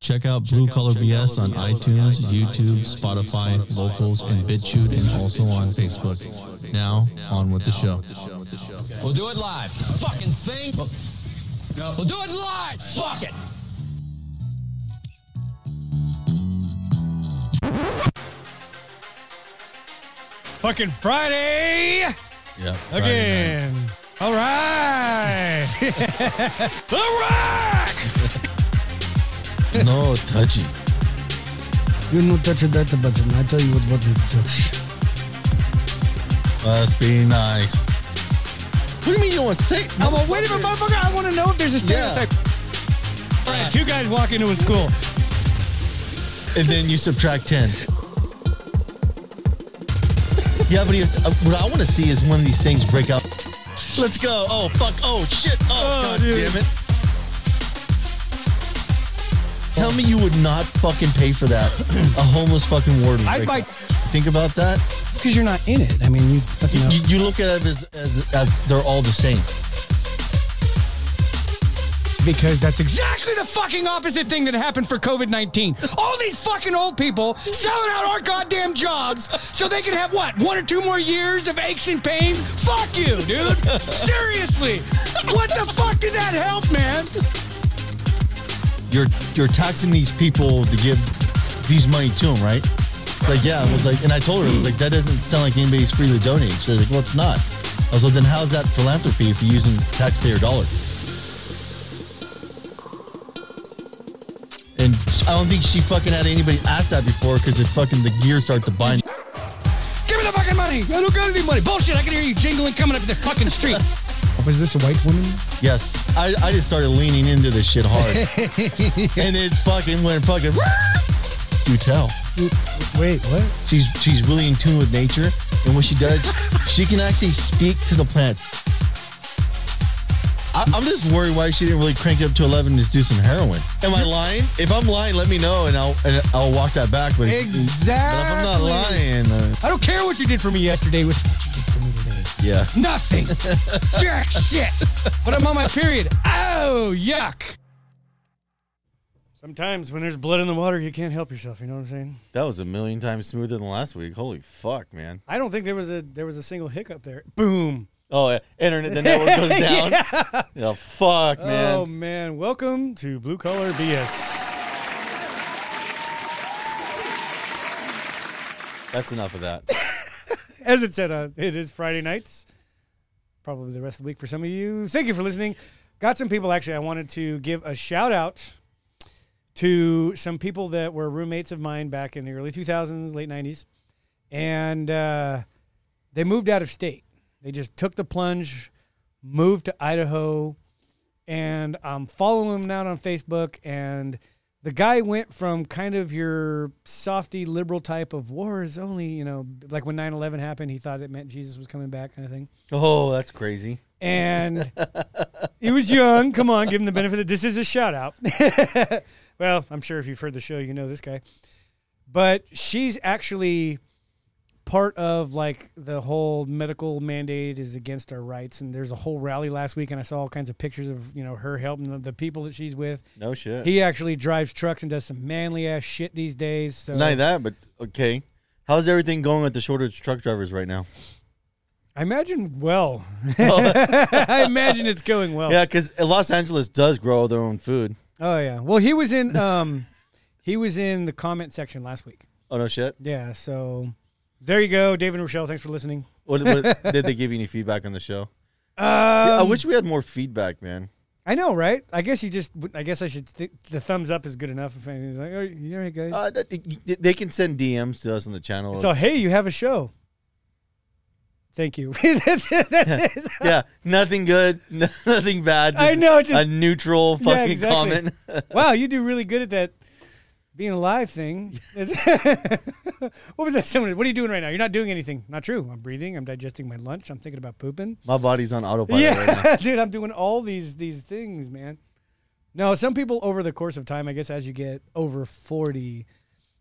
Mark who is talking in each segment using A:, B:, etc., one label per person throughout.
A: Check out Blue Collar BS on iTunes, YouTube, Spotify, Vocals, and BitChute, and also on Facebook. Now, on with the show.
B: We'll do it live. Fucking thing. No. We'll do it live. Fuck it.
C: Fucking Friday
A: Yeah. Friday night.
C: again. All right. the Rock.
A: No touchy.
D: You know, touch that button. I tell you what button to touch.
A: Must be nice.
C: What do you mean you want to say? I'm a, wait a minute, motherfucker. I want to know if there's a
A: Yeah.
C: stereotype. All right, two guys walk into a school.
A: And then you subtract 10. Yeah, but he was, uh, what I want to see is one of these things break out. Let's go. Oh, fuck. Oh, shit. Oh,
C: Oh,
A: God
C: dude.
A: damn it. Tell me you would not fucking pay for that. A homeless fucking warden.
C: I'd
A: break-
C: buy
A: Think about that.
D: Because you're not in it. I mean, you, that's
A: You,
D: enough.
A: you look at it as, as, as they're all the same.
D: because that's exactly.
C: exactly the fucking opposite thing that happened for COVID 19. All these fucking old people selling out our goddamn jobs so they can have what? One or two more years of aches and pains? Fuck you, dude. Seriously. What the fuck did that help, man?
A: You're you're taxing these people to give these money to them, right? It's like yeah, I was like, and I told her I was like that doesn't sound like anybody's free to donate. She's like, well, it's not. I was like, then how's that philanthropy if you're using taxpayer dollars? And I don't think she fucking had anybody ask that before because it fucking the gears start to bind.
C: Give me the fucking money. I don't got any money. Bullshit. I can hear you jingling coming up the fucking street.
D: Was this a white woman?
A: Yes, I, I just started leaning into this shit hard, and it fucking went fucking. You tell.
D: Wait, what?
A: She's she's really in tune with nature, and when she does, she can actually speak to the plants. I, I'm just worried why she didn't really crank it up to 11 and just do some heroin. Am I lying? If I'm lying, let me know, and I'll and I'll walk that back. But But if I'm not
C: Exactly.
A: lying, uh,
C: I don't care what you did for me yesterday with
A: yeah.
C: nothing. Jack shit. But I'm on my period. Oh, yuck. Sometimes when there's blood in the water, you can't help yourself. You know what I'm saying?
E: That was a million times smoother than last week. Holy fuck, man!
C: I don't think there was a there was a single hiccup there. Boom.
E: Oh, yeah. internet, the network goes down. yeah. fuck, man.
C: Oh man, welcome to Blue Collar BS.
E: That's enough of that.
C: As it said, uh, it is Friday nights. Probably the rest of the week for some of you. Thank you for listening. Got some people actually I wanted to give a shout out to some people that were roommates of mine back in the early 2000s, late 90s. And uh, they moved out of state. They just took the plunge, moved to Idaho, and I'm following them now on Facebook. And the guy went from kind of your softy liberal type of war is only, you know, like when 9 11 happened, he thought it meant Jesus was coming back kind of thing.
E: Oh, that's crazy.
C: And he was young. Come on, give him the benefit that this is a shout out. well, I'm sure if you've heard the show, you know this guy. But she's actually part of like the whole medical mandate is against our rights. And there's a whole rally last week, and I saw all kinds of pictures of, you know, her helping the, the people that she's with.
E: No shit.
C: He actually drives trucks and does some manly ass shit these days. So
E: Not only that, but okay. How's everything going with the shortage of truck drivers right now?
C: I imagine well. I imagine it's going well.
E: Yeah, because Los Angeles does grow their own food.
C: Oh yeah. Well, he was in um, he was in the comment section last week.
E: Oh no shit.
C: Yeah. So there you go, David and Rochelle. Thanks for listening.
E: What, what did they give you any feedback on the show? See, I
C: Um,
E: wish we had more feedback, man.
C: I know, right? I guess you just. I guess I should. Th- the thumbs up is good enough. If anything's like, oh, you all right, guys.
E: Uh, that- they can send DMs to us on the channel.
C: so hey, you have a show. Thank you. that's it. That's it.
E: yeah, nothing good, no- nothing bad.
C: I know, just-
E: a neutral fucking
C: exactly.
E: comment.
C: Wow, you do really good at that being alive thing. what was that? Someone, what are you doing right now? You're not doing anything. Not true. I'm breathing. I'm digesting my lunch. I'm thinking about pooping.
E: My body's on autopilot
C: yeah,
E: right now.
C: dude, I'm doing all these these things, man. No, some people over the course of time, I guess, as you get over forty,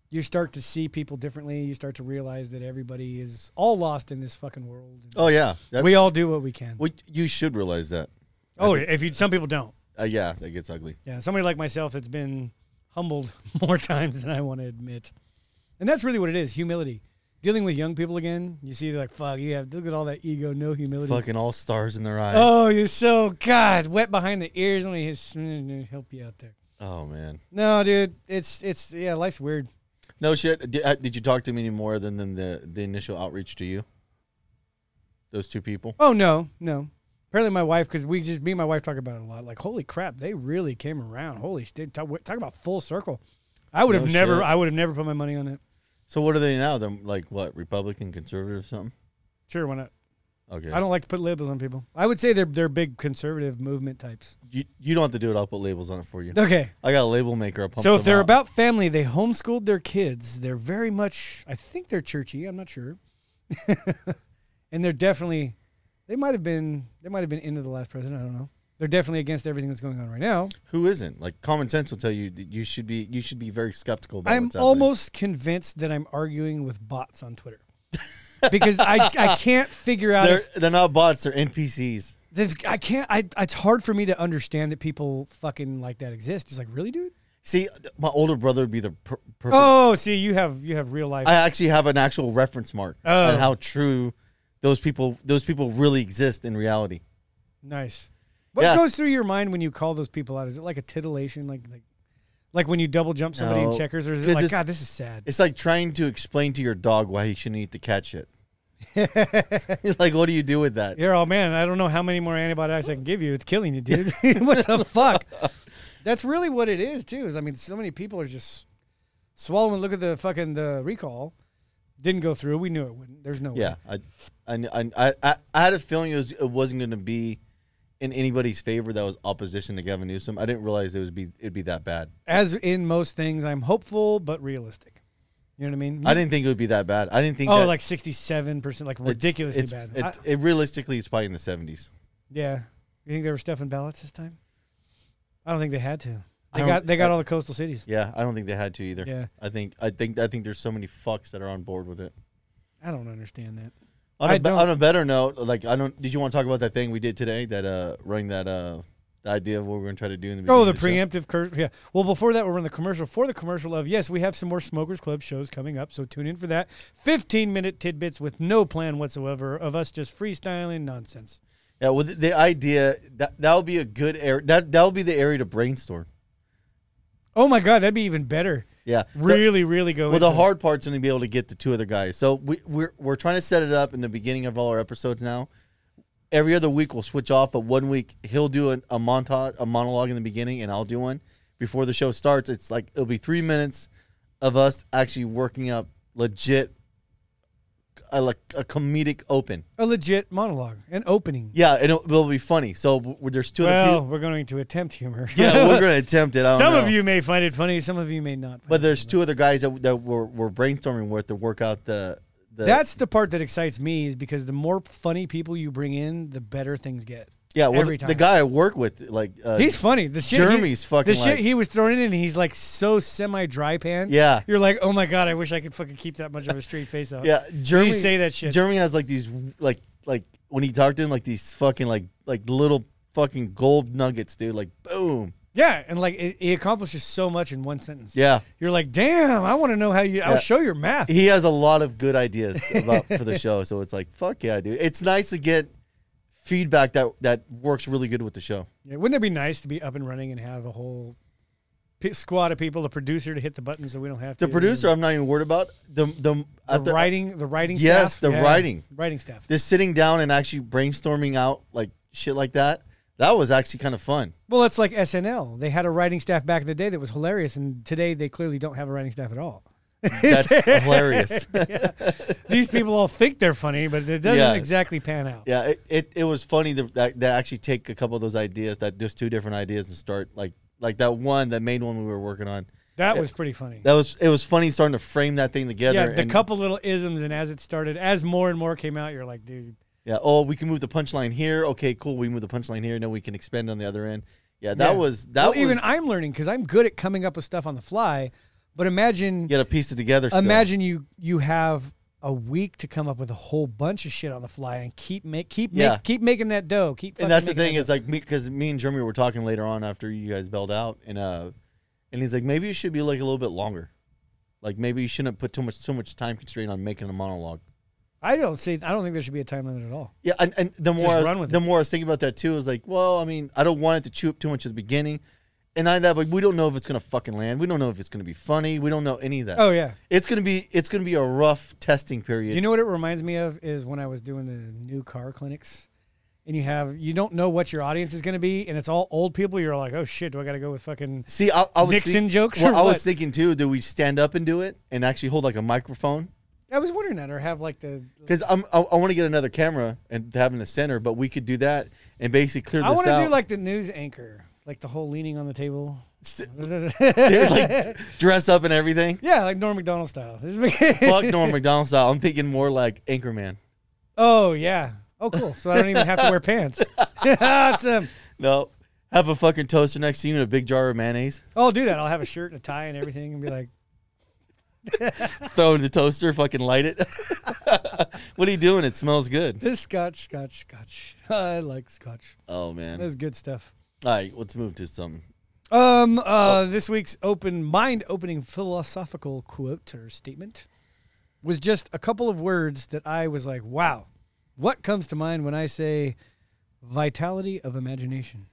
C: you start to see people differently. You start to realize that everybody is all lost in this fucking world.
E: Oh yeah, that,
C: We all do what we can.
E: well, you should realize that.
C: Oh, if you, some people don't.
E: Uh, yeah, that gets ugly.
C: Yeah, somebody like myself that's been humbled more times than I want to admit. And that's really what it is humility. Dealing with young people again, you see, they're like, fuck, you have, look at all that ego, no humility.
A: Fucking all stars in their eyes. Oh,
C: Oh, you're so, God, wet behind the ears. Let me just, mm, help you out there.
A: Oh, man.
C: No, dude, it's, it's, yeah, life's weird.
A: No shit. Did, uh, did you talk to me any more than, than the, the initial outreach to you? Those two people?
C: Oh no, no. Apparently, my wife, because we just me and my wife talk about it a lot. Like, holy crap, they really came around. Holy shit, talk, talk about full circle. I would
A: No
C: have never,
A: shit.
C: I would have never put my money on it.
A: So what are they now? They're like what? Republican, conservative, something?
C: Sure, why not?
A: Okay.
C: I don't like to put labels on people. I would say they're they're big conservative movement types.
A: You, you don't have to do it. I'll put labels on it for you.
C: Okay,
A: I got a label maker. I'll pump
C: so if
A: some
C: they're
A: out.
C: about family, they homeschooled their kids. They're very much, I think they're churchy. I'm not sure, and they're definitely, they might have been, they might have been into the last president. I don't know. They're definitely against everything that's going on right now.
A: who isn't like common sense will tell you that you should be you should be very skeptical about
C: I'm
A: what's happening.
C: almost convinced that I'm arguing with bots on Twitter because I, I can't figure out
A: They're
C: if,
A: they're not bots. They're NPCs.
C: there's- I can't I it's hard for me to understand that people fucking like that exist. It's like really, dude.
A: See, th- my older brother would be the per- perfect.
C: Oh, see, you have you have real life.
A: I actually have an actual reference mark
C: Oh.
A: on how true those people those people really exist in reality.
C: nice. What
A: Yeah.
C: goes through your mind when you call those people out? Is it like a titillation, like like like when you double jump somebody in
A: No,
C: checkers, or is
A: 'cause
C: it like
A: it's-
C: God, this is sad?
A: It's like trying to explain to your dog why he shouldn't eat the cat shit. like, what do you do with that?
C: You're all oh, man. I don't know how many more antibiotics I can give you. It's killing you, dude. what the fuck? That's really what it is, too. is, I mean, so many people are just swallowing. Look at the fucking the recall. Didn't go through. We knew it wouldn't. There's no
A: Yeah, I, I, I, I, I had a feeling it, was, it wasn't going to be in anybody's favor that was opposition to Gavin Newsom. I didn't realize it was be it'd be that bad.
C: As in most things, I'm hopeful but realistic. You know what I mean?
A: I didn't think it would be that bad. I didn't think.
C: oh,
A: that
C: like 67 percent, like
A: it's-
C: ridiculously
A: it's-
C: bad.
A: It,
C: I-
A: it realistically, it's probably in the seventies.
C: yeah. You think they were stuffing ballots this time? I don't think they had to.
A: I
C: They
A: don't-
C: got they got
A: I-
C: all the coastal cities.
A: Yeah, I don't think they had to either.
C: Yeah.
A: I think I think I think there's so many fucks that are on board with it.
C: I don't understand that.
A: On
C: I
A: a be-
C: don't-
A: on a better note, like I don't. Did you want to talk about that thing we did today? That uh, running that uh, the idea of what we're gonna try to do in the beginning
C: Oh,
A: of
C: the
A: show?
C: preemptive curse. Yeah. Well, before that, we're in the commercial. For the commercial of yes, we have some more Smokers Club shows coming up, so tune in for that. Fifteen minute tidbits with no plan whatsoever of us just freestyling nonsense.
A: Yeah, well, the, the idea that that would be a good area. That that would be the area to brainstorm.
C: Oh my god, that'd be even better.
A: Yeah, The-
C: Really, really go.
A: well,
C: into
A: the
C: it.
A: hard part's going to be able to get the two other guys. So we, we're we're trying to set it up in the beginning of all our episodes now. Every other week we'll switch off, but one week he'll do an, a montage, a monologue in the beginning, and I'll do one before the show starts. It's like it'll be three minutes of us actually working up legit, a, like a comedic open.
C: a legit monologue, an opening.
A: Yeah, and it'll, it'll be funny. So w- there's two.
C: Well,
A: other
C: we're going to attempt humor.
A: people. yeah, we're gonna attempt it. I don't
C: some
A: know.
C: of you may find it funny, some of you may not.
A: But there's two other guys that, that we're, we're brainstorming with to work out the. the
C: that's the part that excites me is because the more funny people you bring in, the better things get.
A: yeah. Well,
C: every
A: the, the
C: time.
A: guy I work with, like uh,
C: He's funny. The shit
A: Jeremy's
C: he,
A: fucking
C: The shit
A: like-
C: he was throwing in, he's like so semi dry pan.
A: Yeah.
C: you're like, oh my god, I wish I could fucking keep that much of a straight face out.
A: yeah. Jeremy
C: say that shit.
A: Jeremy has like these like like when he talked to him like these fucking like like little fucking gold nuggets, dude. Like boom.
C: yeah, and like it, he accomplishes so much in one sentence.
A: Yeah.
C: you're like, damn, I want to know how you. I'll
A: Yeah.
C: show your math.
A: He has a lot of good ideas about for the show, so it's like fuck yeah, dude. It's nice to get feedback that that works really good with the show.
C: Yeah, wouldn't it be nice to be up and running and have a whole p- squad of people, a producer to hit the button so we don't have to.
A: The producer, I'm not even worried about the the,
C: the
A: at the-
C: writing, the writing.
A: Yes,
C: staff.
A: the writing.
C: writing staff.
A: this sitting down and actually brainstorming out like shit like that that was actually kind of fun
C: Well, it's like SNL. They had a writing staff back in the day that was hilarious, and today they clearly don't have a writing staff at all.
A: that's hilarious
C: These people all think they're funny, but it doesn't
A: Yeah.
C: exactly pan out.
A: yeah it, it, it was funny to, that, that actually take a couple of those ideas that just two different ideas and start like like that one that main one we were working on
C: That was pretty funny.
A: that was it was funny starting to frame that thing together
C: Yeah, the
A: and-
C: couple little isms, and as it started, as more and more came out, you're like, dude,
A: yeah oh we can move the punchline here okay cool we move the punchline here now we can expand on the other end yeah that
C: Yeah.
A: was that
C: well,
A: was
C: even I'm learning because I'm good at coming up with stuff on the fly. But imagine,
A: you gotta piece it together still.
C: imagine you you have a week to come up with a whole bunch of shit on the fly and keep make keep
A: Yeah.
C: make, keep making that dough. Keep
A: and that's the
C: fucking making
A: thing is like me because me and Jeremy were talking later on after you guys bailed out, and uh, and he's like, maybe it should be like a little bit longer. Like maybe you shouldn't put too much so much time constraint on making a monologue.
C: I don't see. I don't think there should be a time limit at all.
A: Yeah, and, and the more I was,
C: run with
A: the
C: it.
A: more I was thinking about that too, I was like, well, I mean, I don't want it to chew up too much at the beginning, and I that, but we don't know if it's gonna fucking land. We don't know if it's gonna be funny. We don't know any of that.
C: Oh yeah.
A: it's gonna be it's gonna be a rough testing period.
C: Do you know what it reminds me of is when I was doing the new car clinics, and you have you don't know what your audience is going to be, and it's all old people. You're like, oh shit, do I got to go with fucking?
A: See, I, I was
C: Nixon jokes
A: Well,
C: or
A: I
C: what?
A: was thinking too. Do we stand up and do it and actually hold like a microphone?
C: I was wondering that, or have like the.
A: Because I'm I, want to get another camera and have in the center, but we could do that and basically clear
C: I
A: this
C: want
A: out.
C: to do like the news anchor, like the whole leaning on the table.
A: like dress up and everything.
C: yeah, like Norm Macdonald style. This is-
A: Fuck Norm Macdonald style. I'm thinking more like Anchorman.
C: oh yeah. Oh cool. So I don't even have to wear pants. awesome.
A: No, have a fucking toaster next to you and a big jar of mayonnaise.
C: Oh, I'll do that. I'll have a shirt and a tie and everything, and be like,
A: Throw it in the toaster, fucking light it. what are you doing? It smells good.
C: this scotch, scotch, scotch. I like scotch.
A: Oh man.
C: That's good stuff.
A: All right, let's move to some.
C: Um, uh,
A: Oh.
C: this week's open mind opening philosophical quote or statement was just a couple of words that I was like, wow, what comes to mind when I say vitality of imagination?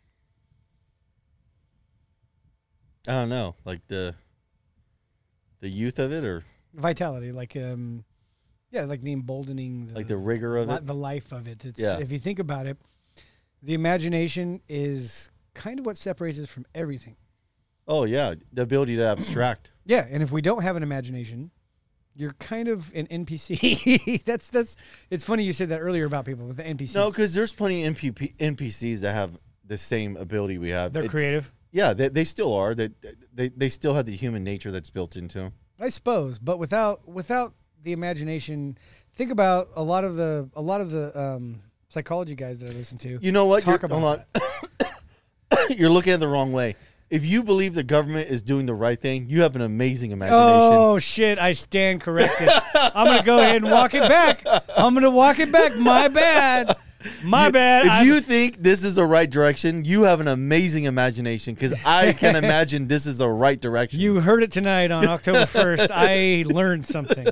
A: I don't know, like the the youth of it, or
C: Vitality, like, um, yeah, like the emboldening, the,
A: like the rigor of
C: li-
A: it.
C: the life of it. It's,
A: Yeah.
C: If you think about it, the imagination is kind of what separates us from everything.
A: Oh yeah, the ability to abstract.
C: Yeah, and if we don't have an imagination, you're kind of an NPC. that's that's. It's funny you said that earlier about people with the NPCs.
A: No, because there's plenty of NPP, NPCs that have the same ability we have.
C: they're
A: It-
C: creative,
A: yeah, they, they still are. They, they they still have the human nature that's built into them.
C: I suppose. But without without the imagination, think about a lot of the a lot of the um, psychology guys that I listen to.
A: You know what?
C: Talk
A: You're-
C: about
A: hold on. You're looking at the wrong way. If you believe the government is doing the right thing, you have an amazing imagination.
C: Oh shit! I stand corrected. I'm gonna go ahead and walk it back. I'm gonna walk it back. My bad. My bad.
A: If
C: I'm-
A: you think this is the right direction, you have an amazing imagination because I can imagine this is the right direction.
C: You heard it tonight on October 1st. I learned something.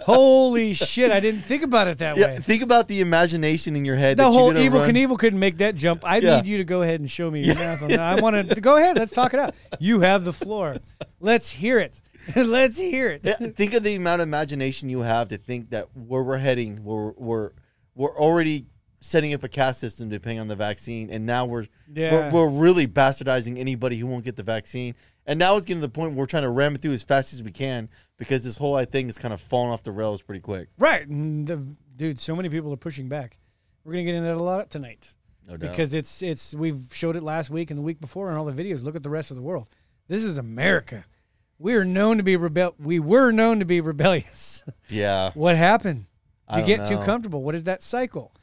C: Holy shit, I didn't think about it that
A: yeah,
C: way.
A: think about the imagination in your head.
C: The
A: that
C: whole
A: you're gonna
C: Evil
A: run.
C: Knievel couldn't make that jump. I
A: Yeah.
C: need you to go ahead and show me your mouth on that. I want to go ahead. Let's talk it out. You have the floor. Let's hear it. Let's hear it.
A: Yeah, think of the amount of imagination you have to think that where we're heading, we're we're we're already setting up a caste system depending on the vaccine, and now we're
C: Yeah.
A: we're, we're really bastardizing anybody who won't get the vaccine. And now it's getting to the point where we're trying to ram it through as fast as we can because this whole I thing is kind of falling off the rails pretty quick.
C: Right. and the- dude, so many people are pushing back. We're going to get into that a lot tonight.
A: No doubt.
C: because it's it's we've showed it last week and the week before and all the videos. Look at the rest of the world. This is America. We are known to be rebel. We were known to be rebellious.
A: yeah,
C: what happened?
A: I
C: You
A: don't
C: get too
A: know.
C: comfortable. What is that cycle?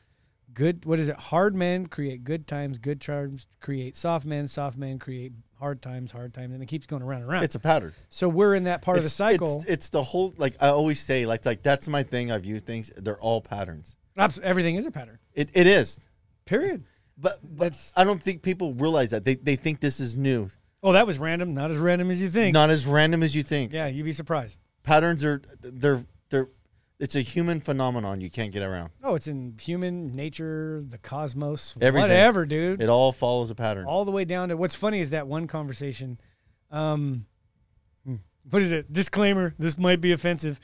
C: Good. What is it? Hard men create good times. Good times create soft men. Soft men create hard times. Hard times, and it keeps going around and around.
A: it's a pattern.
C: so we're in that part of the
A: it's,
C: cycle.
A: It's, it's the whole like I always say like like that's my thing. I view things. They're all patterns.
C: Abs- Everything is a pattern.
A: It it is.
C: Period.
A: But, but
C: That's-
A: I don't think people realize that they, they think this is new.
C: Oh, that was random. Not as random as you think.
A: not as random as you think.
C: Yeah, you'd be surprised.
A: Patterns are they're they're it's a human phenomenon you can't get around.
C: Oh, it's in human nature, the cosmos,
A: Everything.
C: whatever, dude.
A: It all follows a pattern.
C: All the way down to what's funny is that one conversation. Um, what is it? Disclaimer: This might be offensive.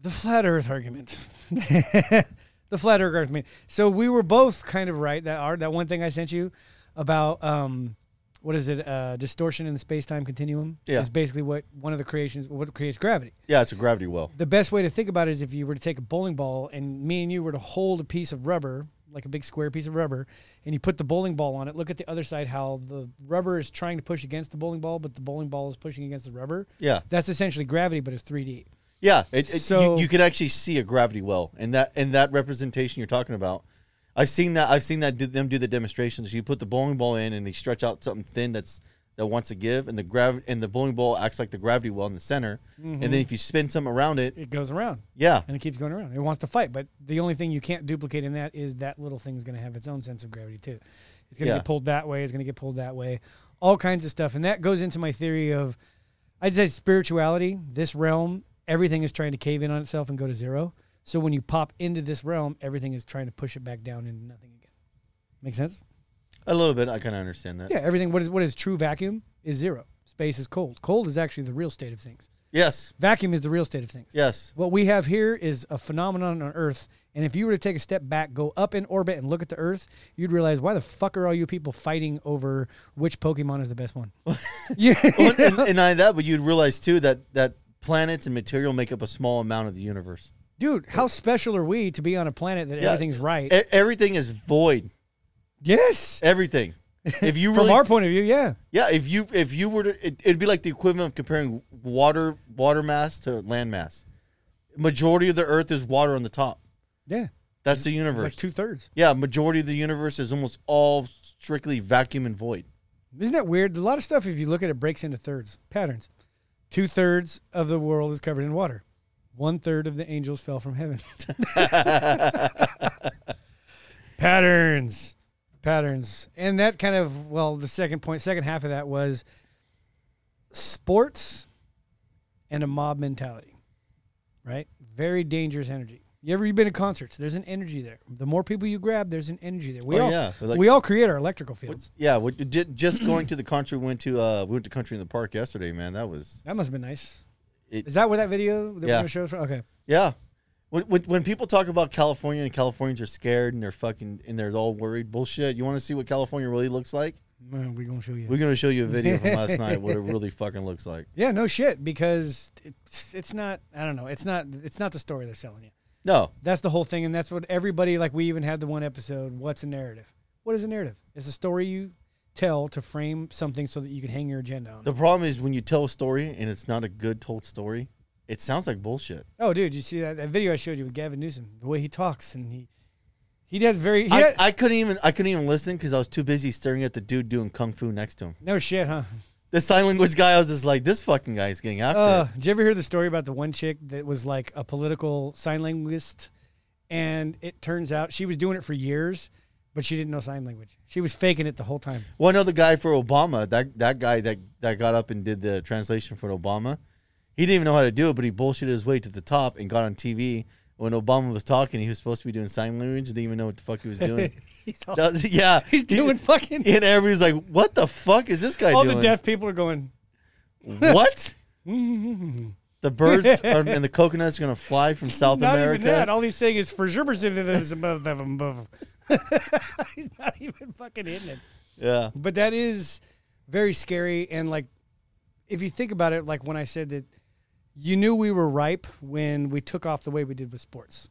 C: The flat Earth argument. the flat Earth argument. So we were both kind of right. That are that one thing I sent you about. Um, what is it? Uh, distortion in the space time continuum
A: Yeah.
C: is basically what one of the creations what creates gravity
A: yeah, it's a gravity well.
C: the best way to think about it is if you were to take a bowling ball and me and you were to hold a piece of rubber, like a big square piece of rubber, and you put the bowling ball on it, look at the other side how the rubber is trying to push against the bowling ball, but the bowling ball is pushing against the rubber.
A: Yeah.
C: That's essentially gravity, but it's 3D.
A: Yeah, it, it,
C: So-
A: you, you could actually see a gravity well, and that and that representation you're talking about. I've seen that. I've seen that do, them do the demonstrations. You put the bowling ball in, and they stretch out something thin that's that wants to give, and the grav and the bowling ball acts like the gravity well in the center, and
C: Mm-hmm.
A: then if you spin something around it,
C: It goes around
A: yeah,
C: and it keeps going around. It wants to fight, but the only thing you can't duplicate in that is that little thing's going to have its own sense of gravity too. It's going to
A: Yeah.
C: get pulled that way. It's going to get pulled that way. all kinds of stuff. And that goes into my theory of, I'd say spirituality, this realm, everything is trying to cave in on itself and go to zero. So when you pop into this realm, everything is trying to push it back down into nothing again. Make sense?
A: A little bit. I kind of understand that.
C: Yeah, everything. What is what is true vacuum is zero. Space is cold. Cold is actually the real state of things.
A: Yes.
C: Vacuum is the real state of things.
A: Yes.
C: What we have here is a phenomenon on Earth, and if you were to take a step back, go up in orbit, and look at the Earth, you'd realize why the fuck are all you people fighting over which Pokemon is the best one? yeah,
A: Well, and, and not only that, but you'd realize too that that planets and material make up a small amount of the universe.
C: dude, how special are we to be on a planet that
A: Yeah.
C: everything's right?
A: E- everything is void.
C: yes,
A: Everything. If you really,
C: from our point of view, yeah.
A: yeah, if you if you were to, it, it'd be like the equivalent of comparing water water mass to land mass. Majority of the Earth is water on the top.
C: Yeah,
A: That's the
C: it's
A: universe.
C: like two thirds.
A: yeah, majority of the universe is almost all strictly vacuum and void.
C: Isn't that weird? A lot of stuff, if you look at it, breaks into thirds, patterns. Two thirds of the world is covered in water. One third of the angels fell from heaven. patterns, patterns, and that kind of well, the second point, second half of that was sports and a mob mentality, right? Very dangerous energy. You ever you been to concerts? There's an energy there. The more people you grab, there's an energy there. We
A: Oh,
C: all
A: yeah. Like-
C: we all create our electrical fields.
A: Yeah, we, ju- just going to the country. We went to uh, we went to country in the park yesterday, man. That was
C: That must have been nice. Is
A: It-
C: that where that video that
A: Yeah.
C: we're gonna show is from? Okay.
A: Yeah. When, when, when people talk about California and Californians are scared and they're fucking and they're all worried bullshit, you want to see what California really looks like?
C: Well, we're gonna show you.
A: We're gonna show you a video from last night what it really fucking looks like.
C: yeah, no shit, because it's, it's not. I don't know. It's not. It's not the story they're selling you.
A: No,
C: That's the whole thing, and that's what everybody like. We even had the one episode. What's a narrative? What is a narrative? It's a story you tell to frame something so that you can hang your agenda on.
A: the
C: it.
A: problem is when you tell a story and it's not a good told story, it sounds like bullshit.
C: Oh, dude, you see that, that video I showed you with Gavin Newsom? The way he talks and he he does very. He
A: I,
C: had-
A: I couldn't even I couldn't even listen because I was too busy staring at the dude doing kung fu next to him.
C: no shit, huh?
A: The sign language guy, I was just like, this fucking guy's getting after.
C: Uh,
A: it.
C: did you ever hear the story about the one chick that was like a political sign linguist? And it turns out she was doing it for years, but she didn't know sign language. She was faking it the whole time.
A: One other guy for Obama, that that guy that that got up and did the translation for Obama, he didn't even know how to do it, but he bullshitted his way to the top and got on TV when Obama was talking. He was supposed to be doing sign language, didn't even know what the fuck he was doing.
C: He's, all,
A: That was- yeah,
C: he's doing fucking.
A: And everybody's like, "What the fuck is this guy
C: all
A: doing?"
C: the deaf people are going.
A: what? the birds are, and the coconuts are gonna fly from South
C: Not
A: America.
C: even that. All he's saying is for sure. He's not even fucking hitting it.
A: Yeah,
C: But that is very scary. And like, if you think about it, like when I said that you knew we were ripe when we took off the way we did with sports.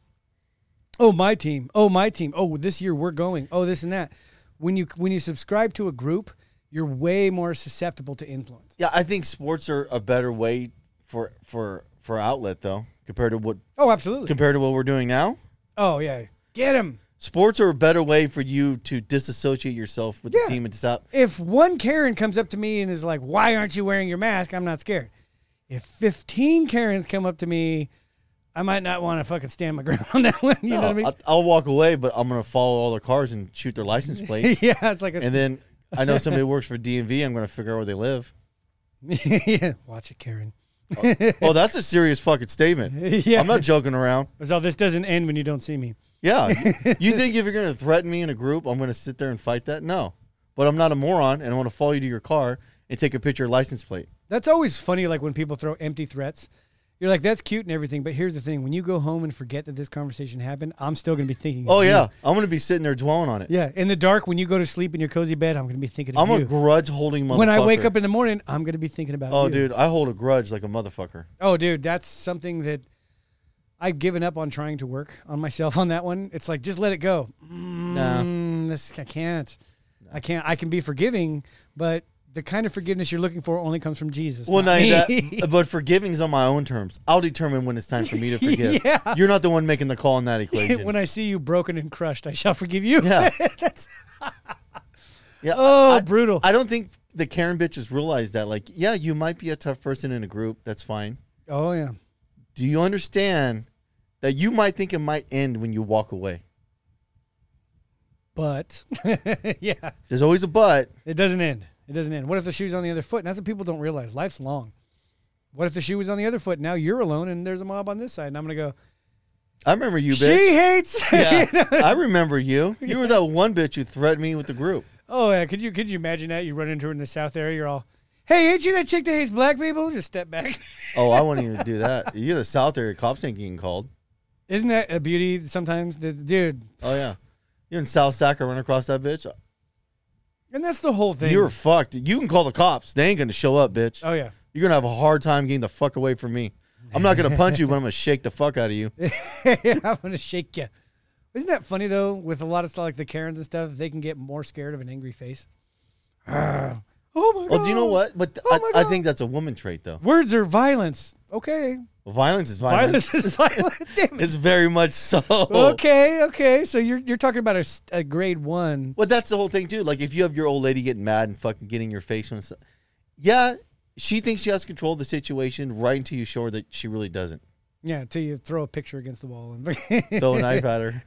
C: Oh, my team. Oh, my team. Oh, this year we're going. Oh, this and that. When you when you subscribe to a group, you're way more susceptible to influence.
A: yeah. I think sports are a better way for for for outlet though compared to what
C: Oh, absolutely.
A: compared to what we're doing now.
C: Oh, yeah. Get him.
A: sports are a better way for you to disassociate yourself with
C: Yeah.
A: the team and stop.
C: If one Karen comes up to me and is like, "Why aren't you wearing your mask?" I'm not scared. If 15 Karens come up to me, I might not want to fucking stand my ground on that one. You know what I mean?
A: I'll, "Oh, I'll walk away, but I'm gonna follow all their cars and shoot their license plates,
C: yeah, it's like a
A: and then I know somebody who works for DMV. I'm gonna figure out where they live.
C: yeah. Watch it, Karen.
A: Oh, that's a serious fucking statement.
C: Yeah.
A: I'm not joking around.
C: So this doesn't end when you don't see me.
A: Yeah, you- you think if you're gonna threaten me in a group, I'm gonna sit there and fight that? No, but I'm not a moron, and I want to follow you to your car and take a picture of your license plate.
C: That's always funny. Like when people throw empty threats, you're like, "That's cute and everything," but here's the thing: when you go home and forget that this conversation happened, I'm still gonna be thinking. of
A: Oh
C: you.
A: yeah, I'm gonna be sitting there dwelling on it.
C: yeah. In the dark, when you go to sleep in your cozy bed, I'm gonna be thinking. Of
A: I'm a
C: you.
A: grudge holding motherfucker.
C: when I wake up in the morning, I'm gonna be thinking about.
A: oh
C: you.
A: dude, I hold a grudge like a motherfucker.
C: Oh, dude, that's something that I've given up on trying to work on myself on that one. It's like just let it go.
A: Nah.
C: Mm, this I can't. I can't. I can be forgiving, but the kind of forgiveness you're looking for only comes from Jesus.
A: Well,
C: not
A: not
C: me.
A: that, but forgiving's on my own terms. I'll determine when it's time for me to forgive.
C: Yeah.
A: You're not the one making the call in that equation.
C: when I see you broken and crushed, I shall forgive you.
A: Yeah.
C: That's,
A: yeah.
C: oh,
A: I,
C: brutal.
A: I don't think the Karen bitches realize that. Like, yeah, you might be a tough person in a group. That's fine.
C: oh yeah.
A: Do you understand that you might think it might end when you walk away?
C: But yeah,
A: There's always a but.
C: it doesn't end. It It doesn't end. What if the shoe's on the other foot? And that's what people don't realize. Life's long. What if the shoe was on the other foot? Now you're alone and there's a mob on this side. And I'm going to go,
A: I remember you,
C: she
A: bitch.
C: hates.
A: Yeah, I remember you. You were that one bitch who threatened me with the group.
C: Oh, yeah. Could you could you imagine that? You run into her in the South area. You're all, hey, ain't you that chick that hates black people? Just step back.
A: Oh, I wouldn't even do that. You're the South area cops ain't getting called.
C: Isn't that a beauty sometimes? The- Dude.
A: Oh yeah, you're in South Sac or run across that bitch.
C: And that's the whole thing.
A: You're fucked. You can call the cops. They ain't gonna show up, bitch.
C: oh, yeah.
A: You're gonna have a hard time getting the fuck away from me. I'm not gonna punch you, but I'm gonna shake the fuck out of you.
C: I'm going to shake you. Isn't that funny, though? With a lot of stuff like the Karens and stuff, they can get more scared of an angry face. Ah. oh, my God.
A: Well, do you know what? But
C: Oh my
A: I, I
C: God.
A: think that's a woman trait, though.
C: Words are violence. Okay.
A: Violence is violence.
C: Violence is violence. Damn it.
A: It's very much so.
C: Okay, okay. So you're you're talking about a, s- a grade one.
A: But that's the whole thing too. Like if you have your old lady getting mad and fucking getting your face on, s- yeah, she thinks she has control of the situation right until you show her that she really doesn't.
C: Yeah, until you throw a picture against the wall. And
A: Throw a knife at her.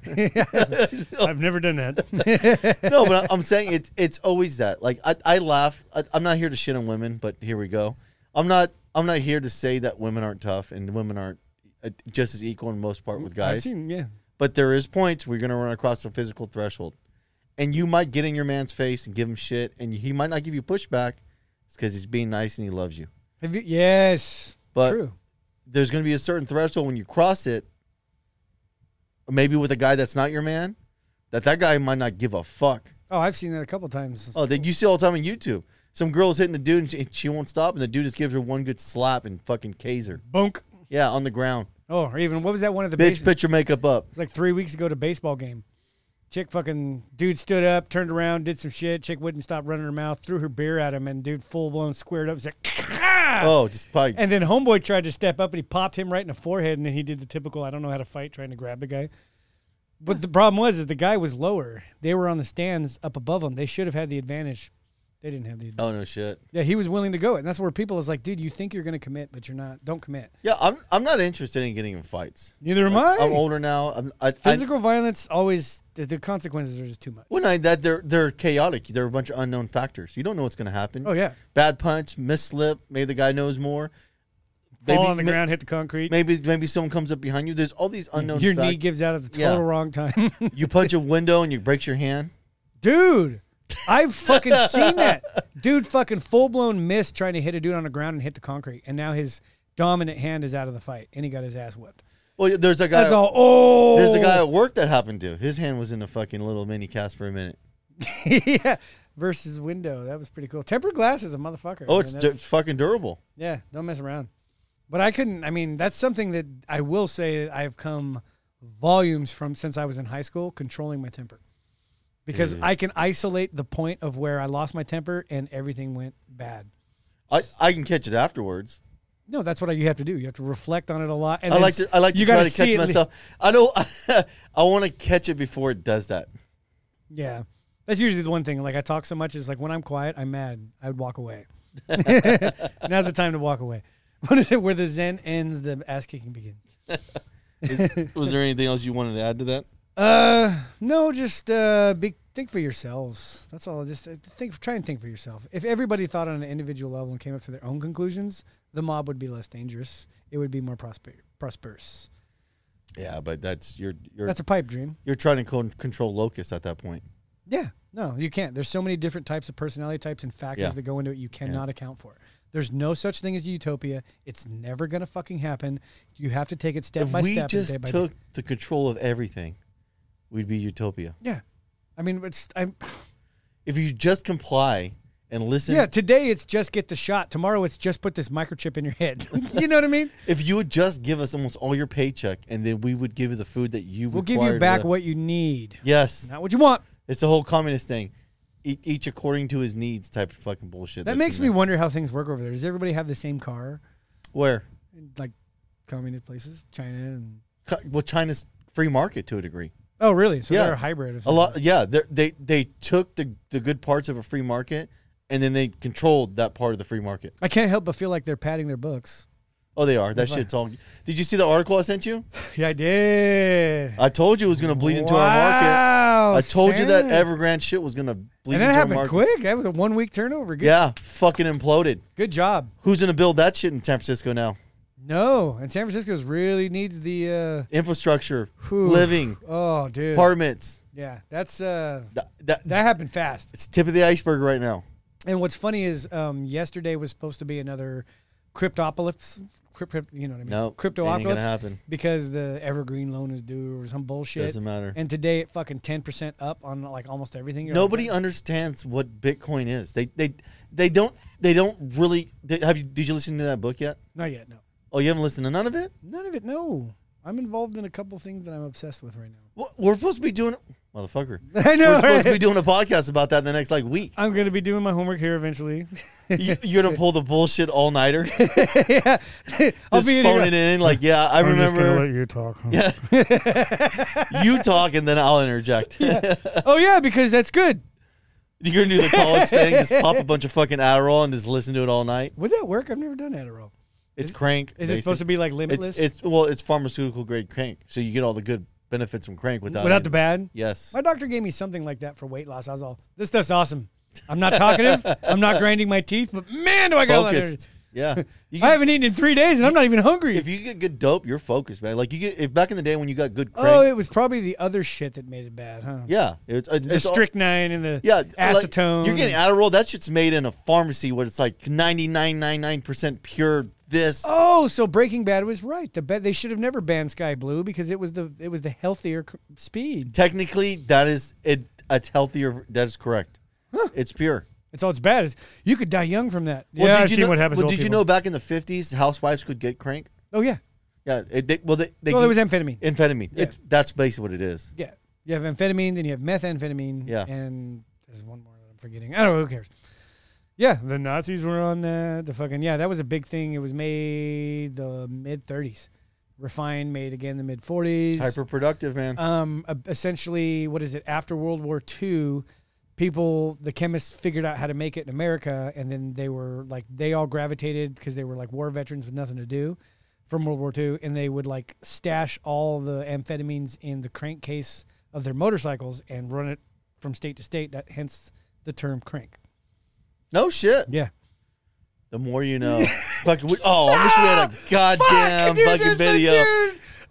C: I've never done that.
A: no, but I- I'm saying it's it's always that. Like I, I laugh. I, I'm not here to shit on women, but here we go. I'm not I'm not here to say that women aren't tough and women aren't uh, just as equal in most part with
C: I've
A: guys.
C: seen, yeah.
A: but there is points where you're gonna run across a physical threshold, and you might get in your man's face and give him shit, and he might not give you pushback. It's because he's being nice and he loves you.
C: Have you, yes.
A: But-
C: True.
A: There's gonna be a certain threshold when you cross it. Maybe with a guy that's not your man, that that guy might not give a fuck.
C: Oh, I've seen that a couple times.
A: Oh, that you see all the time on YouTube. Some girl's hitting the dude and she, and she won't stop, and the dude just gives her one good slap and fucking K's her.
C: Bunk.
A: Yeah, on the ground.
C: Oh, or even what was that one of
A: Bitch,
C: the base,
A: put your makeup up.
C: like three weeks ago at a baseball game. Chick fucking dude stood up, turned around, did some shit. Chick wouldn't stop running her mouth, threw her beer at him, and dude full blown squared up. was like, "Ah!"
A: Oh, just probably.
C: And then homeboy tried to step up and he popped him right in the forehead, and then he did the typical I don't know how to fight trying to grab the guy. But the problem was is the guy was lower. They were on the stands up above him. They should have had the advantage. They didn't have the advantage.
A: oh no shit.
C: Yeah, he was willing to go. And that's where people is like, dude, you think you're gonna commit, but you're not. Don't commit.
A: Yeah, I'm. I'm not interested in getting in fights.
C: Neither am I.
A: I'm older now. I'm, I, I,
C: Physical violence always the, the consequences are just too much.
A: when I that they're they're chaotic. There are a bunch of unknown factors. You don't know what's gonna happen.
C: Oh yeah,
A: Bad punch, mislip. Maybe the guy knows more.
C: fall
A: Maybe,
C: on the
A: ma-
C: ground, hit the concrete.
A: Maybe maybe someone comes up behind you. There's all these unknown.
C: Your knee
A: fact-
C: gives out at the
A: Yeah.
C: total wrong time,
A: you punch a window and you breaks your hand.
C: dude. I've fucking seen that, dude. Fucking full blown miss trying to hit a dude on the ground and hit the concrete, and now his dominant hand is out of the fight, and he got his ass whipped.
A: Well, there's a guy.
C: That's all. Oh,
A: Uh, There's a guy at work that happened to. His hand was in a fucking little mini cast for a minute.
C: yeah, versus window. That was pretty cool. Tempered glass is a motherfucker.
A: Oh,
C: I
A: it's
C: mean,
A: du-
C: that's-
A: fucking durable.
C: Yeah, don't mess around. But I couldn't. I mean, that's something that I will say I've come volumes from since I was in high school, controlling my temper, because I can isolate the point of where I lost my temper and everything went bad.
A: I, I can catch it afterwards.
C: No, that's what I, you have to do. You have to reflect on it a lot. And
A: I
C: then
A: like to I like to
C: you
A: try
C: gotta
A: to
C: see
A: catch
C: it le-
A: myself. I know I want to catch it before it does that.
C: Yeah, that's usually the one thing. Like I talk so much is like when I'm quiet, I'm mad. I would walk away. Now's the time to walk away. What is it? Where the zen ends, the ass kicking begins.
A: Was there anything else you wanted to add to that?
C: Uh, no, just uh, be, think for yourselves. That's all. Just uh, think, try and think for yourself. If everybody thought on an individual level and came up to their own conclusions, the mob would be less dangerous. It would be more prosper, prosperous.
A: Yeah, but that's you're you're
C: That's a pipe dream.
A: you're trying to con- control locust at that point.
C: Yeah. No, you can't. There's so many different types of personality types and factors
A: Yeah.
C: that go into it you cannot account for. There's no such thing as a utopia. It's never gonna fucking happen. You have to take it step
A: If
C: by
A: we
C: step. and day
A: just
C: by
A: took
C: Day.
A: the control of everything, we'd be utopia.
C: Yeah. I mean, it's I'm.
A: If you just comply and listen,
C: Yeah, today it's just get the shot. Tomorrow it's just put this microchip in your head. you know what I mean?
A: if you would just give us almost all your paycheck, and then we would give you the food that you
C: We'll give you
A: required
C: back
A: to-
C: what you need,
A: Yes,
C: not what you want.
A: it's the whole communist thing. E- each according to his needs type of fucking bullshit.
C: That
A: that's
C: makes
A: in
C: me
A: there.
C: wonder how things work over there. Does everybody have the same car
A: where
C: in like communist places, China and
A: Co- well China's free market to a degree.
C: Oh, really? So
A: Yeah.
C: they're a hybrid of
A: A lot, yeah. they're- They they took the the good parts of a free market, and then they controlled that part of the free market.
C: I can't help but feel like they're padding their books.
A: Oh, they are. That shit's all. Did you see the article I sent you?
C: Yeah, I did.
A: I told you it was going to bleed into our market.
C: Wow,
A: I told you that
C: Sam.
A: Evergrande shit was going to bleed
C: And
A: into
C: that
A: our
C: happened
A: market.
C: quick. That was a one week turnover. Good,
A: Yeah, fucking imploded.
C: good job.
A: Who's going to build that shit in San Francisco now?
C: No, and San Francisco's really needs the. Uh,
A: Infrastructure,
C: Whew.
A: living,
C: oh, dude.
A: apartments.
C: yeah, that's uh,
A: That, that,
C: that happened fast.
A: it's tip of the iceberg right now.
C: And what's funny is um, yesterday was supposed to be another cryptopolis. Crypt, crypt- you know what I mean?
A: No,
C: cryptopolis.
A: ain't gonna happen.
C: Because the Evergreen loan is due or some bullshit.
A: Doesn't matter.
C: And today it fucking ten percent up on like almost everything. You're like,
A: Nobody understands what Bitcoin is. They they they don't they don't really. They, have you? Did you listen to that book yet?
C: not yet. No,
A: Oh, you haven't listened to none of it.
C: none of it. No, I'm involved in a couple things that I'm obsessed with right now.
A: Well, We're supposed to be doing, motherfucker.
C: I know.
A: We're supposed to be
C: right?
A: doing a podcast about that in the next like week.
C: I'm gonna be doing my homework here eventually.
A: You, you're gonna pull the bullshit all nighter, just
C: yeah, I'll be in
A: phone
C: here-
A: it in. Like, yeah, I remember
C: you talk.
A: you talk, and then I'll interject.
C: Oh yeah, because that's good.
A: You're gonna do the college thing, just pop a bunch of fucking Adderall and just listen to it all night.
C: Would that work? I've never done Adderall.
A: It's crank.
C: Is it supposed to be like limitless?
A: It's, it's well, it's pharmaceutical grade crank, so you get all the good benefits from crank without
C: without
A: any-
C: the bad.
A: Yes.
C: My doctor gave me something like that for weight loss. I was all, this stuff's awesome. I'm not talkative. I'm not grinding my teeth, but man, do I got
A: focused. Yeah. You
C: I
A: get,
C: haven't eaten in three days, and I'm not even hungry.
A: if you get good dope, you're focused, man. Like you get if back in the day when you got good crank.
C: oh, it was probably the other shit that made it bad, huh?
A: yeah. It's, it's
C: The
A: it's all-
C: strychnine and the
A: yeah, like,
C: acetone.
A: you're getting Adderall. That shit's made in a pharmacy where it's like 99.99% pure this.
C: oh, so Breaking Bad was right. The ba- they should have never banned Sky Blue because it was the it was the healthier c- speed.
A: Technically, that is it. It's healthier. That is correct. It's pure.
C: That's all it's bad is you could die young from that.
A: Well,
C: yeah,
A: did
C: I've
A: you
C: seen
A: know,
C: what happens.
A: Well,
C: to
A: did
C: old
A: you
C: people.
A: know back in the 50s, housewives could get crank?
C: Oh yeah.
A: Yeah. It, they, well, they, they
C: Well, there was
A: get-
C: amphetamine.
A: amphetamine. It's that's basically what it is.
C: Yeah. You have amphetamine, then you have methamphetamine.
A: Yeah.
C: And there's one more that I'm forgetting. I don't know. Who cares? Yeah. The Nazis were on that. The fucking, yeah, that was a big thing. It was made the mid 30s. Refined, made again the mid 40s.
A: Hyperproductive, man.
C: Um, e- essentially, what is it? After World War II, people, the chemists figured out how to make it in America. And then they were like, they all gravitated because they were like war veterans with nothing to do from World War II, and they would like stash all the amphetamines in the crankcase of their motorcycles and run it from state to state. That hence the term crank.
A: no shit.
C: Yeah.
A: The more you know. Fucking we, oh, I wish we had a goddamn fucking video.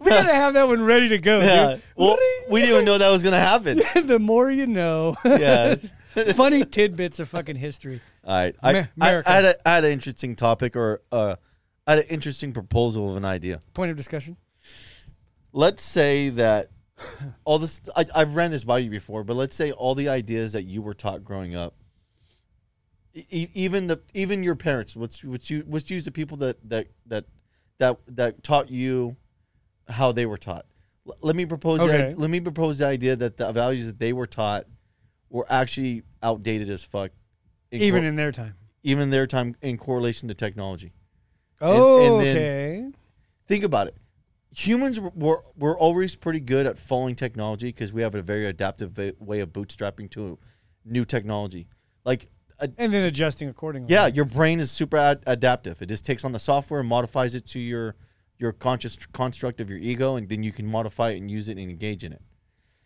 C: we gotta have that one ready to go.
A: Yeah.
C: Dude.
A: Well, we didn't even know that was gonna happen.
C: the more you know.
A: yeah.
C: Funny tidbits of fucking history.
A: All right. I,
C: Ma-
A: I,
C: America.
A: I, had a, I had an interesting topic or uh, I had an interesting proposal of an idea.
C: Point of discussion.
A: Let's say that all this I, I've ran this by you before, but let's say all the ideas that you were taught growing up, e- e- even the even your parents, which which you which use the people that that that that that taught you how they were taught. L- let me propose. The,
C: Okay.
A: id- let me propose the idea that the values that they were taught were actually outdated as fuck. in
C: Even
A: cor-
C: in their time.
A: even their time in correlation to technology.
C: Oh,
A: and then-
C: okay.
A: Think about it. Humans were- were, were always pretty good at following technology because we have a very adaptive va- way of bootstrapping to new technology. Like, uh,
C: And then adjusting accordingly.
A: yeah, your brain is super ad- adaptive. It just takes on the software and modifies it to your your conscious construct of your ego, and then you can modify it and use it and engage in it.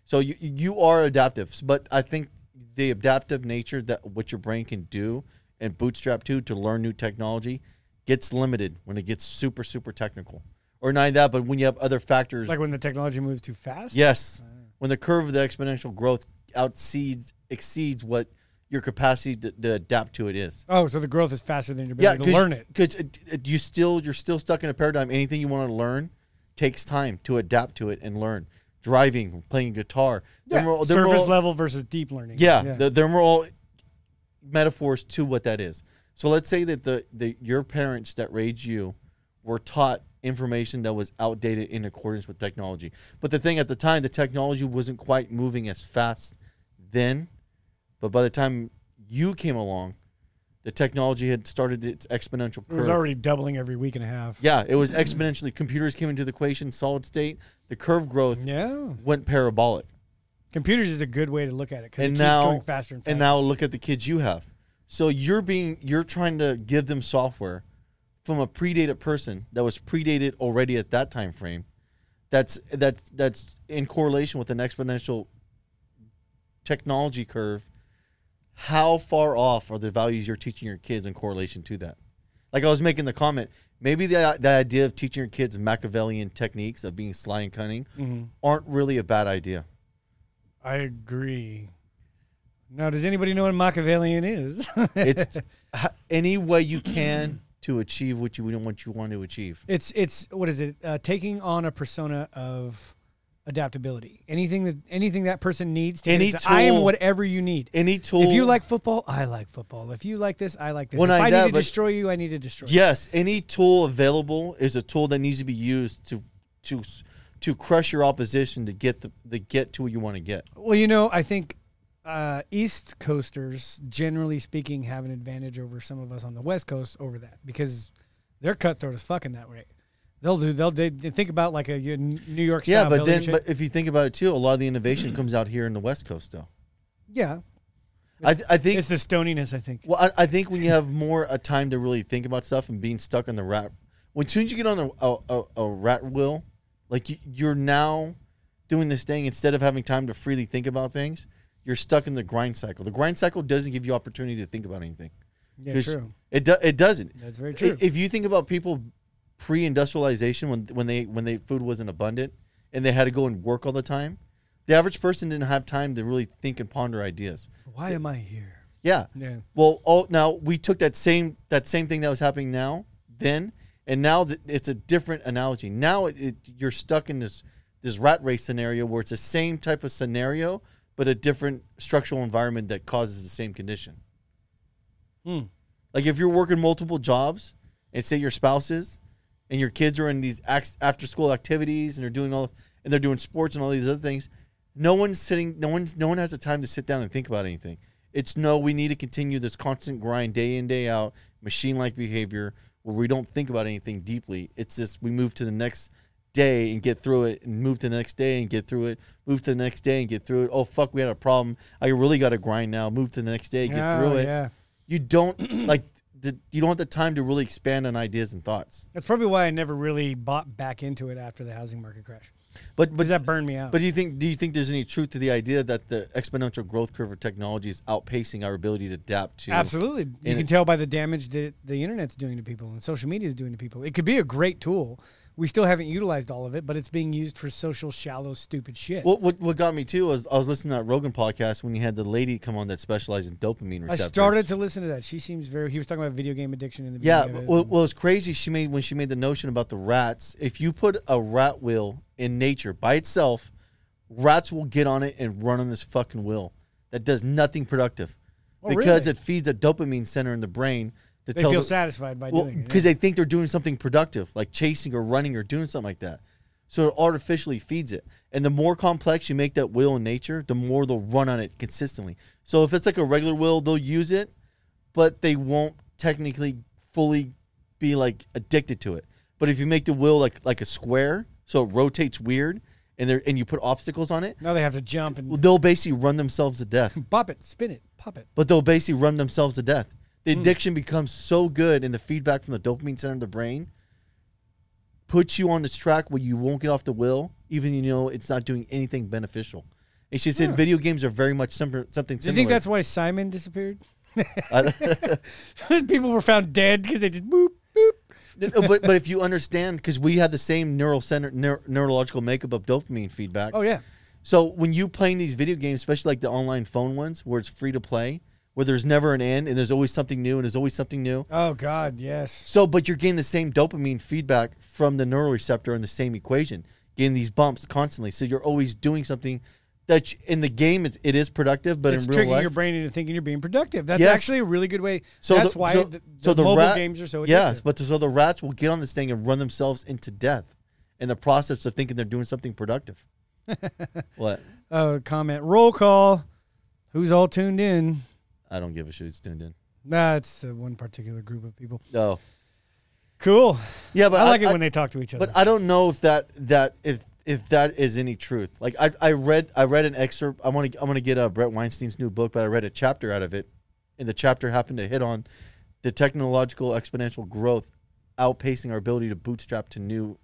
A: So you you are adaptive, s- but I think the adaptive nature that what your brain can do and bootstrap to to learn new technology gets limited when it gets super super technical, or not that, but when you have other factors.
C: Like when the technology moves too fast.
A: yes, when the curve of the exponential growth outseeds exceeds what your capacity to, to adapt to it is.
C: Oh, so the growth is faster than your
A: Yeah,
C: ability to learn it.
A: because uh, you still you're still stuck in a paradigm. Anything you want to learn takes time to adapt to it and learn. Driving, playing guitar, yeah.
C: Surface level versus deep learning.
A: Yeah, th- them are all metaphors to what that is. So let's say that the, the your parents that raised you were taught information that was outdated in accordance with technology. But the thing at the time, the technology wasn't quite moving as fast then. But by the time you came along, the technology had started its exponential
C: it
A: curve.
C: was already doubling every week and a half.
A: yeah, it was exponentially. Computers came into the equation, solid state. The curve growth
C: Yeah.
A: went parabolic.
C: Computers is a good way to look at it because it
A: and
C: keeps
A: now
C: going faster and faster.
A: now look at the kids you have. So you're being you're trying to give them software from a predated person that was predated already at that time frame. That's that's that's in correlation with an exponential technology curve. How far off are the values you're teaching your kids in correlation to that? Like I was making the comment, maybe the the idea of teaching your kids Machiavellian techniques of being sly and cunning
C: Mm-hmm.
A: aren't really a bad idea.
C: I agree. Now, does anybody know what Machiavellian is?
A: It's h- any way you can to achieve what you what you want to achieve.
C: It's it's what is it? Uh, taking on a persona of adaptability. Anything that anything that person needs. To
A: Any
C: is- I am
A: tool-
C: whatever you need.
A: Any tool.
C: If you like football, I like football. If you like this, I like this.
A: Well,
C: if
A: not
C: I,
A: that,
C: need to
A: but-
C: destroy you, I need to destroy you.
A: Yes, any tool available is a tool that needs to be used to to s- to crush your opposition to get the, the get to what you want to get.
C: Well, you know, I think uh, East Coasters, generally speaking, have an advantage over some of us on the West Coast over that because they're cutthroat as fucking that way. They'll do. They'll they, they think about like a you- New York.
A: Yeah,
C: style
A: but
C: building
A: then
C: shit.
A: but if you think about it too, a lot of the innovation comes out here in the West Coast though.
C: yeah,
A: I th- I think
C: it's the stoniness. I think.
A: well I, I think when you have more a time to really think about stuff and being stuck in the rat when soon as you get on a a, a, a rat wheel, like you, you're now doing this thing instead of having time to freely think about things, you're stuck in the grind cycle. The grind cycle doesn't give you opportunity to think about anything.
C: Yeah,
A: 'Cause
C: true.
A: It do, it doesn't.
C: That's very
A: I-
C: true.
A: If you think about people pre-industrialization when when they when they food wasn't abundant and they had to go and work all the time, the average person didn't have time to really think and ponder ideas.
C: Why am I here?
A: Yeah.
C: Yeah.
A: Well, all now we took that same that same thing that was happening now then and now th- it's a different analogy. Now it, it, you're stuck in this this rat race scenario where it's the same type of scenario but a different structural environment that causes the same condition.
C: Hmm.
A: Like if you're working multiple jobs, and say your spouses, and your kids are in these ax- after school activities, and they're doing all, and they're doing sports and all these other things, no one's sitting, no one's, no one has the time to sit down and think about anything. It's no, we need to continue this constant grind, day in day out, machine-like behavior where we don't think about anything deeply. It's just we move to the next day and get through it, and move to the next day and get through it, move to the next day and get through it. Oh fuck, we had a problem. I really got to grind now. Move to the next day, get through it
C: Oh, Yeah.
A: you don't like the, you don't have the time to really expand on ideas and thoughts.
C: That's probably why I never really bought back into it after the housing market crash.
A: But but
C: Because that burned me out.
A: but do you think do you think there's any truth to the idea that the exponential growth curve of technology is outpacing our ability to adapt to?
C: Absolutely. You
A: And
C: can
A: it-
C: tell by the damage that the internet's doing to people and social media is doing to people. It could be a great tool. We still haven't utilized all of it, but it's being used for social, shallow, stupid shit.
A: What, what what got me too was I was listening to that Rogan podcast when you had the lady come on that specialized in dopamine
C: I
A: receptors.
C: started to listen to that. She seems very. He was talking about video game addiction in the
A: Yeah,
C: beginning of it.
A: well, well, it's crazy. She made when she made the notion about the rats. If you put a rat wheel in nature by itself, rats will get on it and run on this fucking wheel that does nothing productive
C: Oh,
A: because
C: really?
A: it feeds a dopamine center in the brain to
C: they
A: tell
C: feel
A: the-
C: satisfied by
A: well,
C: doing it.
A: because they think they're doing something productive, like chasing or running or doing something like that. So it artificially feeds it. And the more complex you make that wheel in nature, the more they'll run on it consistently. So if it's like a regular wheel, they'll use it, but they won't technically fully be like addicted to it. But if you make the wheel like like a square, so it rotates weird, and they and you put obstacles on it,
C: Now they have to jump and
A: they'll basically run themselves to death
C: pop it, spin it, pop it.
A: but they'll basically run themselves to death. The
C: Hmm.
A: addiction becomes so good, and the feedback from the dopamine center of the brain puts you on this track where you won't get off the wheel, even you know it's not doing anything beneficial. And she said, "Video games are very much sim- something
C: Hmm. Do you
A: similar."
C: think that's why Simon disappeared? people were found dead because they just boop boop.
A: No, no, but but if you understand, because we had the same neural center, neur- neurological makeup of dopamine feedback.
C: Oh yeah.
A: So when you playing these video games, especially like the online phone ones, where it's free to play, where there's never an end, and there's always something new, and there's always something new.
C: Oh God, yes.
A: So, but you're getting the same dopamine feedback from the neuroreceptor in the same equation, getting these bumps constantly. So you're always doing something that you, in the game it, it is productive, but
C: It's
A: in real
C: tricking
A: life,
C: your brain into thinking you're being productive. That's
A: Yes.
C: actually a really good way.
A: so
C: that's
A: the,
C: why
A: so,
C: the, the
A: so the
C: mobile
A: rat-
C: games are so addictive.
A: yes, but the, so the rats will get on this thing and run themselves into death in the process of thinking they're doing something productive. what?
C: uh, comment roll call. Who's all tuned in?
A: I don't give a shit. It's tuned in.
C: Nah, it's uh, one particular group of people.
A: No.
C: Cool.
A: Yeah, but
C: I like it
A: I,
C: when they talk to each other.
A: But I don't know if that that if if that is any truth. Like I I read I read an excerpt. I want to I want to get uh, Brett Weinstein's new book, but I read a chapter out of it, and the chapter happened to hit on the technological exponential growth outpacing our ability to bootstrap to new,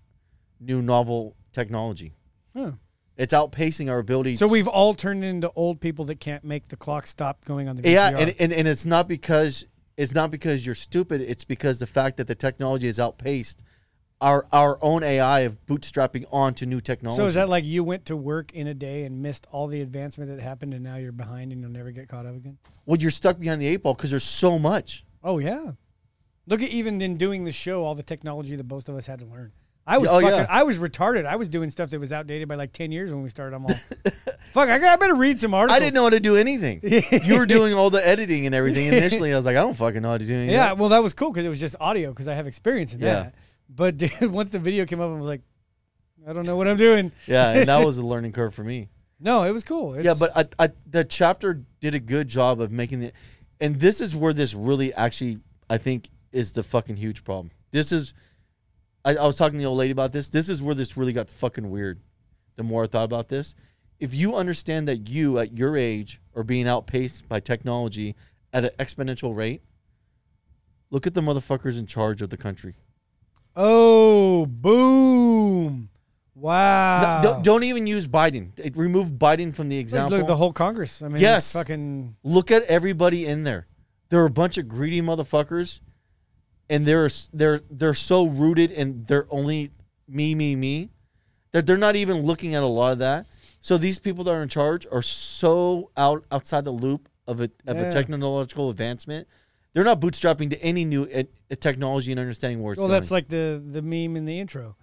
A: new novel technology.
C: Huh.
A: It's outpacing our ability.
C: So we've all turned into old people that can't make the clock stop going on the VCR.
A: yeah, and, and, and it's not because it's not because you're stupid. It's because the fact that the technology has outpaced our our own AI of bootstrapping onto new technology.
C: so is that like you went to work in a day and missed all the advancement that happened, and now you're behind and you'll never get caught up again?
A: well, you're stuck behind the eight ball because there's so much.
C: Oh yeah, look at even in doing the show, all the technology that both of us had to learn. I was
A: Oh,
C: fucking,
A: yeah.
C: I was retarded. I was doing stuff that was outdated by like ten years when we started. I'm all, fuck. I, got, I better read some articles.
A: I didn't know how to do anything. you were doing all the editing and everything. Initially, I was like, I don't fucking know how to do anything.
C: Yeah, well, that was cool because it was just audio because I have experience in
A: Yeah.
C: that. But dude, once the video came up, I was like, I don't know what I'm doing.
A: yeah, and that was a learning curve for me.
C: No, it was cool. It's,
A: Yeah, but I, I, the chapter did a good job of making the, and this is where this really actually I think is the fucking huge problem. This is, I, I was talking to the old lady about this. This is where this really got fucking weird. The more I thought about this, if you understand that you at your age are being outpaced by technology at an exponential rate, look at the motherfuckers in charge of the country.
C: oh, boom! Wow.
A: No, don't, don't even use Biden. It, remove Biden from the
C: look,
A: example.
C: look, the whole Congress. I mean,
A: Yes.
C: yes, fucking.
A: look at everybody in there. They're a bunch of greedy motherfuckers, and they're they're they're so rooted in they're only me me me that they're not even looking at a lot of that. So these people that are in charge are so out outside the loop of a of
C: Yeah.
A: a technological advancement. They're not bootstrapping to any new eh, eh, technology and understanding where it's
C: Well,
A: going.
C: that's like the the meme in the intro.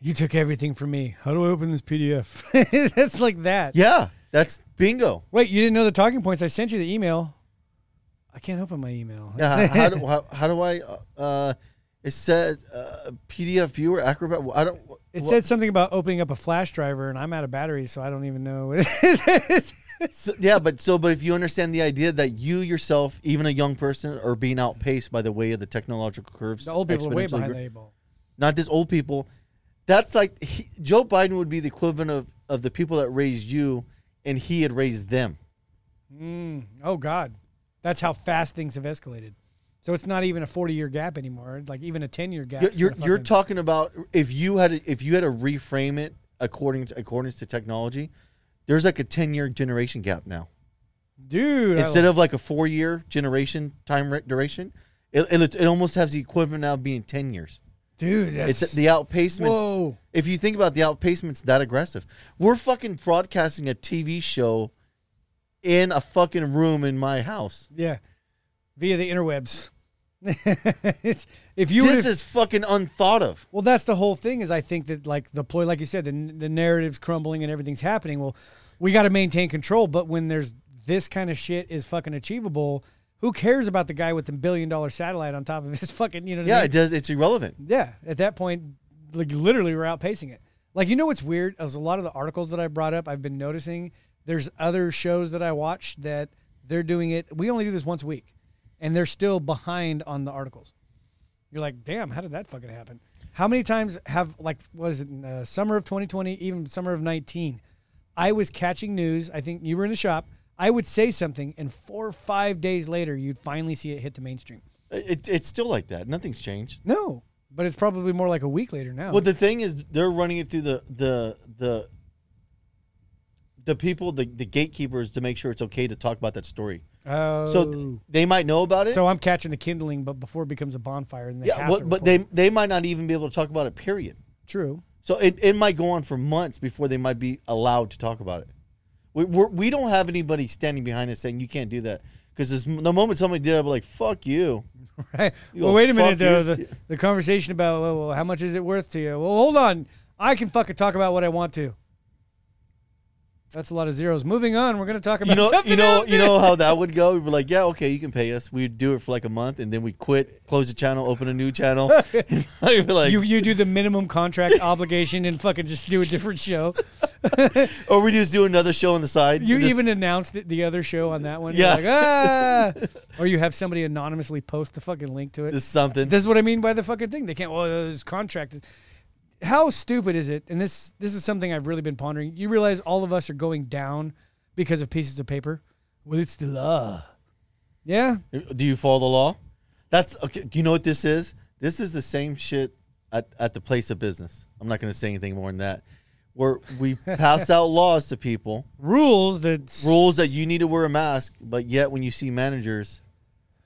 C: You took everything from me. How do I open this PDF? it's like that.
A: yeah, that's bingo.
C: Wait, you didn't know the talking points? I sent you the email. I can't open my email.
A: Yeah, how, how do how, how do I? uh, Uh, it says uh, PDF viewer Acrobat. I don't.
C: It
A: wha-
C: said something about opening up a flash driver, and I'm out of batteries, so I don't even know. what it is.
A: So- yeah, but so but if you understand the idea that you yourself, even a young person, are being outpaced by the way of the technological curves,
C: the old people are way
A: exponentially
C: behind
A: gr-
C: the eight ball.
A: Not just old people. That's like he, Joe Biden would be the equivalent of of the people that raised you, and he had raised them.
C: Mm. Oh God, that's how fast things have escalated. So it's not even a 40 year gap anymore. Like even a 10 year gap.
A: You're you're, you're talking about if you had to, if you had to reframe it according to according to technology, there's like a ten year generation gap now.
C: dude.
A: Instead of like a four year generation time ra- duration, it, it it almost has the equivalent now of being ten years.
C: dude, that's,
A: It's the outpacements.
C: whoa.
A: If you think about the outpacement's that aggressive, we're fucking broadcasting a TV show in a fucking room in my house.
C: Yeah, via the interwebs. it's, if you
A: this
C: would've-
A: is fucking unthought of.
C: Well, that's the whole thing. Is I think that like the ploy, like you said, the the narrative's crumbling and everything's happening. Well, we got to maintain control. But when there's this kind of shit is fucking achievable, who cares about the guy with the billion dollar satellite on top of his fucking? You know? What I
A: Yeah,
C: mean?
A: it does. It's irrelevant.
C: yeah. At that point, like literally, we're outpacing it. Like you know what's weird? Is a lot of the articles that I brought up, I've been noticing. There's other shows that I watch that they're doing it. We only do this once a week, and they're still behind on the articles. You're like, damn, how did that fucking happen? How many times have like was it in, uh, summer of 2020, even summer of 19? I was catching news. I think you were in the shop. I would say something, and four or five days later, you'd finally see it hit the mainstream.
A: It, it's still like that. Nothing's changed.
C: No, but it's probably more like a week later now.
A: Well, the thing is, they're running it through the the the the people, the, the gatekeepers, to make sure it's okay to talk about that story.
C: Oh,
A: So th- they might know about it.
C: so I'm catching the kindling, but before it becomes a bonfire, and they
A: Oh. yeah,
C: have
A: but,
C: to
A: but
C: report
A: they they might not even be able to talk about it. Period.
C: it. true.
A: So it, it might go on for months before they might be allowed to talk about it. We we're, we don't have anybody standing behind us saying you can't do that because the moment somebody did, I'd be like, "Fuck you."
C: Right.
A: You
C: Well,
A: go,
C: wait a
A: "Fuck
C: minute though.
A: yours."
C: The, the conversation about well, well, how much is it worth to you? Well, hold on. I can fucking talk about what I want to. That's a lot of zeros. Moving on, we're gonna talk about
A: You know,
C: something
A: you know,
C: else.
A: you know how that would go. We'd be like, "Yeah, okay, you can pay us." We'd do it for like a month, and then we quit, close the channel, open a new channel. I'd be like,
C: you you do the minimum contract obligation and fucking just do a different show.
A: or we just do another show on the side.
C: You
A: and just-
C: even announced it, the other show on that one. You're
A: Yeah.
C: like, ah! or you have somebody anonymously post the fucking link to it.
A: just something.
C: This is what I mean by the fucking thing. They can't. Well, this contract. Is, how stupid is it? And this this is something I've really been pondering. You realize all of us are going down because of pieces of paper. Well, it's the law. Yeah,
A: Do you follow the law? That's okay. You know what this is? This is the same shit at, at the place of business. I'm not going to say anything more than that. Where we pass out laws to people,
C: Rules that
A: rules that you need to wear a mask, but yet when you see managers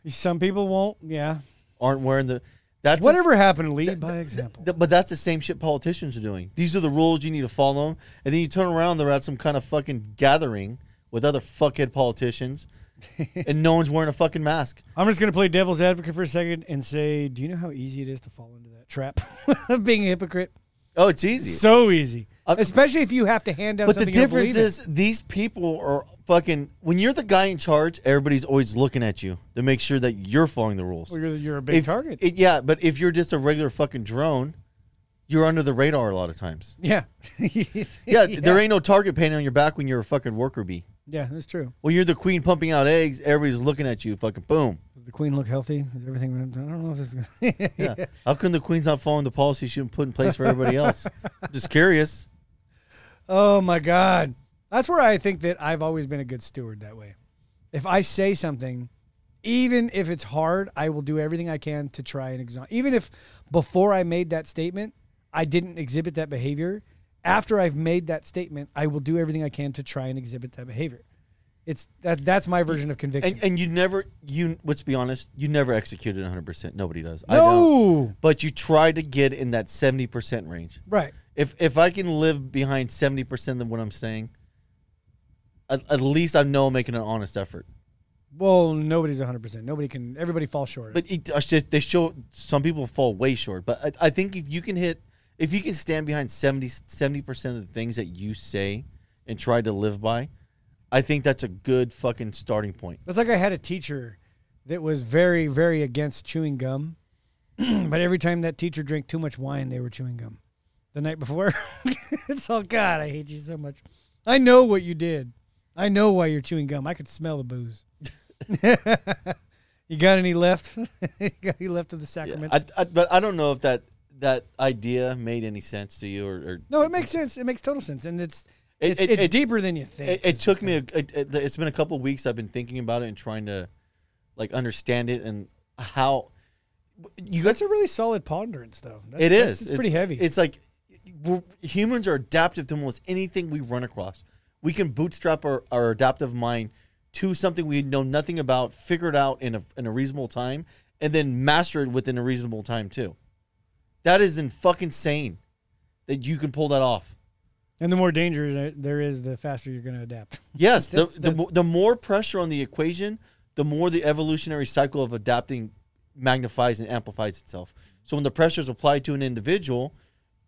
C: some people won't. Yeah,
A: aren't wearing the that's the-
C: whatever happened. Lead by example.
A: Th- but that's the same shit politicians are doing. These are the rules you need to follow, and then you turn around, they're at some kind of fucking gathering with other fuckhead politicians, and no one's wearing a fucking mask.
C: I'm just gonna play devil's advocate for a second and say, do you know how easy it is to fall into that trap of being a hypocrite?
A: Oh, it's easy.
C: So easy,
A: I'm-
C: especially if you have to hand down.
A: Uh, but the
C: something you don't
A: difference
C: believe in.
A: is these people are fucking. When you're the guy in charge, everybody's always looking at you to make sure that you're following the rules.
C: Well, you're, you're a big
A: If-
C: target.
A: it- yeah, but if you're just a regular fucking drone, you're under the radar a lot of times.
C: yeah.
A: Yeah, there ain't no target paint on your back when you're a fucking worker bee.
C: Yeah, that's true.
A: When you're the queen pumping out eggs, everybody's looking at you. Fucking boom.
C: Does the queen look healthy? Is everything? I don't know if it's. Gonna
A: Yeah. How come the queen's not following the policy she put in place for everybody else? I'm just curious.
C: oh my god, that's where I think that I've always been a good steward that way. If I say something, even if it's hard, I will do everything I can to try and exonerate. Even if before I made that statement, I didn't exhibit that behavior. After I've made that statement, I will do everything I can to try and exhibit that behavior. It's that. That's my version of conviction.
A: And and you never you let's be honest, you never executed 100%. Nobody does. I don't.
C: no,
A: But you try to get in that 70% range.
C: right.
A: If if I can live behind 70% of what I'm saying, at, at least I know I'm making an honest effort.
C: Well, nobody's 100%. Nobody can, everybody falls short.
A: But it, I should- they show some people fall way short. But I, I think if you can hit, if you can stand behind 70 percent of the things that you say and try to live by, I think that's a good fucking starting point.
C: That's like I had a teacher that was very, very against chewing gum. but every time that teacher drank too much wine, they were chewing gum the night before. it's all, God, I hate you so much. I know what you did. I know why you're chewing gum. I could smell the booze. you got any left? you got any left of the sacrament?
A: I, I, but I don't know if that that idea made any sense to you or. or
C: no, it makes sense. It makes total sense. And it's,
A: It-
C: it's,
A: it-
C: it's
A: it-
C: deeper than you think.
A: it, it took me. A, it, it, it's been a couple weeks. I've been thinking about it and trying to, like, understand it and how. You got
C: That's a really solid ponderance, though. That's,
A: It
C: that's-
A: is.
C: It's pretty heavy.
A: It's like we're, humans are adaptive to almost anything we run across. We can bootstrap our, our adaptive mind to something we know nothing about, figure it out in a, in a reasonable time, and then master it within a reasonable time, too. That is in fucking sane that you can pull that off.
C: And the more danger there- there is, the faster you're going to adapt.
A: Yes, the,
C: That's-
A: the,
C: that's-
A: mo- the more pressure on the equation, the more the evolutionary cycle of adapting magnifies and amplifies itself. So when the pressure is applied to an individual,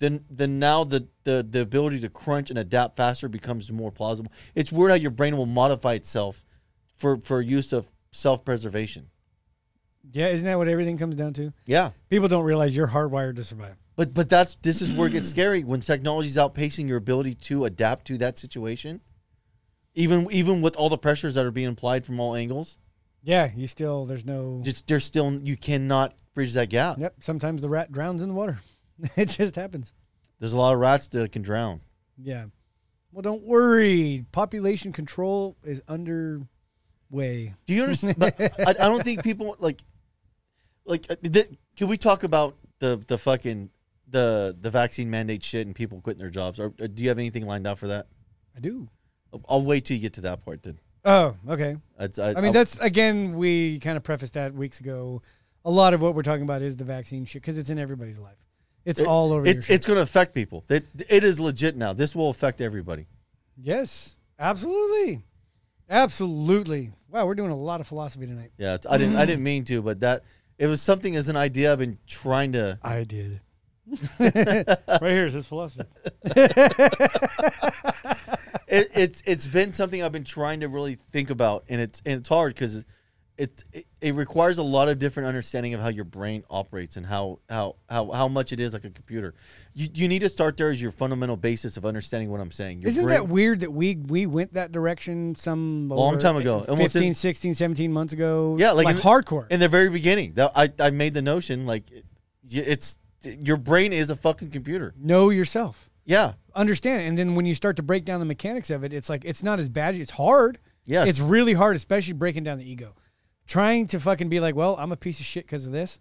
A: then then now the, the the ability to crunch and adapt faster becomes more plausible. It's weird how your brain will modify itself for for use of self preservation.
C: Yeah, isn't that what everything comes down to?
A: Yeah.
C: People don't realize you're hardwired to survive.
A: But but that's this is where it gets scary when technology's outpacing your ability to adapt to that situation. Even even with all the pressures that are being applied from all angles.
C: Yeah, you still there's no.
A: just there's still you cannot bridge that gap.
C: Yep. Sometimes the rat drowns in the water. it just happens.
A: There's a lot of rats that can drown.
C: Yeah. Well, don't worry. Population control is underway.
A: Do you understand? but I, I don't think people like like uh, th- can we talk about the the fucking the the vaccine mandate shit and people quitting their jobs? Or, or do you have anything lined up for that?
C: I do.
A: I'll- I'll wait till you get to that part then.
C: Oh, okay.
A: That's,
C: I mean, that's again, we kind of prefaced that weeks ago. A lot of what we're talking about is the vaccine shit because it's in everybody's life. It's
A: It-
C: all over. your
A: it's it's going to affect people. It, it is legit now. This will affect everybody.
C: Yes, absolutely, absolutely. Wow, we're doing a lot of philosophy tonight.
A: Yeah, it's, I didn't I didn't mean to, but that it was something as an idea I've been trying to.
C: I did. right here is his philosophy.
A: it, it's it's been something I've been trying to really think about, and it's and it's hard because it, it it requires a lot of different understanding of how your brain operates and how how how, how much it is like a computer. You, you need to start there as your fundamental basis of understanding what I'm saying. Your
C: Isn't
A: brain-
C: that weird that we we went that direction some
A: Long
C: over
A: time ago. Almost
C: 15,
A: in-
C: 16, 17 months ago?
A: Yeah, like
C: like
A: in-
C: hardcore.
A: in the very beginning? That I I made the notion like it, it's your brain is a fucking computer.
C: know yourself,
A: Yeah,
C: understand, it. and then when you start to break down the mechanics of it, it's like it's not as bad. It's hard.
A: Yes.
C: it's really hard, especially breaking down the ego, trying to fucking be like, well, I'm a piece of shit because of this.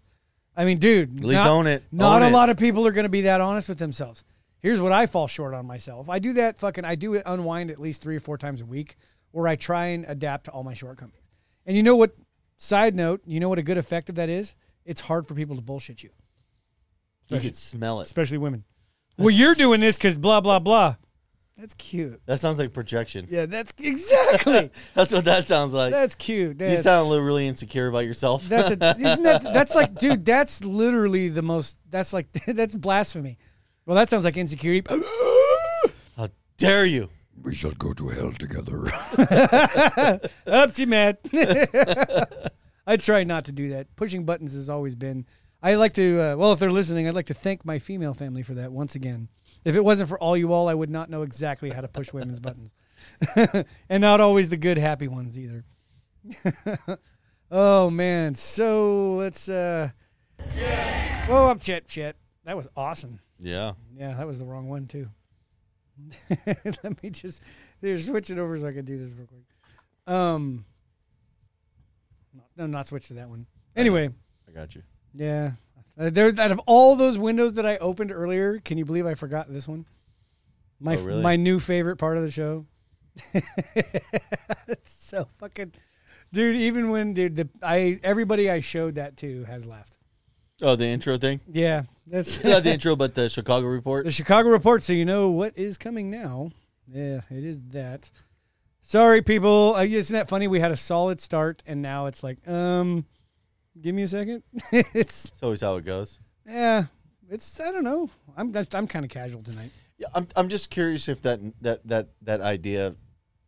C: I mean, dude,
A: At least
C: not,
A: own it.
C: Not
A: Own
C: a
A: it.
C: lot of people are going to be that honest with themselves. Here's what I fall short on myself. I do that fucking. I do it unwind at least three or four times a week, where I try and adapt to all my shortcomings. And you know what? Side note, you know what a good effect of that is? It's hard for people to bullshit you,
A: You could smell it.
C: especially women. Well, you're doing this because blah blah blah. That's cute.
A: That sounds like projection.
C: Yeah, that's exactly.
A: That's what that sounds like.
C: that's cute.
A: you
C: That's,
A: sound a little really insecure about yourself.
C: That's a, isn't that that's like dude, that's literally the most that's like that's blasphemy. Well, that sounds like insecurity.
A: How dare you?
F: We shall go to hell together.
C: Oopsie, Matt. I try not to do that. Pushing buttons has always been. I like to. Uh, well, if they're listening, I'd like to thank my female family for that once again. If it wasn't for all you all, I would not know exactly how to push women's buttons, and not always the good, happy ones either. oh man! So let's. Uh, Oh, whoa up, chat, chat. That was awesome.
A: Yeah.
C: Yeah, that was the wrong one too. Let me just here, switch it over so I can do this real quick. Um, no, no, not switch to that one. Anyway,
A: I got you.
C: yeah, Uh, there. Out of all those windows that I opened earlier, can you believe I forgot this one? My
A: Oh,
C: f-
A: really?
C: my new favorite part of the show. it's so fucking, dude. Even when dude, the I everybody I showed that to has left.
A: Oh, the intro thing?
C: Yeah, that's
A: Not the intro, but the Chicago
C: The
A: report.
C: Chicago Report, so you know what is coming now. Yeah, it is that. Sorry, people. Uh, isn't that funny? We had a solid start, and now it's like, um, give me a second. it's
A: It's always how it goes.
C: yeah, it's I don't know. I'm that's- I'm kind of casual tonight.
A: Yeah, I'm, I'm just curious if that that that that idea.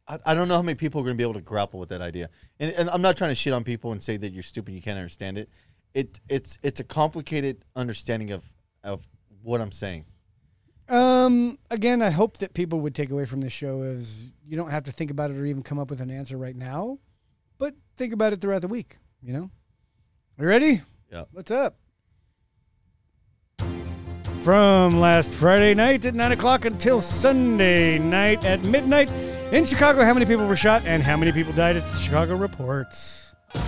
A: I, I don't know how many people are going to be able to grapple with that idea, and, and I'm not trying to shit on people and say that you're stupid, you can't understand it. It it's it's a complicated understanding of of what I'm saying.
C: Um, again, I hope that people would take away from this show is you don't have to think about it or even come up with an answer right now, but think about it throughout the week. You know, you ready?
A: Yeah.
C: What's up? From last Friday night at 9 o'clock until Sunday night at midnight in Chicago, how many people were shot and how many people died? It's the Chicago Reports.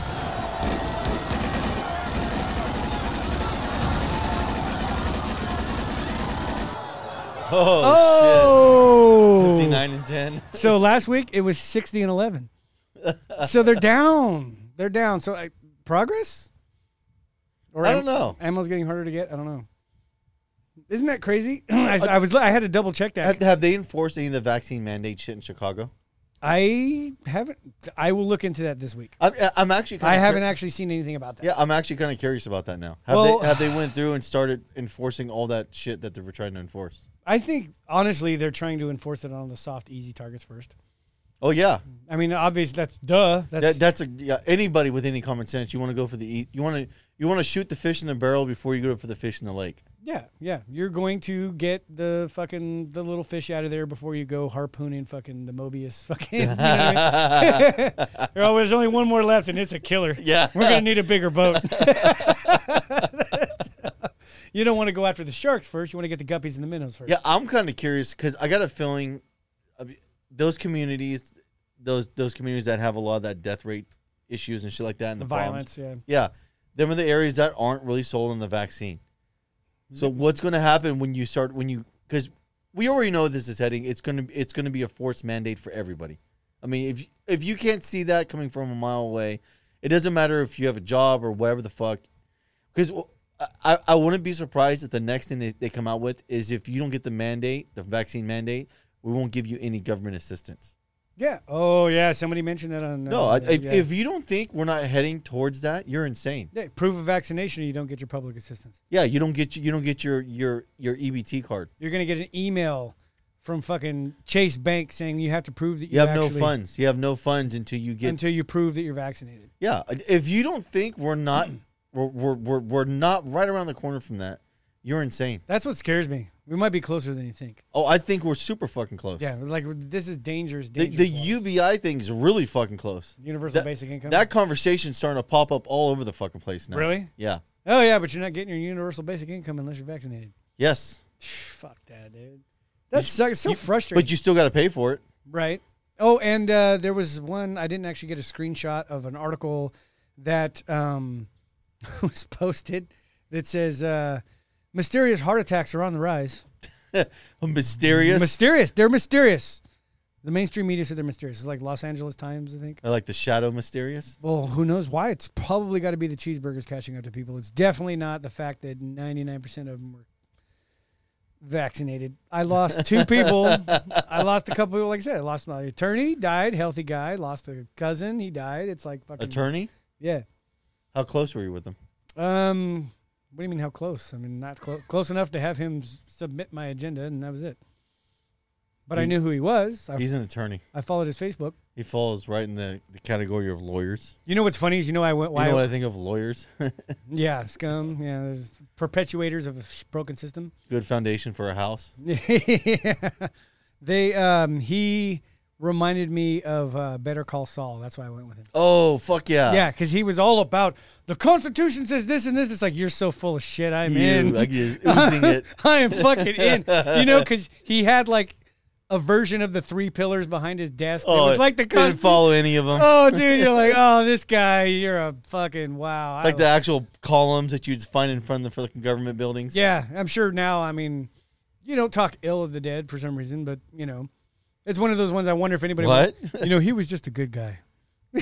A: Oh, shit!
C: Oh!
A: 59 and 10.
C: So last week it was 60 and 11. so they're down. They're down. So I, progress? Or
A: I
C: am-
A: don't know.
C: Ammo's getting harder to get. I don't know. Isn't that crazy? I, I was I had to double check that.
A: Have, have they enforced any of the vaccine mandate shit in Chicago?
C: I haven't. I will look into that this week.
A: I'm, I'm actually. Kind
C: I
A: of
C: haven't actually seen anything about that.
A: yeah, I'm actually kind of curious about that now. Have
C: Well-
A: they have they went through and started enforcing all that shit that they were trying to enforce?
C: I think honestly they're trying to enforce it on the soft, easy targets first.
A: Oh yeah,
C: I mean, obviously that's duh.
A: That,
C: That's
A: that's a yeah, anybody with any common sense. You want to go for the eat. You want to you want to shoot the fish in the barrel before you go for the fish in the lake.
C: yeah, yeah. You're going to get the fucking the little fish out of there before you go harpooning fucking the Mobius fucking. You know what I mean? You're always, there's only one more left, and it's a killer.
A: Yeah.
C: we're gonna need a bigger boat. uh, you don't want to go after the sharks first. You want to get the guppies and the minnows first.
A: Yeah, I'm kind of curious because I got a feeling I mean, those communities, those those communities that have a lot of that death rate issues and shit like that, and
C: the
A: the, problems.
C: violence. Yeah.
A: Yeah, them are the areas that aren't really sold on the vaccine. So
C: Mm-hmm.
A: what's going to happen when you start when you because we already know this is heading. It's gonna it's gonna be a forced mandate for everybody. I mean, if if you can't see that coming from a mile away, it doesn't matter if you have a job or whatever the fuck. Because I I wouldn't be surprised if the next thing they, they come out with is if you don't get the mandate, the vaccine mandate, we won't give you any government assistance.
C: Yeah. Oh yeah. Somebody mentioned that on.
A: No,
C: uh,
A: I, if,
C: yeah.
A: if you don't think we're not heading towards that, you're insane.
C: Yeah, proof of vaccination, you don't get your public assistance.
A: Yeah, you don't get you don't get your your your EBT card.
C: You're gonna get an email from fucking Chase Bank saying you have to prove that you,
A: You have
C: actually,
A: no funds. You have no funds until you get.
C: until you prove that you're vaccinated.
A: yeah, if you don't think we're not we're, we're we're we're not right around the corner from that, you're insane.
C: That's what scares me. We might be closer than you think.
A: Oh, I think we're super fucking close.
C: Yeah, like this is dangerous.
A: The,
C: dangerous
A: the
C: waters.
A: UBI thing is really fucking close.
C: universal
A: That,
C: basic income.
A: that conversation's starting to pop up all over the fucking place now.
C: Really?
A: Yeah.
C: oh yeah, but you're not getting your universal basic income unless you're vaccinated.
A: Yes.
C: Fuck that, dude. That sucks. So frustrating.
A: But you still got to pay for it.
C: Right. Oh, and uh, there was one I didn't actually get a screenshot of an article that um, was posted that says uh, mysterious heart attacks are on the rise.
A: A mysterious.
C: Mysterious. They're mysterious. The mainstream media said they're mysterious. It's like Los Angeles Times, I think.
A: I like the shadow mysterious.
C: Well, who knows why? It's probably got to be the cheeseburgers catching up to people. It's definitely not the fact that 99% of them were vaccinated. I lost two people. I lost a couple people. Like I said, I lost my attorney, died, healthy guy. Lost a cousin, he died. It's like fucking.
A: Attorney.
C: Yeah.
A: How close were you with him?
C: Um, what do you mean? How close? I mean, not close. Close enough to have him s- submit my agenda, and that was it. But I
A: He's-
C: knew who he was. I,
A: He's an attorney.
C: I followed his Facebook.
A: He falls right in the, the category of lawyers.
C: You know what's funny is you know I went
A: You
C: why
A: know what I think of lawyers?
C: yeah scum yeah there's perpetuators of a sh- broken system.
A: Good foundation for a house.
C: they um he reminded me of uh, Better Call Saul. That's why I went with him.
A: Oh fuck yeah.
C: Yeah, because he was all about the Constitution says this and this. It's like you're so full of shit. I'm in.
A: You, like you're oozing it.
C: I am fucking in. You know, because he had like a version of the three pillars behind his desk. it was like the
A: Oh, didn't
C: Consti-
A: follow any of them.
C: Oh, dude, you're like, oh, this guy, you're a fucking wow.
A: It's like the actual columns that you'd find in front of the fucking government buildings.
C: Yeah, I'm sure now. I mean, you don't talk ill of the dead for some reason, but you know, it's one of those ones. I wonder if anybody.
A: What?
C: went, you know, he was just a good guy.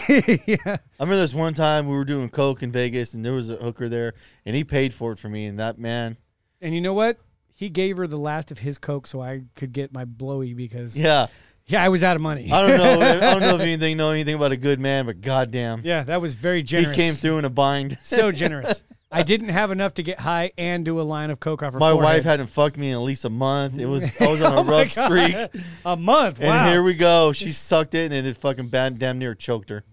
C: yeah.
A: I remember this one time we were doing coke in Vegas, and there was a hooker there, and he paid for it for me. And that man,
C: And you know what? He gave her the last of his coke so I could get my blowy because yeah,
A: yeah,
C: I was out of money.
A: I don't know, I don't know if anything know anything about a good man, but goddamn,
C: yeah, that was very
A: he
C: generous.
A: came through in a bind.
C: so generous. I didn't have enough to get high and do a line of coke off her.
A: My wife
C: forehead.
A: hadn't fucked me in at least a month. It was I was on a
C: Oh my
A: rough
C: God.
A: streak,
C: a month.
A: and
C: wow.
A: here we go. She sucked it, and it fucking bad, damn near choked her.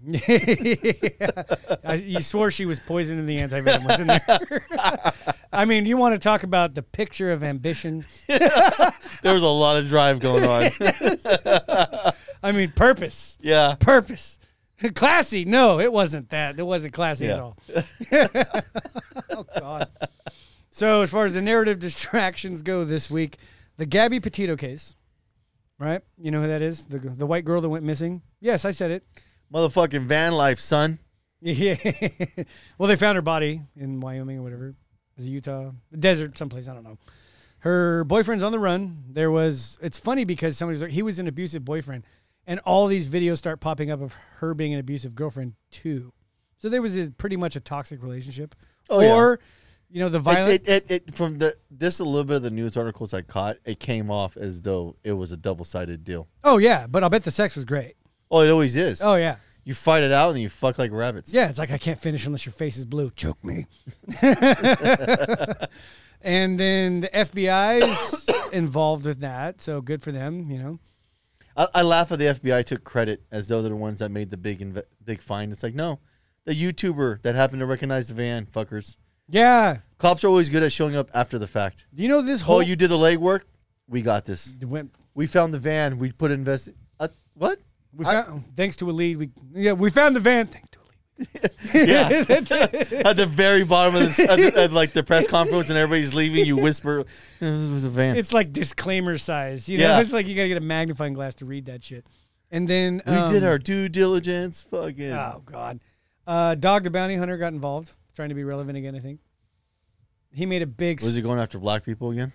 C: I, you swore she was poisoning the antivenom was in there. I mean, you want to talk about the picture of ambition?
A: There was a lot of drive going on.
C: I mean, purpose,
A: yeah,
C: purpose, classy. No, it wasn't that. It wasn't classy at
A: Yeah.
C: all. oh God. So as far as the narrative distractions go this week, the Gabby Petito case, right? You know who that is? The the white girl that went missing. Yes, I said it.
A: motherfucking van life, son.
C: Yeah. well, they found her body in Wyoming or whatever. Is it Utah? The desert, someplace. I don't know. Her boyfriend's on the run. There was, it's funny because somebody's like, he was an abusive boyfriend. And all these videos start popping up of her being an abusive girlfriend, too. So there was a, pretty much a toxic relationship.
A: Oh, yeah.
C: or, you know, the violent.
A: It, it, it, it from the just a little bit of the news articles I caught, it came off as though it was a double sided deal.
C: oh, yeah. But I'll bet the sex was great.
A: Oh, it always is.
C: Oh, yeah.
A: You fight it out and you fuck like rabbits.
C: Yeah. It's like, I can't finish unless your face is blue.
F: Choke me.
C: And then the FBI is involved with that. So good for them, you know.
A: I, I laugh at the FBI took credit as though they're the ones that made the big inve- big find. It's like no, the YouTuber that happened to recognize the van, fuckers.
C: Yeah.
A: Cops are always good at showing up after the fact.
C: Do you know this whole
A: Oh, you did the legwork. We got this.
C: went
A: We found the van. We put invest. Uh, what?
C: we
A: I-
C: found, thanks to a lead we yeah we found the van thanks to a lead
A: Yeah.
C: That's it.
A: at the very bottom of the, at the- at, like the press conference and everybody's leaving, you whisper, "This was a van."
C: it's like disclaimer size you know
A: Yeah.
C: it's like you gotta get a magnifying glass to read that shit and then
A: we did
C: um,
A: our due diligence. Fucking.
C: oh god uh, dog the bounty hunter got involved trying to be relevant again I think he made a big
A: Was he going after black people again?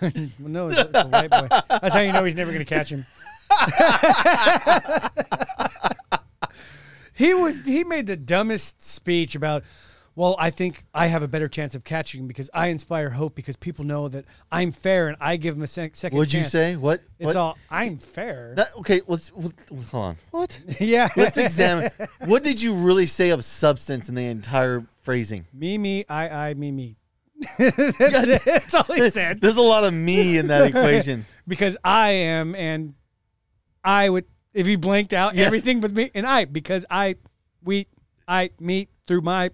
C: Well, no, it's a white boy. That's how you know he's never going to catch him. he was he made the dumbest speech about well, I think I have a better chance of catching him because I inspire hope because people know that I'm fair and I give him a sec- second
A: What'd you
C: chance.
A: say? What?
C: It's
A: what?
C: all I'm fair.
A: That- okay, let's, let hold on. What?
C: yeah.
A: Let's examine. what did you really say of substance in the entire phrasing?
C: me me I I me me. that's, it. That's all he said.
A: There's a lot of me in that equation.
C: because I am, and I would if he blanked out everything but me and I because I we I meet through my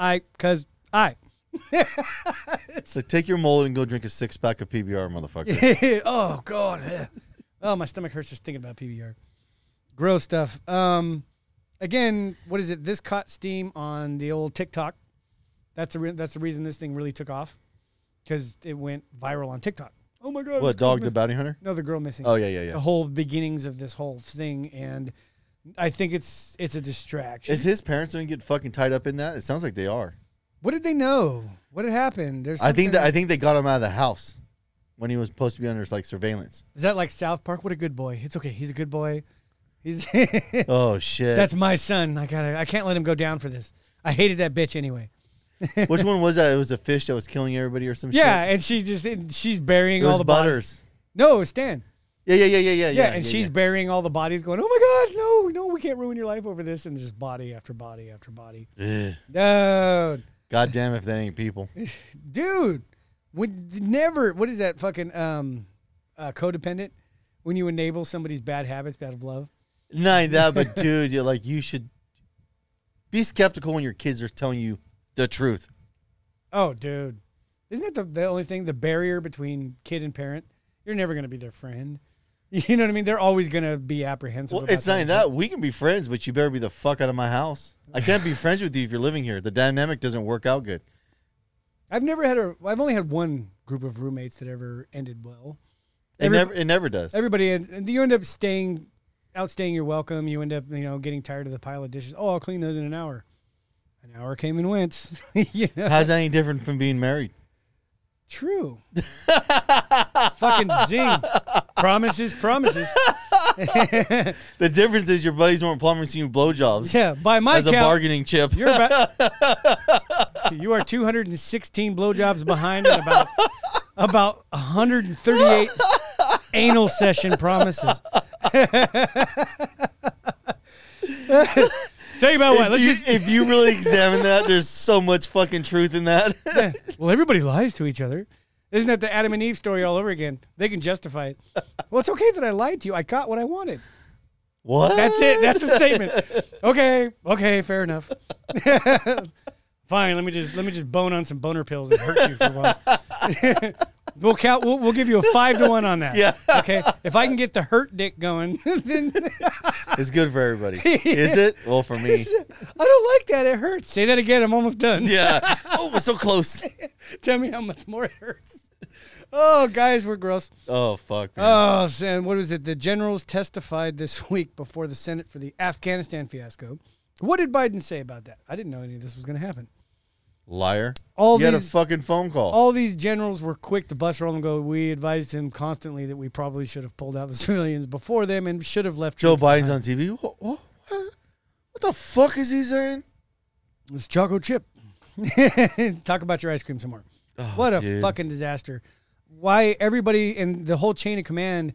C: I because I
A: So take your mold and go drink a six pack of PBR, motherfucker.
C: oh god eh. oh my stomach hurts just thinking about PBR gross stuff um again what is it this caught steam on the old TikTok that's the re- that's the reason this thing really took off because it went viral on TikTok oh my
A: what
C: god this girl's
A: dog the
C: missing.
A: bounty hunter?
C: no the girl missing
A: Oh yeah, yeah, yeah.
C: the whole beginnings of this whole thing and I think it's it's a distraction.
A: Is his parents going to get fucking tied up in that? It sounds like they are.
C: What did they know? What had happened? There's
A: I think that I
C: something-
A: think they got him out of the house when he was supposed to be under like surveillance.
C: is that like South Park. What a good boy. It's okay. He's a good boy. He's
A: Oh shit!
C: that's my son. I gotta. I can't let him go down for this. I hated that bitch anyway.
A: Which one was that? It was a fish that was killing everybody or some
C: Yeah,
A: shit.
C: and she just she's burying
A: it
C: all
A: was
C: the bodies.
A: Butters.
C: No, it's Dan.
A: Yeah, yeah, yeah, yeah, yeah,
C: Yeah, and she's burying all the bodies, going, "Oh my God, no, no, we can't ruin your life over this." And just body after body after body.
A: yeah. Ugh.
C: Dude,
A: God damn if that ain't people.
C: dude, would never. What is that fucking um, uh, codependent? When you enable somebody's bad habits out of love.
A: Not even that, but dude, you're like you should be skeptical when your kids are telling you the truth.
C: Oh, dude, isn't that the, the only thing? The barrier between kid and parent. You're never gonna be their friend. You know what I mean? They're always gonna be apprehensive.
A: Well,
C: about
A: it's not even that. We can be friends, but you better be the fuck out of my house. I can't be friends with you if you're living here. The dynamic doesn't work out good.
C: I've never had a. I've only had one group of roommates that ever ended well.
A: It
C: Every-
A: never, it never does.
C: everybody and- and you end up staying outstaying your welcome you end up you know getting tired of the pile of dishes oh i'll clean those in an hour an hour came and went yeah
A: How's that any different from being married?
C: true fucking zing promises promises
A: The difference is your buddies weren't promising you blowjobs
C: yeah by my
A: as a
C: count
A: bargaining chip.
C: you're about you are 216 blowjobs behind and about about 138 anal session promises tell you about what
A: if,
C: let's
A: you,
C: just
A: if you really examine that, there's so much fucking truth in that.
C: uh, well, everybody lies to each other. Isn't that the Adam and Eve story all over again? They can justify it. Well, it's okay that I lied to you. I got what I wanted.
A: what?
C: That's it. That's the statement. Okay. Okay. Fair enough. Fine. Let me just let me just bone on some boner pills and hurt you for a while. we'll count. We'll, we'll give you a five to one on that.
A: Yeah.
C: Okay. If I can get the hurt dick going, then
A: It's good for everybody. Is it? Well, for me.
C: I don't like that. It hurts. Say that again. I'm almost done.
A: Yeah. Oh, we're so close.
C: Tell me how much more it hurts. Oh, guys, we're gross.
A: Oh, fuck. Man.
C: Oh, Sam, what was it? The generals testified this week before the Senate for the Afghanistan fiasco. What did Biden say about that? I didn't know any of this was going to happen.
A: Liar.
C: all
A: you had a
C: these-
A: fucking phone call.
C: All these generals were quick to bust roll and go, We advised him constantly that we probably should have pulled out the civilians before them and should have left.
A: Joe
C: troops
A: Biden's
C: behind."
A: on TV. What, what, what the fuck is he saying?
C: It's Choco Chip. Talk about your ice cream some more. what a
A: Oh, dude.
C: fucking disaster. Why everybody and the whole chain of command.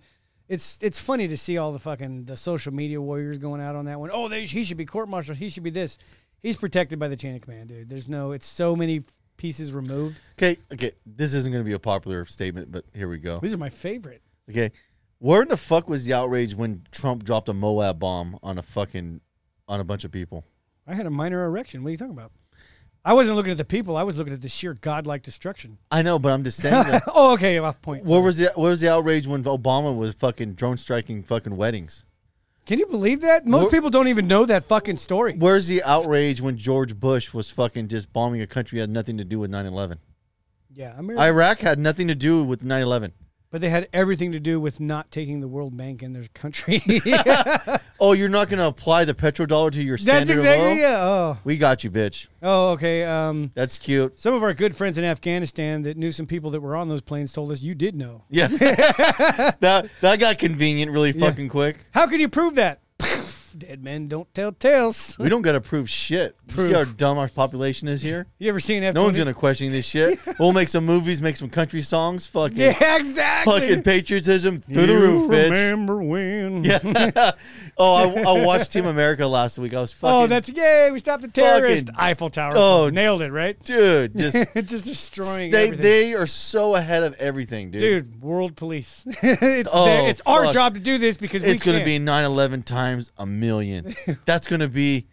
C: It's it's funny to see all the fucking the social media warriors going out on that one. Oh, they, he should be court martialed. He should be this. He's protected by the chain of command, dude. There's no. It's so many pieces removed.
A: Okay, okay. This isn't going to be a popular statement, but here we go.
C: These are my favorite.
A: Okay. Where in the fuck was the outrage when Trump dropped a Moab bomb on a fucking on a bunch of people?
C: I had a minor erection. What are you talking about? I wasn't looking at the people. I was looking at the sheer godlike destruction.
A: I know, but I'm just saying that.
C: Oh, okay, off point.
A: Where was the where was the outrage when Obama was fucking drone striking fucking weddings?
C: Can you believe that? Most
A: Where-
C: people don't even know that fucking story.
A: Where's the outrage when George Bush was fucking just bombing a country that had nothing to do with 9/11?
C: Yeah, I'm
A: Iraq had nothing to do with 9/11.
C: But they had everything to do with not taking the World Bank in their country.
A: Oh, you're not going to apply the petrodollar to your
C: That's
A: standard of oil?
C: exactly yeah. Oh,
A: We got you, bitch.
C: oh, okay. Um,
A: That's cute.
C: some of our good friends in Afghanistan that knew some people that were on those planes told us you did know.
A: Yeah. that that got convenient really fucking quick.
C: How can you prove that? Dead men don't tell tales.
A: We don't got to prove shit. You see
C: Proof.
A: how dumb our population is here?
C: You ever seen F?
A: No one's going to question this shit. We'll make some movies, make some country songs. Fucking,
C: Yeah, exactly.
A: fucking patriotism through
C: You
A: the roof, bitch.
C: Remember when?
A: Oh, I, I watched Team America last week. I was fucking.
C: Oh, that's yay! We stopped the terrorist.
A: fucking-
C: Eiffel Tower.
A: Oh.
C: nailed it, right?
A: Dude, just.
C: It's just destroying
A: they,
C: everything.
A: they are so ahead of everything, dude.
C: Dude, world police. it's
A: Oh,
C: their, it's our
A: fuck.
C: job to do this because
A: it's
C: we
A: going to be
C: can't.
A: 9 11 times a million. that's going to be.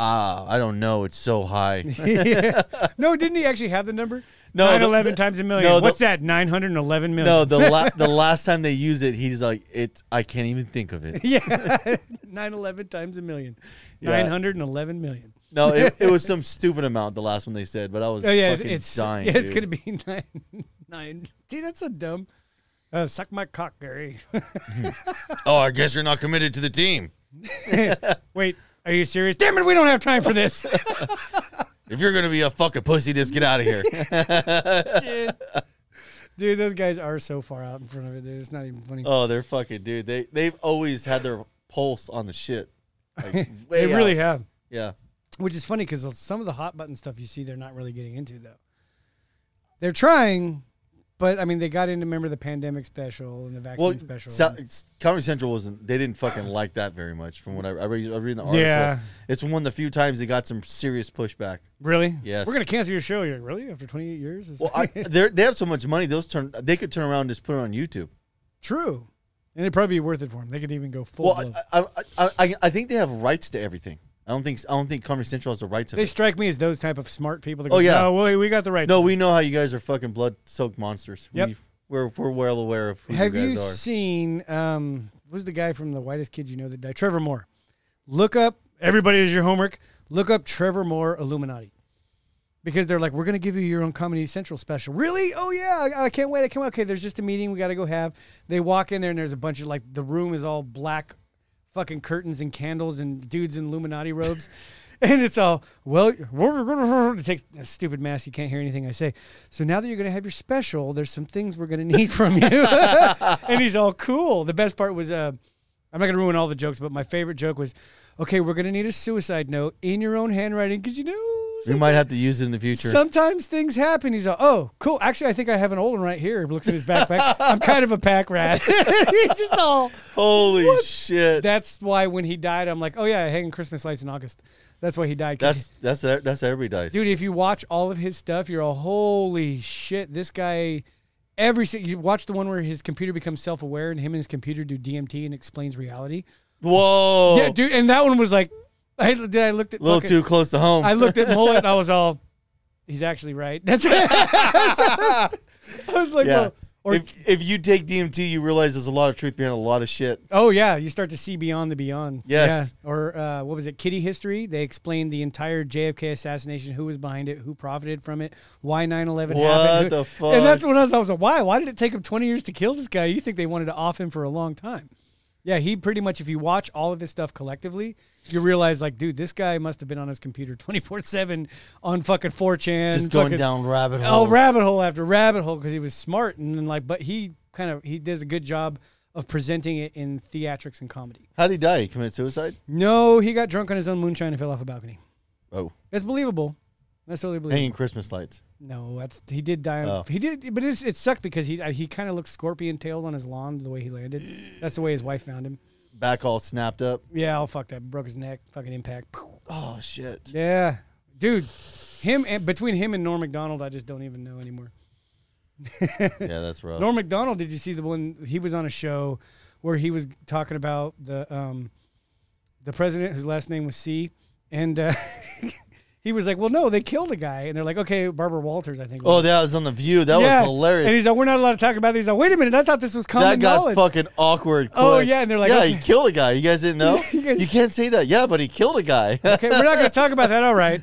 A: Ah, I don't know. It's so high.
C: No, didn't he actually have the number?
A: No, the-
C: 911
A: the-
C: times a million.
A: no, the-
C: What's that? 911 million.
A: No, the la- the last time they use it, he's like, "It's I can't even think of it."
C: Yeah. 911 times a million.
A: Yeah.
C: 911 million.
A: No, it, it was some stupid amount the last one they said, but I was
C: Oh, yeah.
A: fucking
C: it's
A: dying.
C: yeah, it's
A: dude.
C: going to be nine. nine. Dude, that's so dumb. Uh, suck my cock, Gary.
A: Oh, I guess you're not committed to the team.
C: Wait, are you serious? Damn it, we don't have time for this.
A: If you're gonna be a fucking pussy, just get out of here.
C: dude. Dude, those guys are so far out in front of it. Dude. It's not even funny.
A: oh, they're fucking dude. They they've always had their pulse on the shit. Like, way
C: they really
A: out.
C: have,
A: yeah.
C: which is funny because some of the hot button stuff you see, they're not really getting into though. They're trying, but I mean, they got into remember the pandemic special and the vaccine
A: Well,
C: special.
A: Sou- it's- Comedy Central wasn't. They didn't fucking like that very much. From what I, I read, I read in the article.
C: Yeah.
A: It's one of the few times they got some serious pushback.
C: really?
A: Yes.
C: We're gonna cancel your show. You're like, really after 28 years? It's
A: Well, I, they're- they have so much money. Those turn. They could turn around and just put it on YouTube.
C: true, and it'd probably be worth it for them. They could even go full.
A: Well,
C: blown.
A: I, I, I, I, I think they have rights to everything. I don't think. I don't think Comedy Central has the rights. Of
C: they
A: it.
C: strike me as those type of smart people. That
A: Oh,
C: go,
A: yeah.
C: No, well, we got the right.
A: No, we know how you guys are fucking blood-soaked monsters.
C: Yep.
A: We, we're we're well aware of who
C: Have
A: you
C: you,
A: guys are.
C: seen um who's the guy from the whitest kid you know that died? Trevor Moore. Look up everybody is your homework. Look up Trevor Moore Illuminati. Because they're like, we're gonna give you your own Comedy Central special. Really? Oh yeah, I, I can't wait. I can't wait. Okay, there's just a meeting we gotta go have. They walk in there and there's a bunch of like the room is all black fucking curtains and candles and dudes in Illuminati robes. And it's all well. It takes a stupid mask. You can't hear anything I say. So now that you're going to have your special, there's some things we're going to need from you. and he's all cool. The best part was, uh, I'm not going to ruin all the jokes, but my favorite joke was, okay, we're going to need a suicide note in your own handwriting because you know
A: We might have to use it in the future.
C: sometimes things happen. He's all, oh, cool. Actually, I think I have an old one right here. He looks at his backpack. I'm kind of a pack rat. he's just all.
A: Holy shit!
C: That's why when he died, I'm like, oh yeah, hanging Christmas lights in August. That's why he died. 'cause
A: that's that's that's every dice.
C: dude if you watch all of his stuff you're all holy shit this guy every si- you watch the one where his computer becomes self-aware and him and his computer do dmt and explains reality
A: Whoa!
C: yeah dude and that one was like i did i looked at
A: a Oh. little
C: fucking-
A: too close to home.
C: i looked at mullet and i was all he's actually right that's i was like
A: yeah.
C: well, or
A: if if you take DMT, you realize there's a lot of truth behind a lot of shit.
C: Oh yeah, you start to see beyond the beyond.
A: Yes.
C: Yeah. Or uh, what was it? Kitty history. They explained the entire JFK assassination, who was behind it, who profited from it, why 9/11 happened.
A: What the fuck?
C: And that's when I was, I was like, why? Why did it take him 20 years to kill this guy? You think they wanted to off him for a long time? Yeah, he pretty much. If you watch all of his stuff collectively, you realize like, dude, this guy must have been on his computer 24/7 on fucking 4chan.
A: Just going
C: fucking-
A: down rabbit
C: Oh,
A: holes.
C: rabbit hole after rabbit hole because he was smart and then like, but he kind of he does a good job of presenting it in theatrics and comedy.
A: How did he die? He committed suicide.
C: No, he got drunk on his own moonshine and fell off a balcony.
A: Oh,
C: That's believable. That's totally believable.
A: hanging Christmas lights.
C: No, that's he did die. On,
A: Oh.
C: He did, but it's, it sucked because he uh, he kind of looked scorpion tailed on his lawn the way he landed. That's the way his wife found him.
A: Back all snapped up.
C: Yeah, oh fuck that, broke his neck, fucking impact. Pow.
A: Oh shit!
C: Yeah, dude, him and between him and Norm Macdonald, I just don't even know anymore.
A: Yeah, that's rough.
C: Norm Macdonald, did you see the one he was on a show where he was talking about the um, the president whose last name was C, and uh, he was like, "Well, no, they killed a guy," and they're like, "Okay, Barbara Walters, I think."
A: oh, that was on the View. That
C: Yeah.
A: was
C: And
A: hilarious.
C: he's like, "We're not allowed to talk about this." He's like, "Wait a minute, I thought this was common
A: That got
C: knowledge."
A: fucking awkward.
C: Oh,
A: quick.
C: yeah, and they're like,
A: yeah,
C: okay.
A: he killed a guy. You guys didn't know?
C: You guys-
A: you can't say that. Yeah, but he killed a guy.
C: okay, we're not going to talk about that. All right.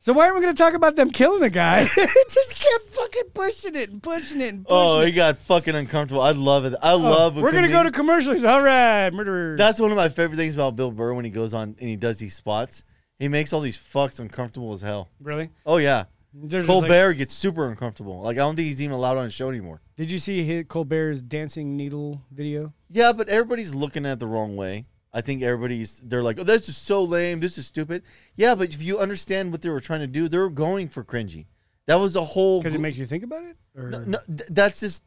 C: So why aren't we going to talk about them killing a guy? It just kept fucking pushing it and pushing it and pushing.
A: oh,
C: it.
A: he got fucking uncomfortable. I love it. I love. when
C: Oh, We're going to go
A: comedians-
C: to commercials. All right, murderer.
A: That's one of my favorite things about Bill Burr when he goes on and he does these spots. He makes all these fucks uncomfortable as hell.
C: really.
A: Oh yeah,
C: They're just like-
A: Colbert gets super uncomfortable. Like I don't think he's even allowed on a show anymore.
C: Did you see his, Colbert's dancing needle video?
A: Yeah, but everybody's looking at it the wrong way. I think everybody's they're like, oh, this is so lame. This is stupid. Yeah, but if you understand what they were trying to do, they were going for cringy. That was a whole.
C: Because it makes you think about it. Or?
A: no, no, th- that's just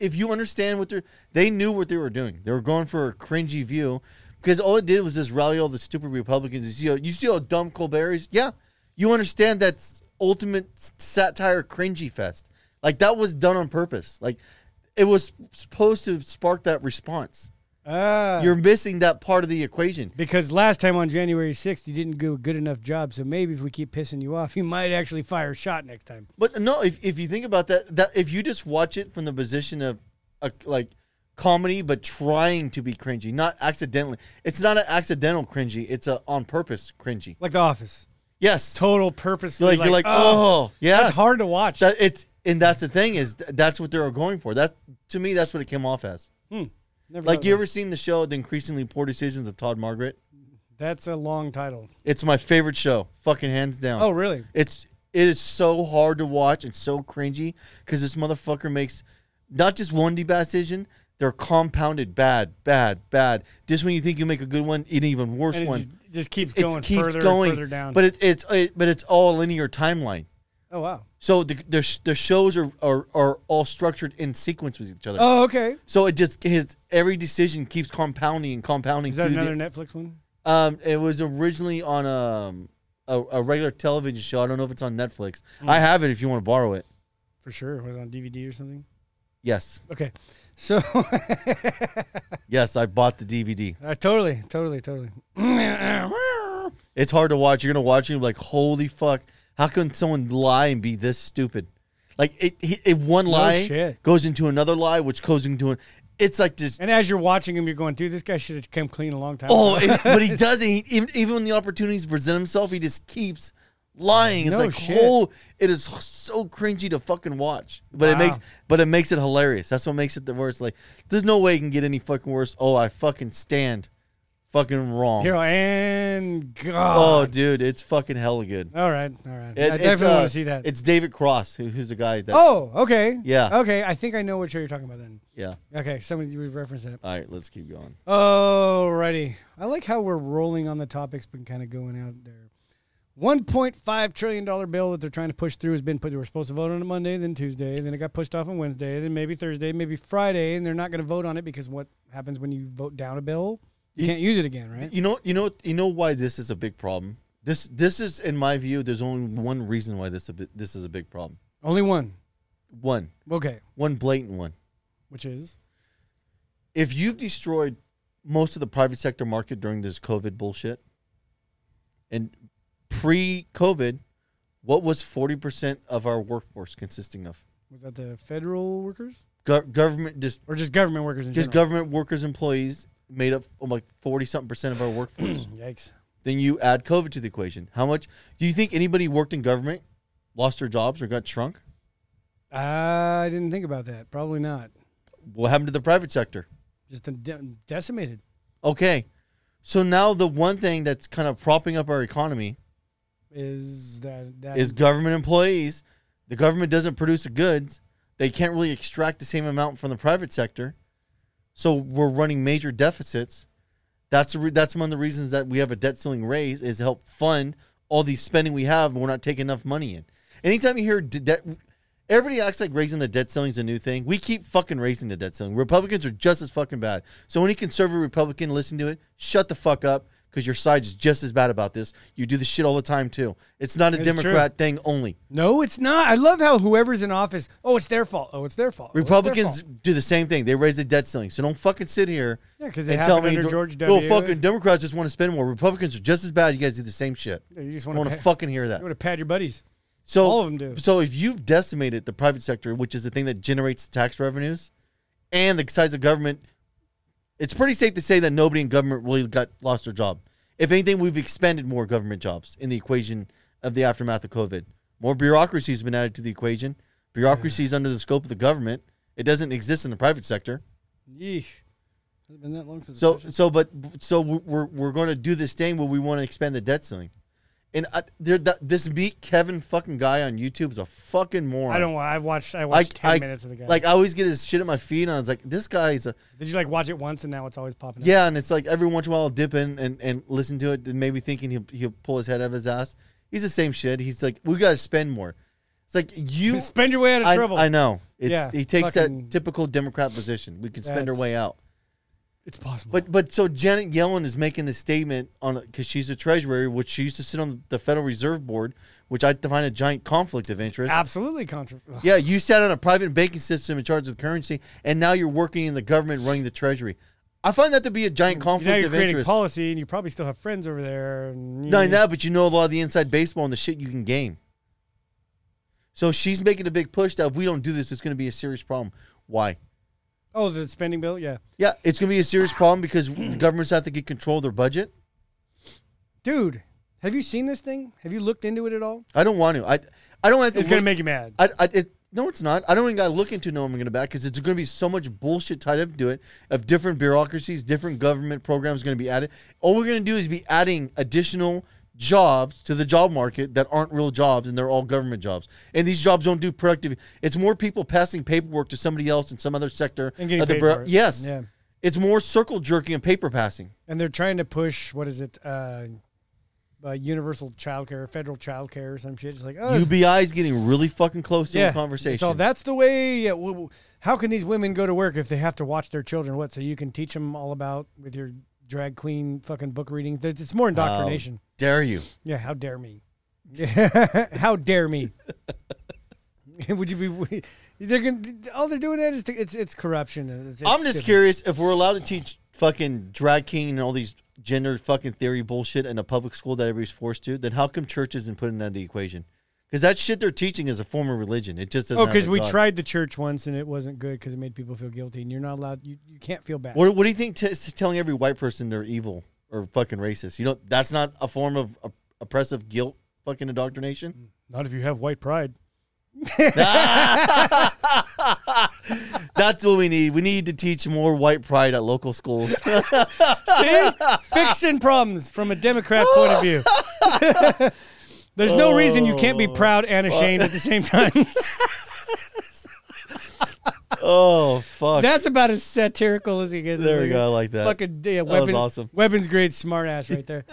A: if you understand what they're they knew what they were doing. They were going for a cringy view because all it did was just rally all the stupid Republicans. You see, how, you see how dumb Colbert is? Yeah, you understand that's ultimate s- satire cringy fest. Like that was done on purpose. Like it was supposed to spark that response.
C: Ah.
A: You're missing that part of the equation.
C: because last time on January 6th, you didn't do a good enough job. So maybe if we keep pissing you off, you might actually fire a shot next time.
A: But no, if, if you think about that, that if you just watch it from the position of a, like comedy, but trying to be cringy, not accidentally. It's not an accidental cringy. It's a on purpose cringy.
C: Like The Office.
A: Yes,
C: Total purpose.
A: like, you're like, oh, yeah,
C: That's hard to watch.
A: That it's and that's the thing is th- that's what they were going for. That to me, that's what it came off as.
C: Never
A: Like
C: thought
A: you
C: of
A: ever seen the show The Increasingly Poor Decisions of Todd Margaret?
C: it. That's a long title.
A: It's my favorite show, fucking hands down.
C: Oh, really?
A: It's it is so hard to watch and so cringy because this motherfucker makes not just one decision; they're compounded bad, bad, bad. Just when you think you make a good one, an even worse
C: And it
A: one.
C: just, just keeps
A: It
C: going
A: keeps
C: further
A: going,
C: and further down.
A: but it, it's it, but it's all linear timeline.
C: oh wow.
A: So the the, sh- the shows are, are are all structured in sequence with each other.
C: Oh okay.
A: So it just his every decision keeps compounding and compounding.
C: Is that
A: through the-
C: another Netflix one?
A: um, it was originally on um, a, a regular television show. I don't know if it's on Netflix. I have it if you want to borrow it.
C: For sure. Was it on DVD or something?
A: Yes,
C: Okay. So
A: yes, I bought the DVD.
C: Uh, totally, totally, totally. yeah,
A: It's hard to watch. You're gonna watch it. and be like, holy fuck! How can someone lie and be this stupid? Like, it, he- if one lie
C: shit.
A: goes into another lie, which goes into an, it's like this.
C: and as you're watching him, you're going, dude, this guy should have come clean a long time
A: Oh,
C: ago.
A: and- but he doesn't. He, even even when the opportunities present himself, he just keeps lying. It's
C: No
A: like
C: shit.
A: whole. It is so cringy to fucking watch, but it
C: Wow.
A: makes but it makes it hilarious. That's what makes it the worst. Like, there's no way it can get any fucking worse. Oh, I fucking stand, fucking wrong.
C: Hero and
A: oh,
C: God.
A: dude, it's fucking hella good.
C: all right, all right.
A: Oh. It-
C: I
A: it's,
C: definitely
A: uh,
C: want to see that.
A: It's David Cross, who, who's the guy that.
C: oh, okay.
A: Yeah.
C: Okay, I think I know what show you're talking about then.
A: Yeah.
C: Okay, somebody you referenced that.
A: All right, let's keep going.
C: Alrighty. I like how we're rolling on the topics, been kind of going out there. $1.5 trillion bill that they're trying to push through has been put, they were supposed to vote on it Monday, then Tuesday, then it got pushed off on Wednesday, then maybe Thursday, maybe Friday, and they're not going to vote on it because what happens when you vote down a bill? You can't use it again, right?
A: You know, you know, you know why this is a big problem. This, this is, in my view, there's only one reason why this, a bit, this is a big problem.
C: Only one.
A: One,
C: Okay.
A: one blatant one.
C: Which is?
A: If you've destroyed most of the private sector market during this COVID bullshit, and pre-COVID, what was forty percent of our workforce consisting of?
C: Was that the federal workers?
A: Go- government, just
C: Or just government workers in
A: just
C: general?
A: government workers, employees made up um, like forty something percent of our workforce.
C: Yikes.
A: then you add COVID to the equation. How much do you think anybody worked in government lost their jobs or got shrunk?
C: I didn't think about that. Probably not.
A: What happened to the private sector?
C: Just de- decimated.
A: Okay, so now the one thing that's kind of propping up our economy
C: Is that, that
A: is government employees. The government doesn't produce the goods. They can't really extract the same amount from the private sector. So we're running major deficits. That's the re- that's one of the reasons that we have a debt ceiling raise is to help fund all the spending we have and we're not taking enough money in. Anytime you hear de- debt, everybody acts like raising the debt ceiling is a new thing. We keep fucking raising the debt ceiling. Republicans are just as fucking bad. So any conservative Republican listen to it, shut the fuck up because your side's just as bad about this. You do this shit all the time too. It's not a
C: It's true.
A: Democrat thing only.
C: No, it's not. I love how whoever's in office, oh, it's their fault. Oh, it's their fault. Oh, it's their
A: Republicans
C: fault."
A: do the same thing. They raise the debt ceiling. So don't fucking sit here
C: Yeah, 'cause they
A: and tell
C: happened
A: me
C: under
A: "No,
C: George
A: no
C: W."
A: fucking Democrats just want to spend more. Republicans are just as bad. You guys do the same shit.
C: Yeah, you just
A: I
C: want
A: want
C: to
A: to
C: fuck.
A: fucking hear that.
C: You want to pad your buddies.
A: So
C: all of 'em do.
A: So if you've decimated the private sector, which is the thing that generates tax revenues, and the size of government, it's pretty safe to say that nobody in government really got lost their job. If anything, we've expanded more government jobs in the equation of the aftermath of COVID. More bureaucracy has been added to the equation. Bureaucracy is under the scope of the government. It doesn't exist in the private sector.
C: Yeesh. Has it been that long since
A: So so but so we're we're going to do this thing where we want to expand the debt ceiling. And I, there, that, this beat Kevin fucking guy on YouTube is a fucking moron.
C: I don't. wa- I watched. I watched ten minutes of the guy.
A: Like I always get his shit at my feet, and I was like, this guy's a
C: did you like watch it once and now it's always popping? up?
A: yeah. And it's like every once in a while I'll dip in and, and listen to it, and maybe thinking he'll he'll pull his head out of his ass. He's the same shit. He's like, we gotta spend more. It's like you
C: Spend your way out of
A: I,
C: trouble.
A: I know. It's
C: Yeah,
A: he takes
C: fucking-
A: that typical Democrat position. We can spend our way
C: That's-
A: out.
C: It's possible.
A: But but so Janet Yellen is making this statement on because she's the treasurer, which she used to sit on the Federal Reserve Board, which I define a giant conflict of interest.
C: absolutely contra. Ugh,
A: Yeah, you sat on a private banking system in charge of the currency, and now you're working in the government running the treasury. I find that to be a giant
C: now
A: conflict
C: you're
A: of
C: creating
A: interest.
C: policy, and you probably still have friends over there. And
A: No, no, but you know a lot of the inside baseball and the shit you can game. So she's making a big push that if we don't do this, it's going to be a serious problem. Why?
C: Oh, the spending bill. Yeah,
A: Yeah, it's going to be a serious problem because the governments have to get control of their budget.
C: dude. Have you seen this thing? Have you looked into it at all?
A: I don't want to. I I don't have to.
C: It's gonna
A: look-
C: make you mad.
A: I, I, it, No, it's not. I don't even got to look into No I'm Gonna Back because it's going to be so much bullshit tied up to it of different bureaucracies, different government programs going to be added. All we're going to do is be adding additional jobs to the job market that aren't real jobs and they're all government jobs. And these jobs don't do productive. It's more people passing paperwork to somebody else in some other sector.
C: And getting
A: of the
C: paid
A: bureau-
C: for it.
A: Yes.
C: Yeah.
A: It's more circle jerking and paper passing.
C: And they're trying to push what is it? Uh, uh, universal childcare, federal childcare, or some shit. It's like oh,
A: UBI is getting really fucking close to a conversation.
C: So that's the way. Yeah, w- w- how can these women go to work if they have to watch their children? What? So you can teach them all about with your drag queen fucking book readings. There's- It's more indoctrination.
A: Dare you?
C: Yeah. How dare me? Yeah, how dare me? Would you be? They're going all they're doing that is to, it's it's corruption. and It's,
A: I'm
C: it's
A: just
C: stupid.
A: curious if we're allowed to teach fucking drag king and all these gender fucking theory bullshit in a public school that everybody's forced to, then how come church isn't putting that in the equation? Because that shit they're teaching is a form of religion. It just doesn't.
C: Oh,
A: have
C: because
A: a
C: we
A: God.
C: tried the church once and it wasn't good because it made people feel guilty, and you're not allowed. You, you can't feel bad.
A: What, what do you think? T- is telling every white person they're evil or fucking racist. You know that's not a form of op- oppressive guilt. Fucking indoctrination.
C: Not if you have white pride.
A: That's what we need. We need to teach more white pride at local schools.
C: See, fixing problems from a Democrat point of view. There's no reason you can't be proud and ashamed at the same time.
A: oh fuck!
C: That's about as satirical as he gets. It's
A: there we
C: like
A: go. I
C: a
A: like that.
C: Fucking yeah,
A: was
C: weapon,
A: awesome.
C: weapons grade smartass right there.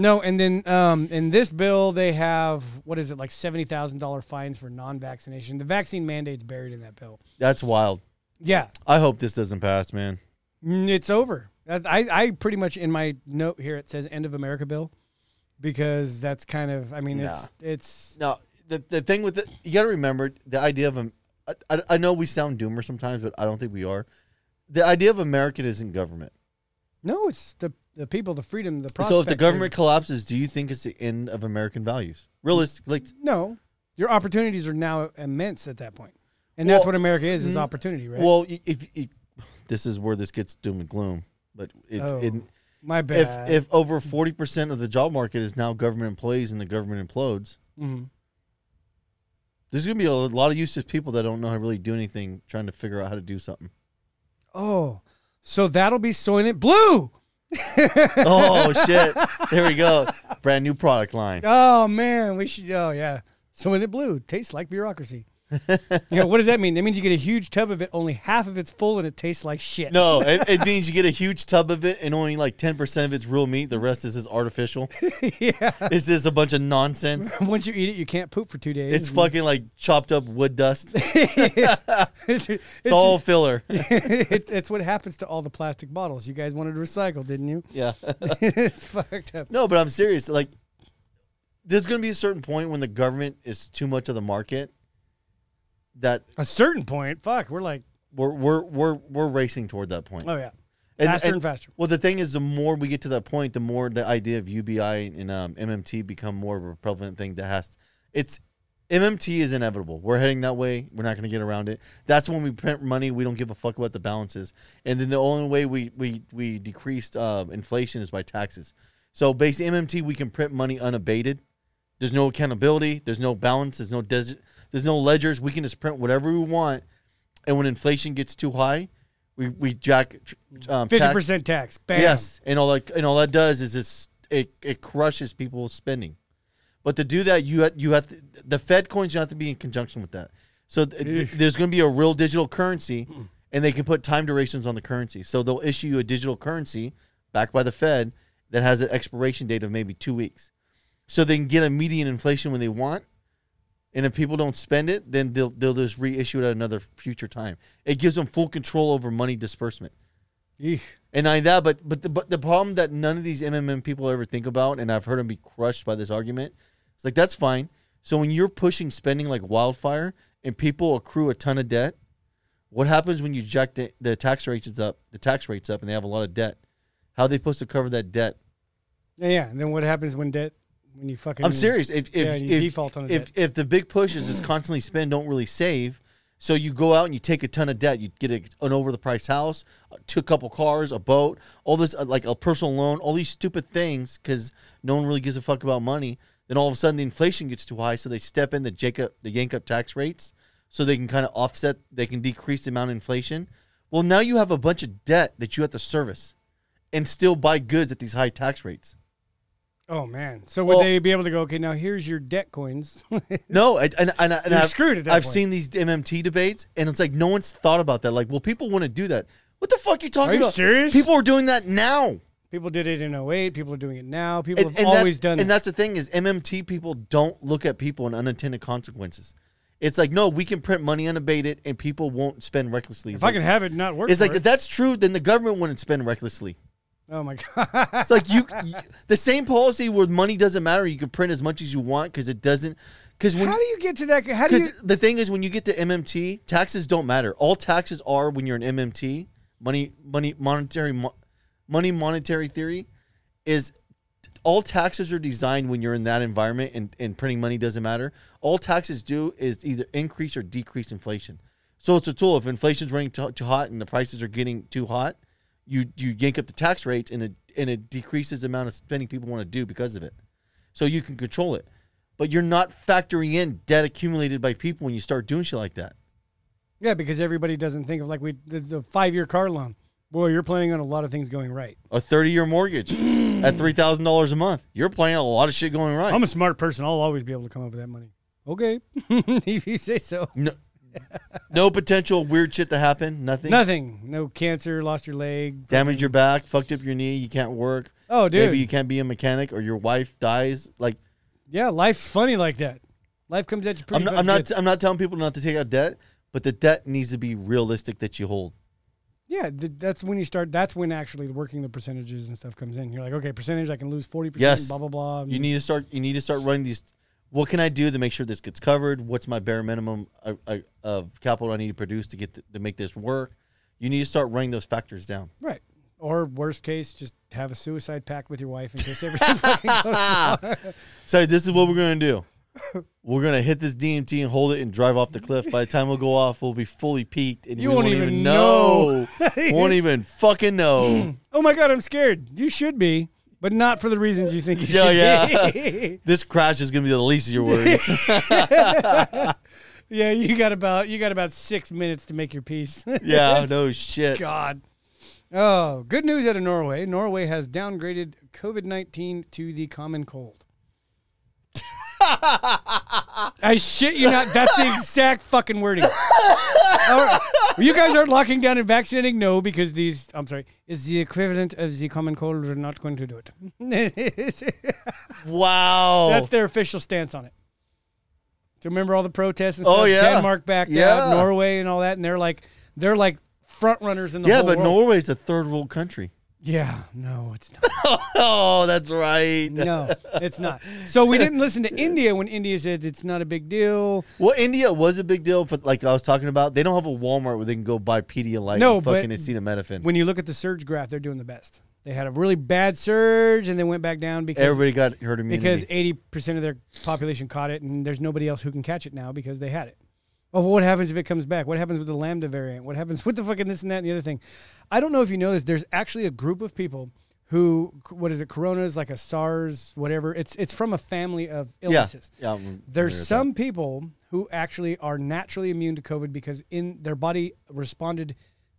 C: no, and then um, in this bill they have what is it like seventy thousand dollar fines for non-vaccination. The vaccine mandate's buried in that bill.
A: That's wild.
C: Yeah,
A: I hope this doesn't pass, man.
C: Mm, It's over. That- I, I pretty much in my note here it says end of America bill because that's kind of I mean it's it's
A: No, the the thing with it, you got to remember the idea of um, I, I- I know we sound doomer sometimes, but I don't think we are. The idea of American isn't government.
C: no it's the the people the freedom the prospect
A: So if the government collapses, do you think it's the end of American values? Realistically, like,
C: no your opportunities are now immense at that point and that's
A: Well, mm,
C: what America is is opportunity right
A: well, i- if, i this is where this gets doom and gloom, but it,
C: Oh,
A: it
C: my
A: if
C: bad
A: if over forty percent of the job market is now government employees and the government implodes,
C: Mhm.
A: there's gonna be a lot of useless people that don't know how to really do anything, trying to figure out how to do something.
C: oh so that'll be Soylent Blue
A: oh shit! There we go. Brand new product line.
C: oh man we should oh yeah Soylent Blue tastes like bureaucracy. you know, what does that mean? That means you get a huge tub of it, only half of it's full, and it tastes like shit.
A: No, it, it means you get a huge tub of it, and only like ten percent of it's real meat. The rest is just artificial.
C: yeah.
A: It's just a bunch of nonsense.
C: Once you eat it, you can't poop for two days.
A: It's fucking like chopped up wood dust. It's
C: it's,
A: all filler.
C: it's, it's what happens to all the plastic bottles. You guys wanted to recycle, didn't you?
A: Yeah.
C: it's fucked up.
A: No, but I'm serious. Like, there's gonna be a certain point when the government is too much of the market. That
C: A certain point, fuck, we're like,
A: we're we're we're we're racing toward that point.
C: oh yeah,
A: And-
C: faster and, faster.
A: Well, the thing is, the more we get to that point, the more the idea of UBI and um, MMT become more of a prevalent thing that has. It's MMT is inevitable. We're heading that way. We're not going to get around it. That's when we print money. We don't give a fuck about the balances. And then the only way we we we decreased uh, inflation is by taxes. So based MMT, we can print money unabated. There's no accountability. There's no balance. There's no des- There's no ledgers. We can just print whatever we want. And when inflation gets too high, we we jack tr- um,
C: Fifty
A: tax-
C: percent tax. Bam.
A: Yes, and all that and all that does is it's, it it crushes people's spending. But to do that, you ha- you have to, the Fed coins. You have to be in conjunction with that. So th- th- there's going to be a real digital currency, and they can put time durations on the currency. So they'll issue you a digital currency backed by the Fed that has an expiration date of maybe two weeks, so they can get a median inflation when they want. And if people don't spend it, then they'll they'll just reissue it at another future time. It gives them full control over money disbursement.
C: Eesh.
A: And I that, but but the but the problem that none of these MMM people ever think about, and I've heard them be crushed by this argument. It's like that's fine. So when you're pushing spending like wildfire, and people accrue a ton of debt, what happens when you jack the, the tax rates up? The tax rates up, and they have a lot of debt. How are they supposed to cover that debt?
C: Yeah, yeah. And then what happens when debt? When you fucking?
A: I'm serious. If if
C: Yeah, you
A: if,
C: default on the
A: if, if the big push is just constantly spend, don't really save. So you go out and you take a ton of debt. You get a, an over the price house, uh, two couple cars, a boat, all this uh, like a personal loan, all these stupid things because no one really gives a fuck about money. Then all of a sudden the inflation gets too high, so they step in the Jacob the yank up tax rates. so they can kind of offset, they can decrease the amount of inflation. Well, now you have a bunch of debt that you have to service and still buy goods at these high tax rates.
C: Oh man! So would
A: Well-
C: they be able to go? Okay, now here's your debt coins.
A: No, I, and, and, and
C: You're
A: I've,
C: screwed at that
A: I've
C: point.
A: seen these MMT debates, and it's like no one's thought about that. Like, well, people want to do that. What the fuck are you talking
C: Are you
A: about?
C: serious?
A: People are doing that now.
C: people did it in 08. People are doing it now. People have
A: that's-
C: always done
A: And
C: it.
A: that's the thing is MMT people don't look at people and unintended consequences. It's like no, we can print money unabated, and people won't spend recklessly.
C: If
A: It's
C: I
A: like,
C: can have it, not work.
A: it's
C: for
A: like if
C: it.
A: that's true, then the government wouldn't spend recklessly.
C: Oh my god!
A: It's like you, you- the same policy where money doesn't matter. You can print as much as you want because it doesn't. Because when
C: How do you get to that? How do you?
A: Because the thing is, when you get to MMT, taxes don't matter. All taxes are when you're in MMT. Money, money, monetary, mo- money, monetary theory is all taxes are designed when you're in that environment, and, and printing money doesn't matter. All taxes do is either increase or decrease inflation. So it's a tool. If inflation's running too, too hot and the prices are getting too hot, you you yank up the tax rates, and it and it decreases the amount of spending people want to do because of it so you can control it. But you're not factoring in debt accumulated by people when you start doing shit like that.
C: Yeah, because everybody doesn't think of like we the, the five year car loan. Boy, you're planning on a lot of things going right.
A: A 30 year mortgage at $3,000 a month. You're playing a lot of shit going right.
C: I'm a smart person. I'll always be able to come up with that money. Okay, if you say so.
A: no, no potential weird shit to happen. Nothing.
C: Nothing. No cancer. Lost your leg.
A: Damage your back, fucked up your knee, you can't work.
C: Oh, dude.
A: Maybe you can't be a mechanic or your wife dies. Like,
C: Yeah, life's funny like that. Life comes at you pretty.
A: I'm not,
C: fucking
A: I'm, not,
C: good.
A: I'm not telling people not to take out debt, but the debt needs to be realistic that you hold.
C: yeah, th- that's when you start. That's when actually working the percentages and stuff comes in. You're like, okay, percentage. I can lose forty percent.
A: Yes.
C: Blah blah blah.
A: You need to start. You need to start running these. What can I do to make sure this gets covered? What's my bare minimum of, of- of capital I need to produce to get th- to make this work? You need to start running those factors down.
C: right. Or worst case, just have a suicide pact with your wife in case everything fucking goes.
A: So this is what we're gonna do. We're gonna hit this DMT and hold it and drive off the cliff. By the time we'll go off, we'll be fully peaked and
C: You
A: we
C: won't even know.
A: won't even fucking know.
C: Oh my god, I'm scared. You should be, but not for the reasons you think you
A: Yeah,
C: should
A: yeah.
C: be.
A: this crash is gonna be the least of your worries.
C: yeah, you got about you got about six minutes to make your peace.
A: yeah, no shit.
C: God. Oh, good news out of Norway. Norway has downgraded COVID 19 to the common cold. I shit you not. That's the exact fucking wording. All right. You guys aren't locking down and vaccinating? No, because these, I'm sorry, is the equivalent of the common cold. We're not going to do it.
A: Wow.
C: That's their official stance on it. Do you remember all the protests and stuff?
A: Oh, yeah.
C: Denmark backed out,
A: Yeah.
C: Norway and all that, and they're like they're like front runners in the
A: yeah,
C: whole
A: but
C: world.
A: Norway's a third world country.
C: Yeah, no, it's not.
A: Oh, that's right.
C: No, it's not. So we didn't listen to India when India said it's not a big deal.
A: Well, India was a big deal, but like I was talking about, they don't have a Walmart where they can go buy Pedialyte
C: No,
A: and
C: but
A: fucking acetaminophen.
C: When you look at the surge graph, they're doing the best. They had a really bad surge and they went back down because
A: Everybody got herd immunity.
C: because eighty percent of their population caught it, and there's nobody else who can catch it now because they had it. Oh, well, what happens if it comes back? What happens with the lambda variant? What happens with the fucking this and that and the other thing? I don't know if you know this. There's actually a group of people who, what is it? Corona is like a SARS, whatever. It's it's from a family of
A: yeah,
C: illnesses.
A: yeah. I'm
C: There's
A: familiar
C: some people who actually are naturally immune to COVID because in their body responded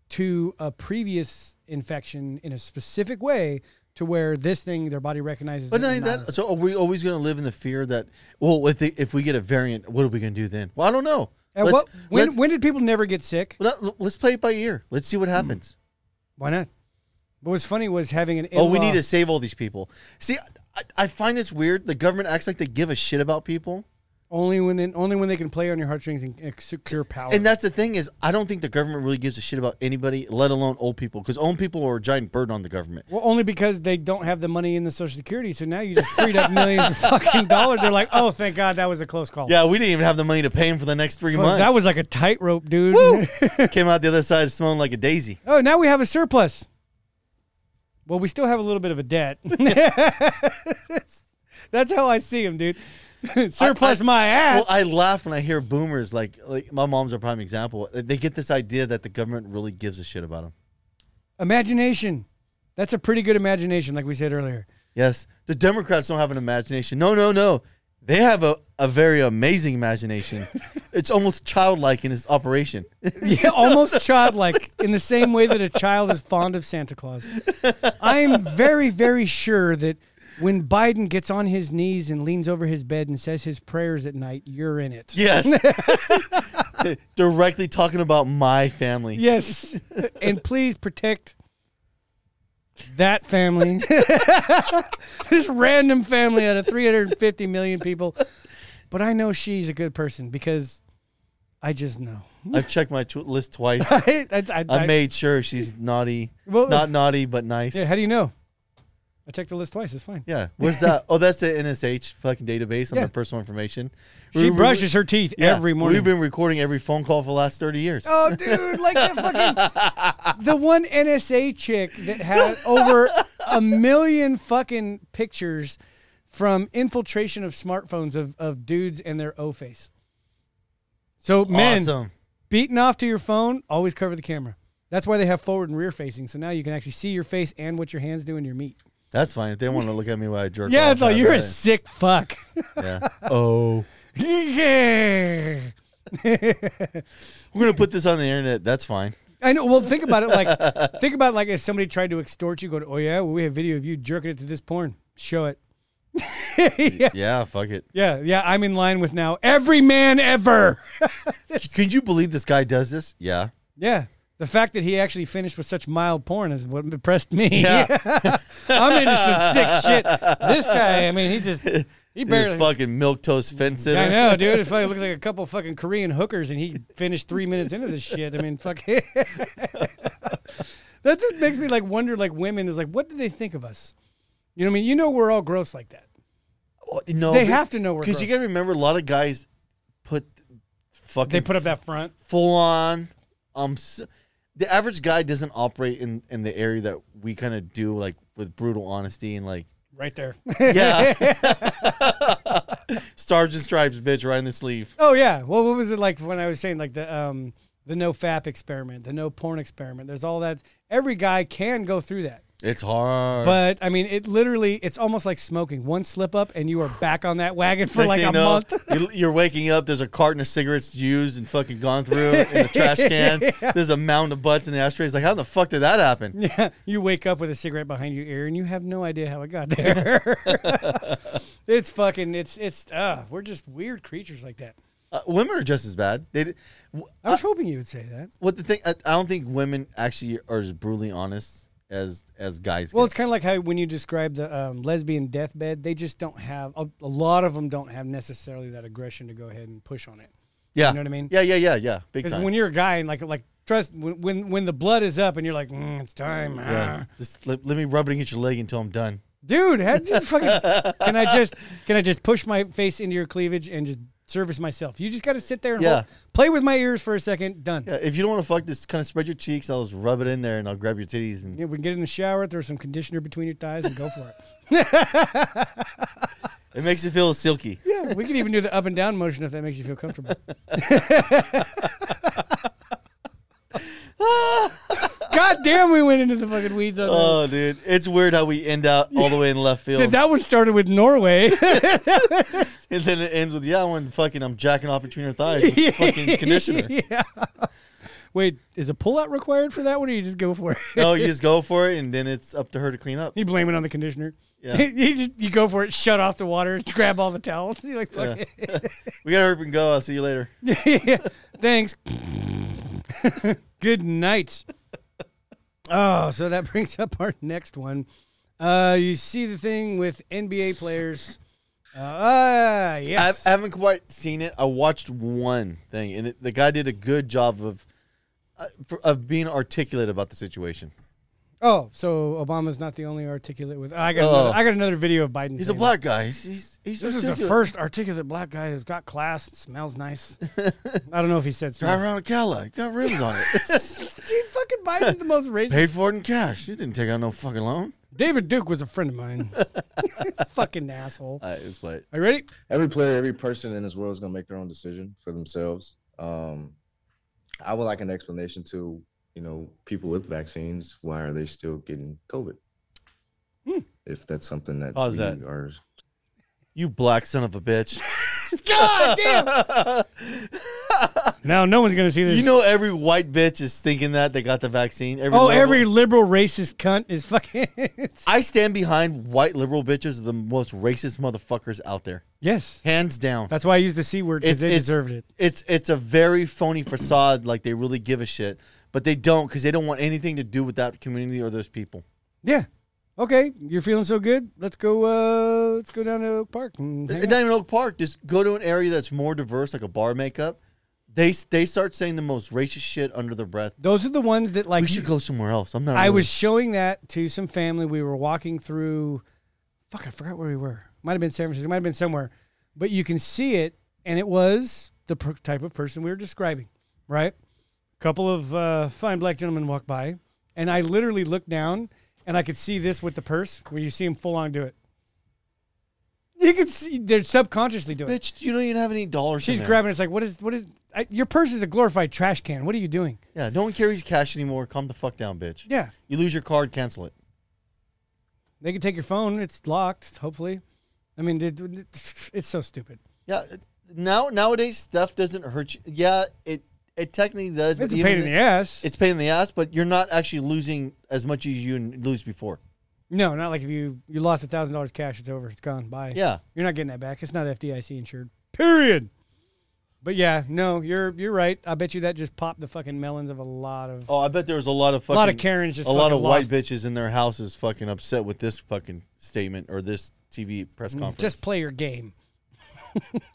C: to a previous infection in a specific way to where this thing their body recognizes.
A: with
C: it
A: that.
C: and
A: But
C: not
A: not that. So are we always going to live in the fear that well, if, they, if we get a variant, what are we going to do then? Well, I don't know.
C: At
A: let's,
C: what, when,
A: let's,
C: when did people never get sick?
A: let- let's play it by ear. Let's see what happens.
C: Why not? What was funny was having an.
A: Oh, we
C: in-law-
A: need to save all these people. See, I, I find this weird. The government acts like they give a shit about people.
C: only when they, only when they can play on your heartstrings and, and secure power.
A: And that's the thing is, I don't think the government really gives a shit about anybody, let alone old people, because old people are a giant burden on the government.
C: well, only because they don't have the money in the Social Security, so now you just freed up millions of fucking dollars. They're like, oh, thank God, that was a close call.
A: Yeah, we didn't even have the money to pay him for the next three
C: Fuck,
A: months.
C: that was like a tightrope, dude.
A: came out the other side smelling like a daisy.
C: oh, now we have a surplus. Well, we still have a little bit of a debt. that's how I see him, dude. surplus my ass.
A: Well, I laugh when I hear boomers like like my mom's a prime example. They get this idea that the government really gives a shit about them.
C: imagination. That's a pretty good imagination, like we said earlier.
A: Yes, the Democrats don't have an imagination. No, no, no. They have a, a very amazing imagination. it's almost childlike in its operation.
C: Yeah, almost childlike in the same way that a child is fond of Santa Claus. I am very, very sure that when Biden gets on his knees and leans over his bed and says his prayers at night, you're in it.
A: Yes. Directly talking about my family.
C: Yes. and please protect that family. this random family out of 350 million people. But I know she's a good person because I just know.
A: I've checked my tw- list twice.
C: I, I, I-
A: I made sure she's naughty.
C: Well- uh,
A: Not naughty, but nice.
C: Yeah,
A: Yeah.
C: how do you know? I checked the list twice. It's fine.
A: Where's that? Oh, that's the NSH fucking database on
C: Yeah.
A: the personal information.
C: She brushes her teeth every morning.
A: We've been recording every phone call for the last 30 years.
C: oh, dude, like the fucking the one NSA chick that had over a million fucking pictures from infiltration of smartphones of, of dudes and their O face. So men
A: Awesome.
C: beating off to your phone, always cover the camera. That's why they have forward and rear facing. So now you can actually see your face and what your hands do in your meat.
A: That's fine. If they want to look at me while I jerk
C: Yeah,
A: off,
C: it's like
A: that's
C: you're a
A: fine.
C: sick fuck.
A: Yeah. Oh.
C: yeah.
A: We're going to put this on the internet. That's fine.
C: I know. Well, think about it. Like, think about it like if somebody tried to extort you, going, "Oh yeah, well, we have video of you jerking it to this porn. Show it." yeah,
A: Yeah, fuck it.
C: yeah, yeah. I'm in line with now every man ever.
A: Could you believe this guy does this? Yeah.
C: yeah, the fact that he actually finished with such mild porn is what impressed me.
A: Yeah.
C: I'm into some sick shit. This guy, I mean, he just he
A: You're
C: barely.
A: fucking milk toast fence sitter.
C: I know, dude. It fucking looks like a couple fucking Korean hookers, and he finished three minutes into this shit. I mean, fuck. That's what makes me like wonder. Like women is like, what do they think of us? You know what I mean? You know we're all gross like that.
A: Well, Oh, No,
C: They have to know we're
A: because you
C: gross.
A: got to remember a lot of guys put fucking
C: They put up that front.
A: full on. Um, s the average guy doesn't operate in in the area that we kind of do, like with brutal honesty and like
C: Right there.
A: yeah, stars and stripes, bitch, right in the sleeve.
C: oh yeah. Well, what was it like when I was saying like the um the no fap experiment, the no porn experiment? There's all that. Every guy can go through that.
A: It's hard.
C: But I mean, it literally, it's almost like smoking. One slip up, and you are back on that wagon for
A: Next
C: like
A: thing
C: a
A: you know,
C: month.
A: you- You're waking up. There's a carton of cigarettes used and fucking gone through in the trash can. There's a mound of butts in the ashtrays. Like, how the fuck did that happen?
C: Yeah, you wake up with a cigarette behind your ear, and you have no idea how it got there. it's fucking. It's it's. Uh, we're just weird creatures like that.
A: Uh, women are just as bad. They, d- w-
C: I was hoping you would say that.
A: what the thing? I, I don't think women actually are as brutally honest as as guys.
C: Well,
A: Well,
C: it's kind of like how when you describe the um, lesbian deathbed, they just don't have a, a lot of them don't have necessarily that aggression to go ahead and push on it.
A: yeah,
C: know what I mean?
A: Yeah, yeah, yeah, yeah. Big
C: Because
A: time.
C: when you're a guy and like like trust when when, when the blood is up and you're like "Mm, it's time,
A: yeah.
C: ah."
A: Just let, let me rub it against your leg until I'm done.
C: dude. How do you fucking, can I just can I just push my face into your cleavage and just service myself? You just got to sit there and
A: Yeah.
C: hold, play with my ears for a second. Done.
A: Yeah, Uh, if you don't want to fuck this, kind of spread your cheeks. I'll just rub it in there and I'll grab your titties and
C: Yeah, we can get in the shower, throw some conditioner between your thighs, and go for it.
A: it makes it feel silky.
C: Yeah, we can even do the up and down motion if that makes you feel comfortable. God damn, we went into the fucking weeds on that.
A: Oh, dude, it's weird how we end out all the way in left field.
C: that one started with Norway.
A: And then it ends with yeah, when fucking I'm jacking off between her thighs with fucking conditioner.
C: yeah. Wait, is a pullout required for that one, or you just go for it?
A: No, you just go for it, and then it's up to her to clean up.
C: You blame it on the conditioner.
A: Yeah.
C: you, just, you go for it, shut off the water, grab all the towels. You're like, fuck
A: We gotta hurry up and go. I'll see you later.
C: it. yeah. Thanks. Good night. Oh, so that brings up our next one. Uh, you see the thing with NBA players. Uh, ah, yes.
A: I, I haven't quite seen it. I watched one thing, and it, the guy did a good job of uh, for, of being articulate about the situation.
C: oh, so Obama's not the only articulate with. I got,
A: Oh.
C: another, I got another video of Biden.
A: He's a
C: saying
A: black guy. He's he's, he's
C: This is the
A: articulate.
C: first articulate black guy who's got class, and smells nice. I don't know if he said
A: drive
C: smells.
A: around a Cadillac. Got rims on it.
C: Dude, fucking Biden's the most racist.
A: Paid for it in cash. You didn't take out no fucking loan.
C: David Duke was a friend of mine. fucking asshole.
A: Uh, it was like
C: Are you ready?
G: every player, every person in this world is gonna make their own decision for themselves. Um, I would like an explanation to you know people with vaccines. Why are they still getting COVID? If that's something that
A: Pause
G: we
A: that.
G: are
A: You black son of a bitch.
C: God damn! now no one's gonna see this.
A: You know every white bitch is thinking that they got the vaccine. Every
C: oh,
A: liberal-
C: every liberal racist cunt is fucking.
A: I stand behind white liberal bitches are the most racist motherfuckers out there.
C: yes,
A: Hands down.
C: that's why I used the c word
A: It's-
C: because they
A: it's-
C: deserved it.
A: It's it's a very phony facade like they really give a shit, but they don't cuz they don't want anything to do with that community or those people.
C: Yeah. Okay, you're feeling so good. Let's go. Uh, let's go down to Oak Park. And hang
A: And
C: out.
A: Not even Oak Park. Just go to an area that's more diverse, like a bar makeup. They they start saying the most racist shit under their breath.
C: Those are the ones that like.
A: We should go somewhere else. I'm not.
C: I
A: really-
C: was showing that to some family. We were walking through. Fuck, I forgot where we were. Might have been San Francisco. Might have been somewhere. But you can see it, and it was the per- type of person we were describing, right? couple of uh, fine black gentlemen walk by, and I literally looked down, and I could see this with the purse, where you see him full on do it. You can see they're subconsciously doing. it.
A: Bitch, you don't even have any dollars. in
C: She's
A: there.
C: grabbing. It's like, what is, what is? I, your purse is a glorified trash can. What are you doing?
A: Yeah, no one carries cash anymore. Calm the fuck down, bitch.
C: Yeah,
A: You lose your card, cancel it.
C: they can take your phone. It's locked. Hopefully, I mean, it, it's so stupid.
A: Yeah, uh, now nowadays stuff doesn't hurt you. Yeah, it it technically does.
C: It's a
A: even
C: pain in the ass.
A: It's pain in the ass, but you're not actually losing as much as you lose before.
C: no, not like if you you lost a thousand dollars cash, it's over. It's gone. Bye.
A: Yeah,
C: You're not getting that back. It's not FDIC insured. Period. But yeah, no, you're you're right. I bet you that just popped the fucking melons of a lot of
A: Oh, I bet there was a lot of
C: a
A: fucking,
C: lot of Karens just
A: a lot
C: fucking
A: of white
C: lost.
A: bitches in their houses fucking upset with this fucking statement or this TV press conference.
C: Mm, Just play your game.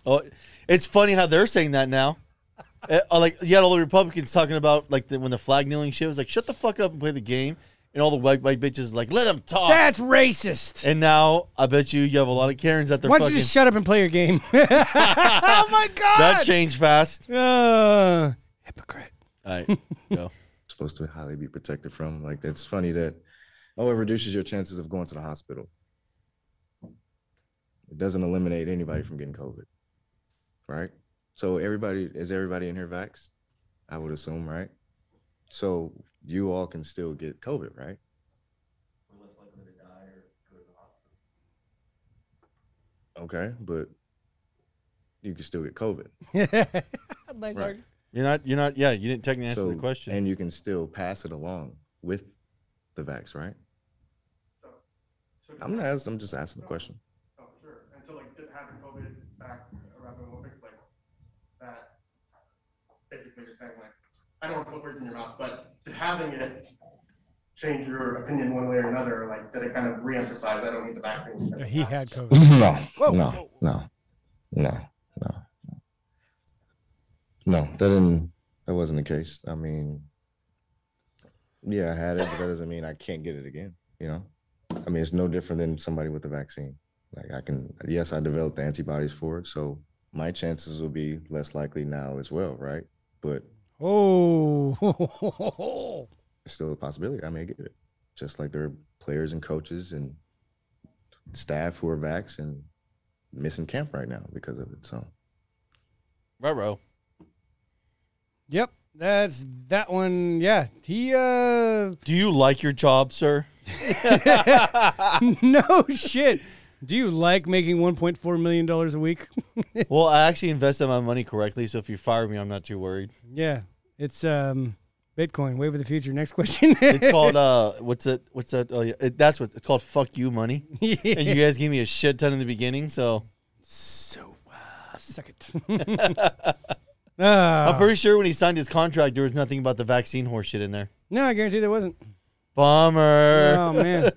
A: oh, it's funny how they're saying that now. Eh, uh, like you had all the Republicans talking about like the, when the flag kneeling shit was like, shut the fuck up and play the game, and all the white white bitches like, let them talk.
C: That's racist.
A: and now I bet you you have a lot of Karens at their
C: Why don't
A: fucking.
C: you just shut up and play your game? oh my
A: that
C: god.
A: changed fast.
C: Uh, hypocrite.
A: All right, go.
G: supposed to highly be protected from. Like it's funny that oh, it reduces your chances of going to the hospital. It doesn't eliminate anybody from getting COVID. Right? So everybody is everybody in here vaxxed? I would assume, right? So you all can still get COVID, right? Okay, but you can still get COVID.
C: nice
G: Right.
C: argument.
A: You're not. You're not. Yeah, you didn't technically answer the question.
G: And you can still pass it along with the vax, right? I'm not asking, I'm just asking the question.
H: Oh, sure. And so like th- having COVID back around the Olympics, like that basically just saying like, I don't want to put words in your mouth, but did having it change your opinion one way or another? Like, did it kind of reemphasize? I don't need the vaccine.
C: Yeah, He had COVID.
H: No.
G: No, no, no, no. No, that didn't, that wasn't the case. I mean, yeah, I had it, but that doesn't mean I can't get it again, you know? I mean, it's no different than somebody with a vaccine. Like I can, yes, I developed the antibodies for it, so my chances will be less likely now as well, right? But
C: Oh.
G: it's still a possibility. I may get it, just like there are players and coaches and staff who are vax and missing camp right now because of it. So
A: Right, row.
C: yep. That's that one. Yeah. He uh
A: Do you like your job, sir?
C: no shit. Do you like making 1.4 million dollars a week?
A: Well, I actually invested my money correctly, so if you fire me, I'm not too worried.
C: yeah, it's um, Bitcoin, wave of the future. Next question.
A: It's called uh, what's it? What's that? Oh yeah, it, that's what it's called. Fuck you, money. And you guys gave me a shit ton in the beginning, so
C: so uh, suck it. Ah.
A: I'm pretty sure when he signed his contract, there was nothing about the vaccine horse shit in there.
C: no, I guarantee there wasn't.
A: Bummer.
C: Oh man,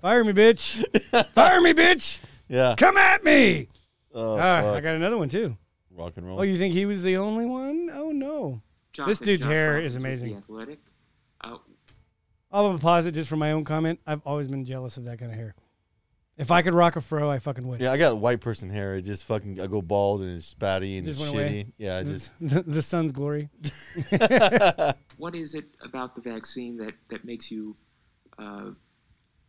C: fire me, bitch! Fire me, bitch!
A: Yeah.
C: Come at me!
A: Oh,
C: Ah, I
A: fuck.
C: got another one too.
A: Rock and roll.
C: Oh, you think he was the only one? Oh no. This dude's hair is amazing.
I: Uh,
C: I'll pause it just for my own comment. I've always been jealous of that kind of hair. If I could rock a fro, I fucking would.
A: yeah, I got white person hair. It just fucking, I go bald and it's spatty and
C: Just
A: it's
C: went away. Mm.
A: shitty. Yeah, I just.
C: the, the sun's glory.
I: What is it about the vaccine that, that makes you uh,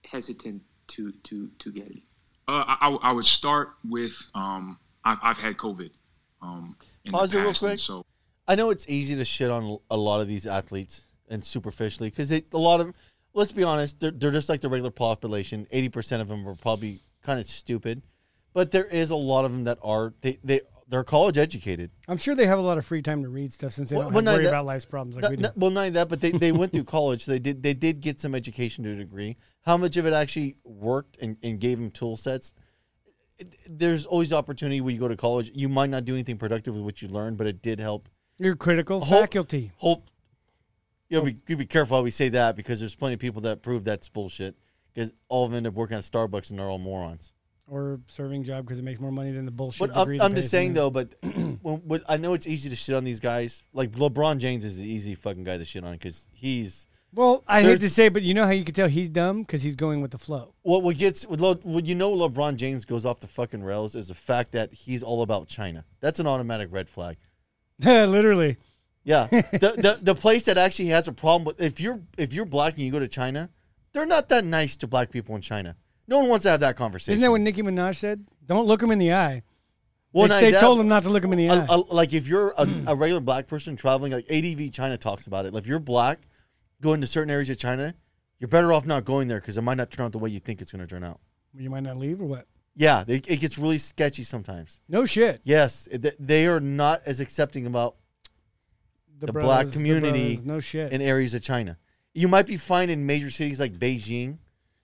I: hesitant to, to, to get it?
H: Uh, I, I would start with um, I've, I've had COVID. Um, in
A: Pause it real quick.
H: So
A: I know it's easy to shit on a lot of these athletes and superficially because a lot of, let's be honest, they're, they're just like the regular population. 80% of them are probably kind of stupid. But there is a lot of them that are they they they're college educated.
C: I'm sure they have a lot of free time to read stuff since they
A: Well,
C: don't
A: well,
C: have to
A: no,
C: worry
A: that-
C: about life's problems like
A: Not-
C: we do.
A: not- well, not only that, but they, they went through college. So they did they did get some education to a degree. How much of it actually worked and, and gave them tool sets? It- There's always opportunity when you go to college. You might not do anything productive with what you learned, but it did help.
C: Your critical
A: Whole-
C: faculty.
A: Hope you know, be, you be careful how we say that because there's plenty of people that prove that's bullshit because all of them end up working at Starbucks and they're all morons.
C: or serving job because it makes more money than the bullshit.
A: But I'm,
C: degree
A: I'm
C: that
A: just
C: pays,
A: saying
C: you
A: though,
C: know?
A: but when, when, I know it's easy to shit on these guys. Like LeBron James is an easy fucking guy to shit on because he's
C: Well, I hate
A: there's-
C: to say, but you know how you can tell he's dumb because he's going with the flow.
A: what what gets what, Le- what you know LeBron James goes off the fucking rails is the fact that he's all about China. That's an automatic red flag.
C: Literally,
A: Yeah, the, the the place that actually has a problem with if you're if you're black and you go to China, they're not that nice to black people in China. No one wants to have that conversation.
C: isn't that what Nicki Minaj said? Don't look him in the eye.
A: Well,
C: they
A: not
C: they
A: that-
C: told him not to Hmm. look him in the
A: a-
C: eye.
A: a- like if you're a, a regular black person traveling, like ADV China talks about it. Like if you're black, going to certain areas of China, you're better off not going there because it might not turn out the way you think it's going to turn out.
C: you might not leave or what?
A: Yeah, they, it gets really sketchy sometimes.
C: No shit.
A: Yes, it, th- they are not as accepting about The black
C: brothers,
A: community
C: brothers, no shit.
A: in areas of China. You might be fine in major cities like Beijing,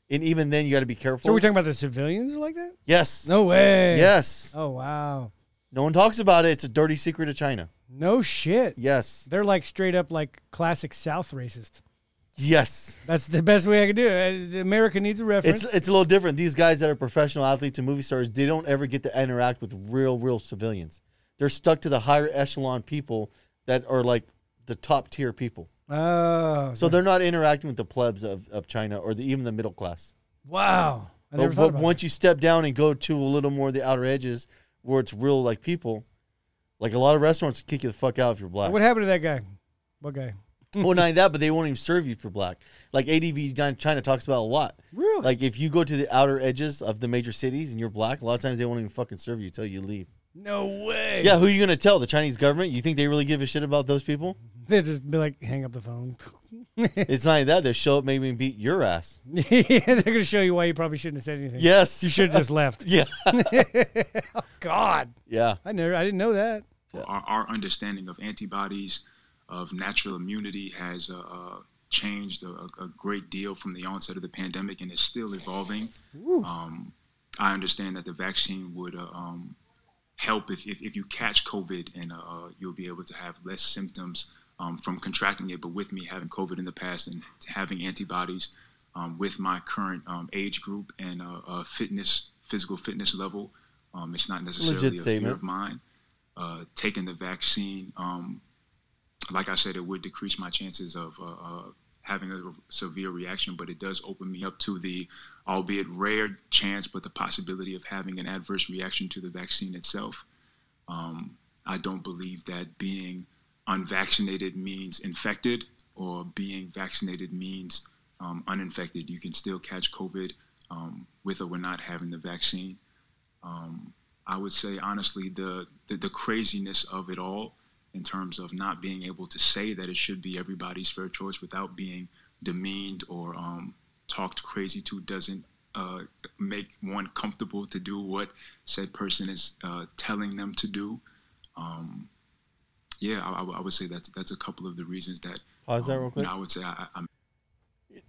A: and even then you got to be careful.
C: so we're talking about the civilians are like that?
A: yes,
C: No way.
A: yes.
C: Oh wow.
A: No one talks about it. It's a dirty secret of China.
C: No shit.
A: Yes,
C: They're like straight up like classic South racist.
A: yes.
C: That's the best way I could do it. Uh, America needs a reference.
A: It's it's a little different. These guys that are professional athletes and movie stars, they don't ever get to interact with real, real civilians. They're stuck to the higher echelon people that are like the top tier people.
C: oh,
A: So they're not interacting with the plebs of, of China or the, even the middle class.
C: wow. I never
A: But,
C: thought
A: but
C: about
A: once you step down and go to a little more of the outer edges where it's real like people, like a lot of restaurants kick you the fuck out if you're black.
C: What happened to that guy? What guy?
A: well, not only that, but they won't even serve you if you're black. Like ADV Dine- China talks about a lot.
C: Really?
A: Like if you go to the outer edges of the major cities and you're black, a lot of times they won't even fucking serve you until you leave.
C: no way.
A: Yeah, who you gonna tell? The Chinese government? You think they really give a shit about those people?
C: They just be like, hang up the phone.
A: it's not like that. They show up maybe and beat your ass.
C: yeah, they're gonna show you why you probably shouldn't have said anything.
A: Yes.
C: You should have just left.
A: Yeah.
C: God,
A: Yeah.
C: I never, I didn't know that.
J: Our, our understanding of antibodies, of natural immunity, has uh, uh, changed a, a a great deal from the onset of the pandemic and is still evolving. Um, I understand that the vaccine would uh, um, help if, if, if you catch COVID and uh, you'll be able to have less symptoms um, from contracting it. But with me having COVID in the past and having antibodies um, with my current um, age group and uh, uh, fitness, physical fitness level, um, it's not necessarily
A: Legit
J: a
A: statement.
J: fear of mine. Uh, taking the vaccine, um, like I said, it would decrease my chances of uh, uh, having a severe reaction, but it does open me up to the, albeit rare chance, but the possibility of having an adverse reaction to the vaccine itself. Um, I don't believe that being unvaccinated means infected or being vaccinated means um, uninfected. You can still catch COVID um, with or without having the vaccine. Um, I would say, honestly, the, the, the craziness of it all in terms of not being able to say that it should be everybody's fair choice without being demeaned or um, talked crazy to doesn't uh, make one comfortable to do what said person is uh, telling them to do. Um, yeah, I, I would- I would say that's that's a couple of the reasons that,
A: Pause that
J: um,
A: real quick.
J: I would say I, I'm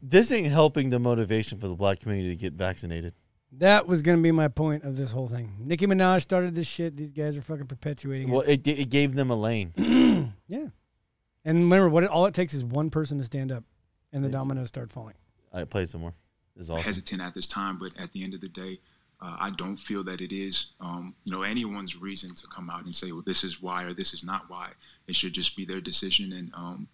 A: This ain't helping the motivation for the black community to get vaccinated.
C: That was gonna be my point of this whole thing. Nicki Minaj started this shit. These guys are fucking perpetuating
A: Well,
C: it.
A: it, it gave them a lane.
C: Yeah. And remember, what it, all it takes is one person to stand up, and the dominoes start falling.
A: I play some more. This is awesome.
J: hesitant at this time, but at the end of the day, uh, I don't feel that it is, um, you know, anyone's reason to come out and say, well, this is why or this is not why. It should just be their decision. And, um,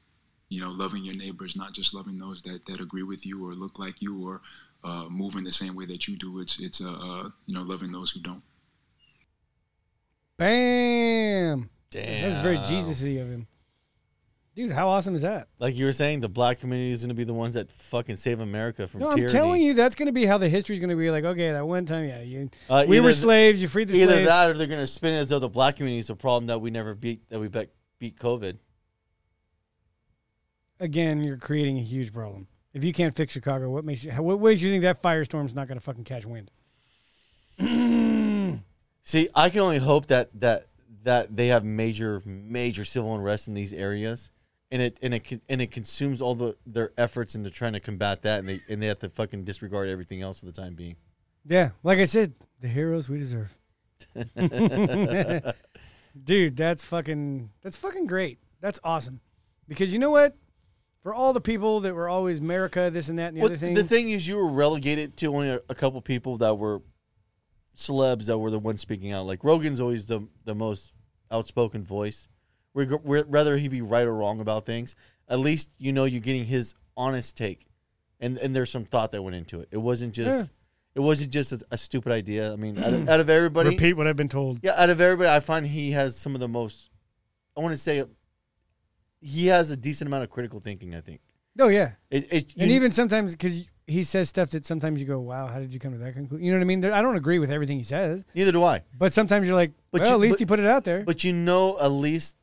J: you know, loving your neighbor is not just loving those that, that agree with you or look like you or uh, move in the same way that you do. It's, it's uh, uh, you know, loving those who don't.
C: Bam.
A: Damn.
C: That was very Jesus-y of him. Dude, how awesome is that?
A: Like you were saying, the black community is going to be the ones that fucking save America from
C: No,
A: tyranny.
C: I'm telling you, that's going to be how the history's going to be. Like, okay, that one time, yeah, you,
A: Uh,
C: we
A: either
C: were
A: th-
C: slaves. You freed the
A: Either
C: slaves.
A: that, or they're going to spin it as though the black community is the problem that we never beat that we be- beat COVID.
C: Again, you're creating a huge problem. If you can't fix Chicago, what makes you? How, what ways do you think that firestorm's not going to fucking catch wind?
A: See, I can only hope that that that they have major major civil unrest in these areas, and it and it con- and it consumes all the their efforts into trying to combat that, and they and they have to fucking disregard everything else for the time being.
C: Yeah, like I said, the heroes we deserve. Dude, that's fucking that's fucking great. That's awesome. Because you know what? For all the people that were always America, this and that and the
A: Well,
C: other thing.
A: The thing is, you were relegated to only a, a couple people that were celebs that were the ones speaking out. Like Rogan's always the the most outspoken voice, Reg- re- whether he be right or wrong about things. At least you know you're getting his honest take, and and there's some thought that went into it. It wasn't just.
C: Yeah.
A: It wasn't just a, a stupid idea. I mean, out of, out of everybody,
C: Repeat what I've been told.
A: yeah, out of everybody, I find he has some of the most. I want to say, he has a decent amount of critical thinking. I think.
C: Oh yeah.
A: It, it,
C: and
A: you-
C: even sometimes because he says stuff that sometimes you go, "Wow, how did you come to that conclusion?" You know what I mean? There- I don't agree with everything he says,
A: neither do I.
C: but sometimes you're like,
A: But
C: "Well,
A: you-
C: at least
A: but-
C: he put it out there."
A: But you know, at least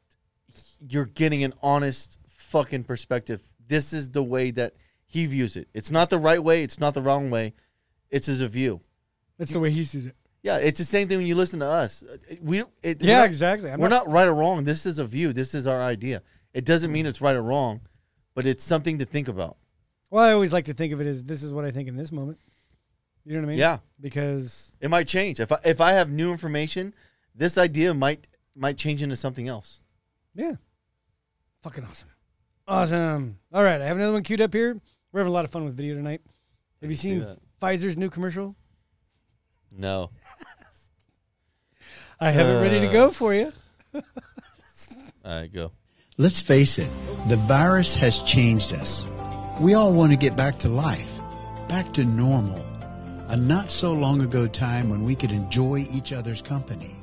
A: you're getting an honest fucking perspective. This is the way that he views it. It's not the right way. It's not the wrong way. It's his view.
C: That's the way he sees it.
A: Yeah, it's the same thing when you listen to us. Uh, We it, we're
C: Yeah,
A: not-
C: exactly. I'm
A: we're not, right or wrong. This is a view. This is our idea. It doesn't mean it's right or wrong, but it's something to think about.
C: Well, I always like to think of it as this is what I think in this moment. You know what I mean?
A: Yeah.
C: Because
A: It might change if I, if I have new information. This idea might might change into something else.
C: yeah, fucking awesome, awesome. All right, I have another one queued up here. We're having a lot of fun with video tonight. Have you
A: see
C: seen
A: that.
C: Pfizer's new commercial?
A: No,
C: I have it ready to go for you.
A: all right, go.
B: Let's face it, the virus has changed us. We all want to get back to life, back to normal, a not so long ago time when we could enjoy each other's company.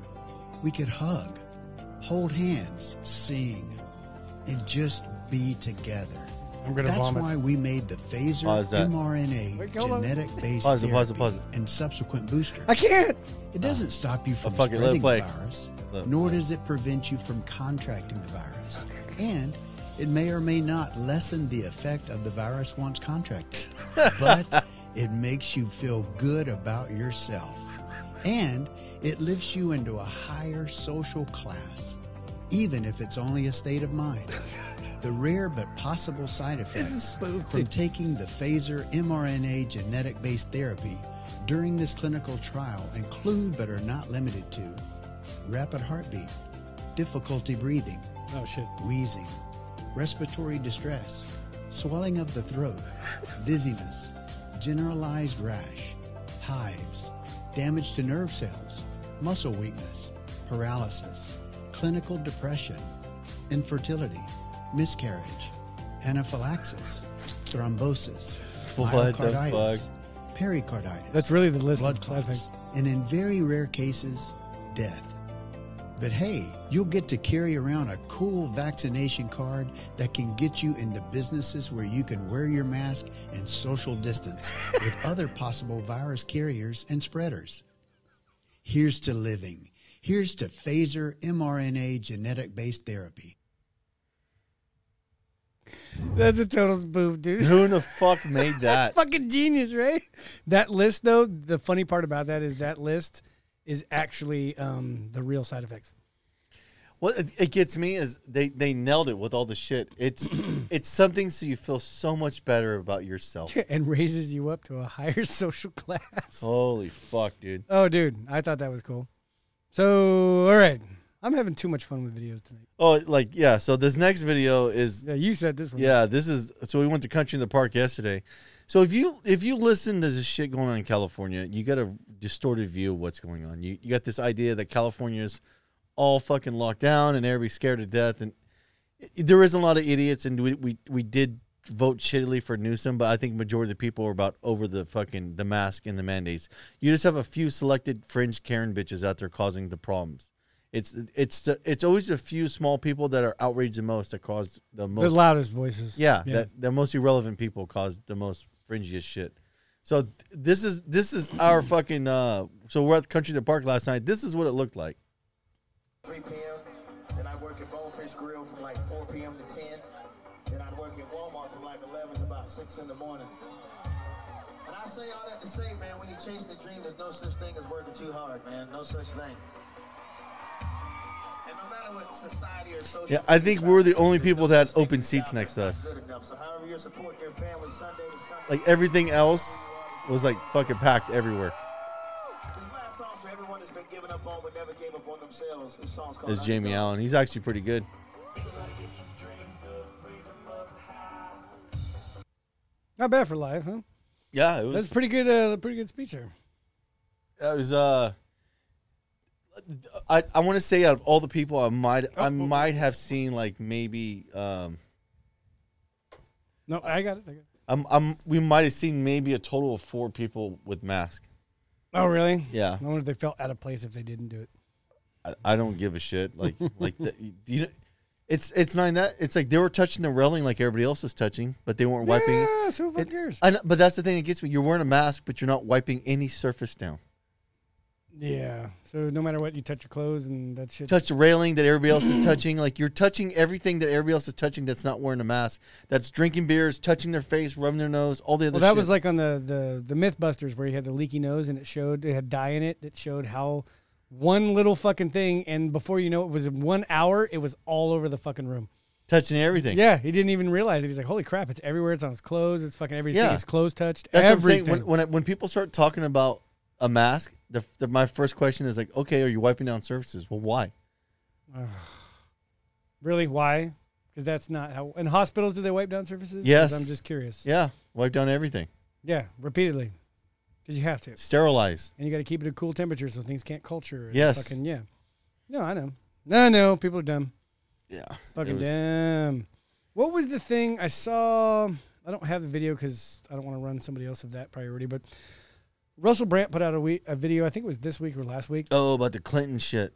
B: We could hug, hold hands, sing, and just be together.
C: I'm gonna
B: That's
C: vomit.
B: why we made the phaser
A: Pause that.
B: mRNA
C: Wait, hold on.
B: genetic based
A: Pause it,
B: therapy
A: pause it, pause
B: and subsequent booster.
C: I can't.
B: It doesn't stop you from
A: fuck it, let it
B: spreading
A: play.
B: the virus,
A: Let it
B: nor does it prevent you from contracting the virus. And it may or may not lessen the effect of the virus once contracted, but it makes you feel good about yourself. And it lifts you into a higher social class, even if it's only a state of mind. The rare but possible side effects from taking the phaser mRNA genetic based therapy during this clinical trial include but are not limited to rapid heartbeat, difficulty breathing,
C: Oh shit.
B: wheezing, respiratory distress, swelling of the throat, dizziness, generalized rash, hives, damage to nerve cells, muscle weakness, paralysis, clinical depression, infertility, miscarriage, anaphylaxis, thrombosis,
A: What the
B: myocarditis, pericarditis,
C: That's really the list
B: blood
C: of side
B: clots,
C: effects.
B: and in very rare cases, death. But hey, you'll get to carry around a cool vaccination card that can get you into businesses where you can wear your mask and social distance with other possible virus carriers and spreaders. Here's to living. Here's to phaser mRNA genetic based therapy.
C: That's a total spoof, dude.
A: Who in the fuck made that?
C: fucking genius, right? That list, though, the funny part about that is that list is actually um, the real side effects.
A: What it- it gets me is they they nailed it with all the shit. It's it's something so you feel so much better about yourself.
C: and raises you up to a higher social class. Oh.
A: Holy fuck, dude!
C: dude, I thought that was cool. So, all right, I'm having too much fun with videos tonight.
A: Oh, like yeah. So this next video is
C: Yeah, you said this one.
A: yeah. This is so we went to Country in the Park yesterday. So if you if you listen, there's this shit going on in California. You got a distorted view of what's going on. You you got this idea that California's all fucking locked down and everybody's scared to death. And i- there is a lot of idiots, and we we, we did vote shittily for Newsom, but I think majority of the people are about over the fucking the mask and the mandates. You just have a few selected fringe Karen bitches out there causing the problems. It's it's it's always a few small people that are outraged the most that cause the
C: the
A: most
C: loudest voices.
A: yeah, that the most irrelevant people cause the most fringiest shit. So th- this is this is our fucking. Uh, so we're at Country the Park last night. This is what it looked like.
D: 3 p.m. Then I'd work at Bonefish Grill from like 4 p.m. to 10. Then I'd work at Walmart from like 11 to about 6 in the morning. And I say all that to say, man, when you're chasing a dream, there's no such thing as working too hard, man. No such thing. And no matter what society or social
A: Yeah, I think we're the only people that had open seats next to us.
D: good enough. So however you're supporting your family Sunday to Sunday.
A: Like everything else was like fucking packed everywhere.
D: This last song's for everyone that's been giving up on but never gave up on themselves. This song's called
A: Is Jamie Allen? He's actually pretty good.
C: Not bad for live, huh?
A: Yeah, it
C: That's
A: was.
C: pretty good. Uh, pretty good speech there.
A: That was uh. I, I want to say out of all the people I might I might have seen like maybe um
C: No, I got it. I got it.
A: I'm, I'm Um, we might have seen maybe a total of four people with mask.
C: Oh, really?
A: Yeah.
C: I wonder if they felt out of place if they didn't do it.
A: I, I don't give a shit. Like like the, you know, it's it's not even that it's like they were touching the railing like everybody else was touching, but they weren't wiping. it.
C: Yeah, so who fucking cares?
A: I know, but that's the thing that gets me. You're wearing a mask, but you're not wiping any surface down.
C: Yeah. So no matter what, you touch your clothes and that shit.
A: Touch the railing that everybody else is touching. Like you're touching everything that everybody else is touching that's not wearing a mask. That's drinking beers, touching their face, rubbing their nose, all the other.
C: Well, that
A: shit.
C: was like on the, the the MythBusters where you had the leaky nose and it showed it had dye in it that showed how one little fucking thing and before you know it was in one hour it was all over the fucking room.
A: touching everything.
C: Yeah, he didn't even realize it. He's like, holy crap, it's everywhere. It's on his clothes. It's fucking everything.
A: Yeah.
C: His clothes touched.
A: That's what I'm saying.
C: everything.
A: When when, I, when people start talking about a mask, the, the, my first question is like, okay, are you wiping down surfaces? Well, why?
C: really? Why? Because that's not how. In hospitals, do they wipe down surfaces? 'Cause
A: Yes,
C: I'm just curious.
A: Yeah, wipe down everything.
C: Yeah, repeatedly. Because you have to.
A: Sterilize.
C: And you got to keep it at a cool temperature so things can't culture. and
A: Yes.
C: Fucking, yeah. No, I know. No, no. People are dumb.
A: Yeah.
C: Fucking
A: It was-
C: damn. What was the thing I saw? I don't have the video because I don't want to run somebody else of that priority. But Russell Brand put out a, we a video. I think it was this week or last week.
A: Oh, about the Clinton shit.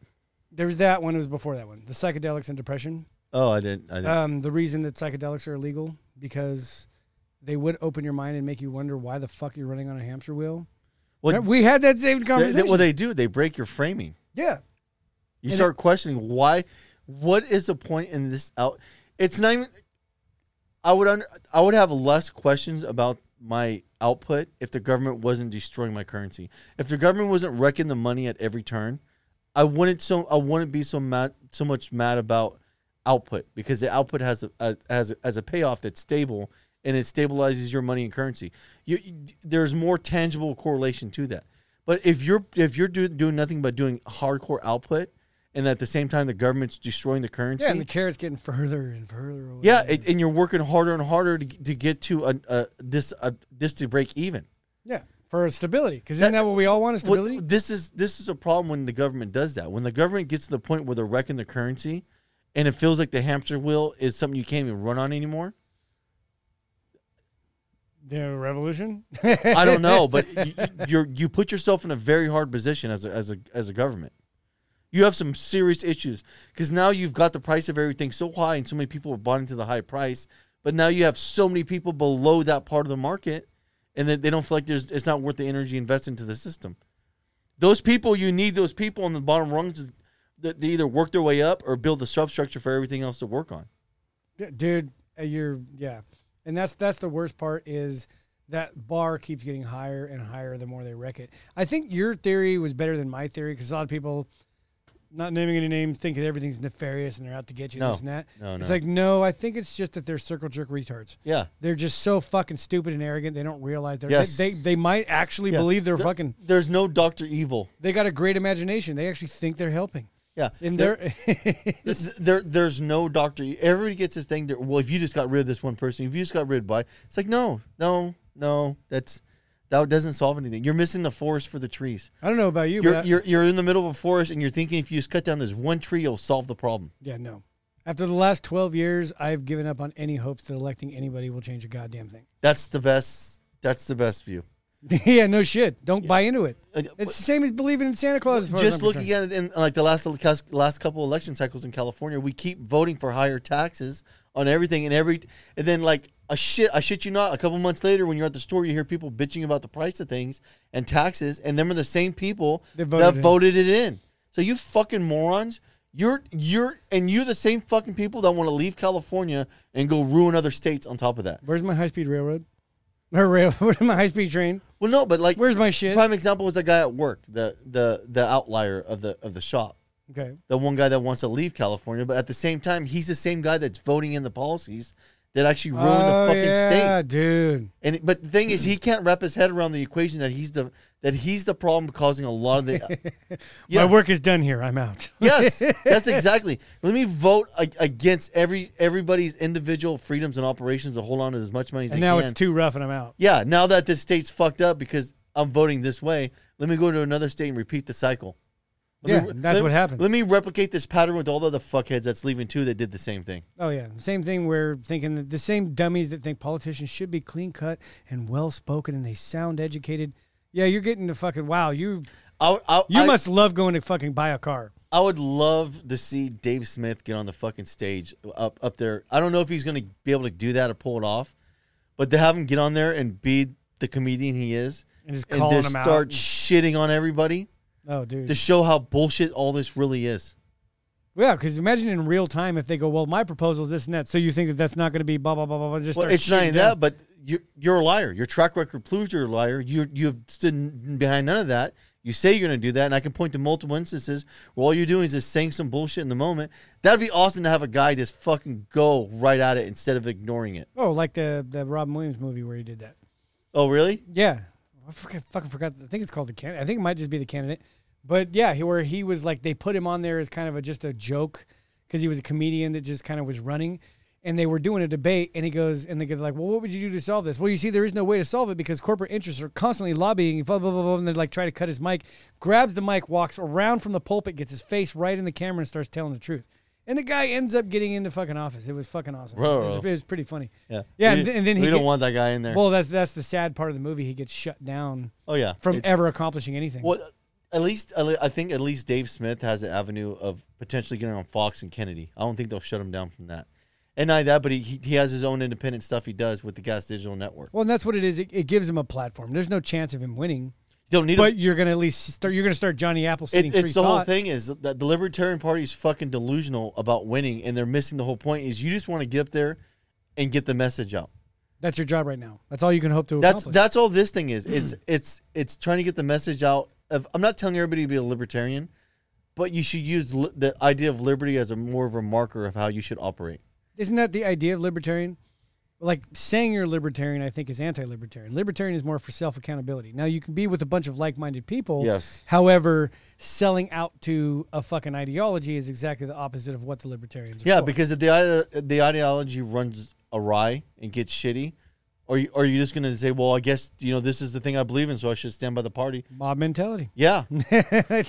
C: There was that one. It was before that one. The psychedelics and depression.
A: Oh, I didn't. I didn't.
C: Um, the reason that psychedelics are illegal because they would open your mind and make you wonder why the fuck you're running on a hamster wheel.
A: Well,
C: Well, we had that same
A: They-
C: conversation.
A: they- well, they do. They break your framing.
C: yeah.
A: You
C: And it-
A: start questioning why. What is the point in this out? It's not even. I would under, I would have less questions about my output if the government wasn't destroying my currency. If the government wasn't wrecking the money at every turn, I wouldn't so I wouldn't be so mad so much mad about output because the output has a, a as a, as a payoff that's stable and it stabilizes your money and currency. You, you- there's more tangible correlation to that. But if you're if you're do, doing nothing but doing hardcore output and at the same time the government's destroying the currency,
C: Yeah, and the carrot's getting further and further away.
A: yeah, it, and you're working harder and harder to, to get to a, a this a, this to break even.
C: Yeah, for stability. Because isn't that what we all want is
A: Well,
C: stability?
A: this is this is a problem when the government does that. When the government gets to the point where they're wrecking the currency, and it feels like the hamster wheel is something you can't even run on anymore.
C: the revolution?
A: I don't know, but you, you're you put yourself in a very hard position as a as a as a government. You have some serious issues because now you've got the price of everything so high, and so many people are bought into the high price. But now you have so many people below that part of the market, and that they don't feel like there's it's not worth the energy invested into the system. Those people, you need those people on the bottom rungs that they either work their way up or build the substructure for everything else to work on.
C: Yeah, dude, uh, you're yeah, and that's that's the worst part is that bar keeps getting higher and higher the more they wreck it. I think your theory was better than my theory because a lot of people, not naming any names, think that everything's nefarious and they're out to get you
A: No.
C: this and that.
A: No,
C: It's
A: no.
C: like no, I think it's just that they're circle jerk retards.
A: Yeah.
C: they're just so fucking stupid and arrogant. They don't realize they're
A: Yes.
C: they, they they might actually
A: Yeah.
C: believe they're
A: There-
C: fucking.
A: There's no Doctor Evil.
C: They got a great imagination. They actually think they're helping.
A: Yeah,
C: and
A: there-
C: they're
A: Th- there there's no doctor. Everybody gets this thing. That, well, if you just got rid of this one person, if you just got rid of by, it's like no, no, no. That's that doesn't solve anything. You're missing the forest for the trees.
C: I don't know about you,
A: You're
C: but I-
A: you're, you're in the middle of a forest and you're thinking if you just cut down this one tree, it'll solve the problem.
C: Yeah, no. After the last 12 years, I've given up on any hopes that electing anybody will change a goddamn thing.
A: That's the best. That's the best view.
C: yeah, no shit. Don't buy into it.
A: Uh,
C: It's the same as believing in Santa Claus. As far
A: Just
C: as I'm
A: looking
C: concerned.
A: at it in like the last last couple election cycles in California, we keep voting for higher taxes on everything and every, and then like a shit, I shit you not, a couple months later when you're at the store, you hear people bitching about the price of things and taxes, and them are the same people
C: That
A: that
C: voted it in.
A: voted it in. So you fucking morons, you're you're and you're the same fucking people that want to leave California and go ruin other states on top of that.
C: Where's my high speed railroad? Or rail, my high speed train.
A: Well, no, but like,
C: where's my shit?
A: Prime example was the guy at work, the the the outlier of the of the shop.
C: Okay.
A: The one guy that wants to leave California, but at the same time, he's the same guy that's voting in the policies that actually ruin
C: Oh,
A: the fucking
C: yeah,
A: state,
C: dude.
A: And but the thing is, he can't wrap his head around the equation that he's the that he's the problem causing a lot of the. Yeah.
C: My work is done here. I'm out.
A: Yes, that's exactly. Let me vote a- against every everybody's individual freedoms and operations to hold on to as much money as
C: And
A: they
C: now
A: can.
C: it's too rough and I'm out.
A: Yeah, now that this state's fucked up because I'm voting this way, let me go to another state and repeat the cycle.
C: Yeah, that's
A: let-
C: what happens.
A: Let me replicate this pattern with all the other fuckheads that's leaving too that did the same thing.
C: Oh yeah, the same thing. We're thinking that the same dummies that think politicians should be clean cut and well spoken, and they sound educated. Yeah, you're getting the fucking wow. You
A: I, I,
C: you
A: I-
C: must love going to fucking buy a car.
A: I would love to see Dave Smith get on the fucking stage up up there. I don't know if he's going to be able to do that or pull it off, but to have him get on there and be the comedian he is
C: And just calling him out.
A: start shitting on everybody
C: Oh, dude.
A: to show how bullshit all this really is.
C: yeah, because imagine in real time if they go, well, my proposal is this and that. So you think that that's not going to be blah blah blah blah blah. Just
A: Well,
C: start
A: it's not
C: shooting
A: even
C: down.
A: that, but you're, you're a liar. Your track record proves you're a liar. You you've stood n- behind none of that. You say you're going to do that, and I can point to multiple instances where all you're doing is just saying some bullshit in the moment. That'd be awesome to have a guy just fucking go right at it instead of ignoring it.
C: Oh, like the the Robin Williams movie where he did that.
A: Oh, really?
C: Yeah, I forget, fucking forgot. I think it's called the candidate. I think it might just be the candidate. But yeah, he, where he was like they put him on there as kind of a, just a joke because he was a comedian that just kind of was running, and they were doing a debate, and he goes and they go like, well, what would you do to solve this? Well, you see, there is no way to solve it because corporate interests are constantly lobbying, blah blah blah, blah and they like try to cut his mic, grabs the mic, walks around from the pulpit, gets his face right in the camera, and starts telling the truth. And the guy ends up getgetting into fucking office. It was fucking awesome.
A: Ruh-roh.
C: It was, it was pretty funny.
A: Yeah.
C: yeah.
A: We-
C: and, th- and then
A: we
C: he
A: don't want that guy in there.
C: Well, that's that's the sad part of the movie. He gets shut down.
A: Oh, yeah.
C: from e-,
A: It-
C: ever accomplishing anything.
A: Well, at least at le- I think at least Dave Smith has an avenue of potentially getting on Fox and Kennedy. I don't think they'll shut him down from that. And not that, but he, he he has his own independent stuff he does with the Gas Digital Network.
C: Well, and that's what it is. It, it gives him a platform. There's no chance of him winning.
A: You don't need
C: but
A: him.
C: you're gonna at least start. You're gonna start Johnny Appleseed.
A: It-
C: free
A: it's the whole
C: thought.
A: thing is that the Libertarian Party is fucking delusional about winning, and they're missing the whole point. Is you just want to get up there and get the message out.
C: That's your job right now. That's all you can hope to
A: That's
C: accomplish.
A: that's all this thing is. It's it's it's trying to get the message out. Of, I'm not telling everybody to be a libertarian, but you should use li- the idea of liberty as a more of a marker of how you should operate.
C: Isn't that the idea of libertarian? Like saying you're a libertarian, I think, is anti-libertarian. Libertarian is more for self-accountability. Now you can be with a bunch of like-minded people.
A: Yes.
C: However, selling out to a fucking ideology is exactly the opposite of what the libertarians. Are
A: Yeah,
C: for.
A: because if the ide- the ideology runs awry and gets shitty, or you, are you just going to say, well, I guess you know this is the thing I believe in, so I should stand by the party?
C: mob mentality.
A: Yeah.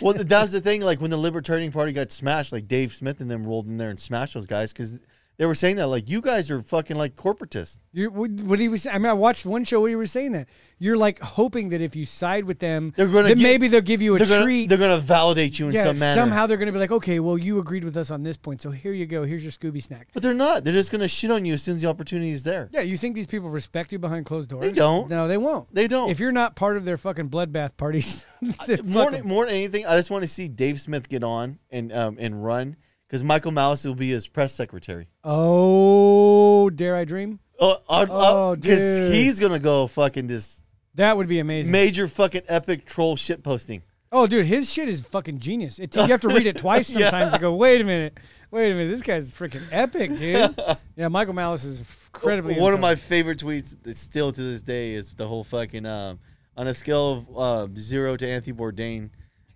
A: well, th- that was the thing. Like when the Libertarian Party got smashed, like Dave Smith and them rolled in there and smashed those guys because they were saying that like you guys are fucking like corporatists.
C: You what, what he was. I mean, I watched one show where he was saying that you're like hoping that if you side with them,
A: They're gonna
C: then
A: gi-
C: maybe they'll give you a
A: they're gonna-
C: treat.
A: they're going to validate you in
C: yeah,
A: some manner.
C: somehow they're going to be like, okay, well, you agreed with us on this point, so here you go. Here's your Scooby snack.
A: But they're not. They're just going to shit on you as soon as the opportunity is there.
C: Yeah, you think these people respect you behind closed doors?
A: They don't.
C: No, they won't.
A: They don't.
C: If you're not part of their fucking bloodbath parties, then
A: more
C: fuck
A: than,
C: 'em.
A: more than anything, I just want to see Dave Smith get on and um, and run because Michael Malice will be his press secretary.
C: oh, dare I dream?
A: Oh,
C: Oh,
A: because
C: dude.
A: he's gonna go fucking this
C: That would be amazing.
A: major fucking epic troll shit posting.
C: Oh, dude, his shit is fucking genius. It, you have to read it twice
A: Yeah.
C: sometimes to go, wait a minute, wait a minute, this guy's freaking epic, dude. yeah, Michael Malice is incredibly.
A: one of my
C: intelligent.
A: favorite tweets that still to this day is the whole fucking um, on a scale of uh, zero to Anthony Bourdain.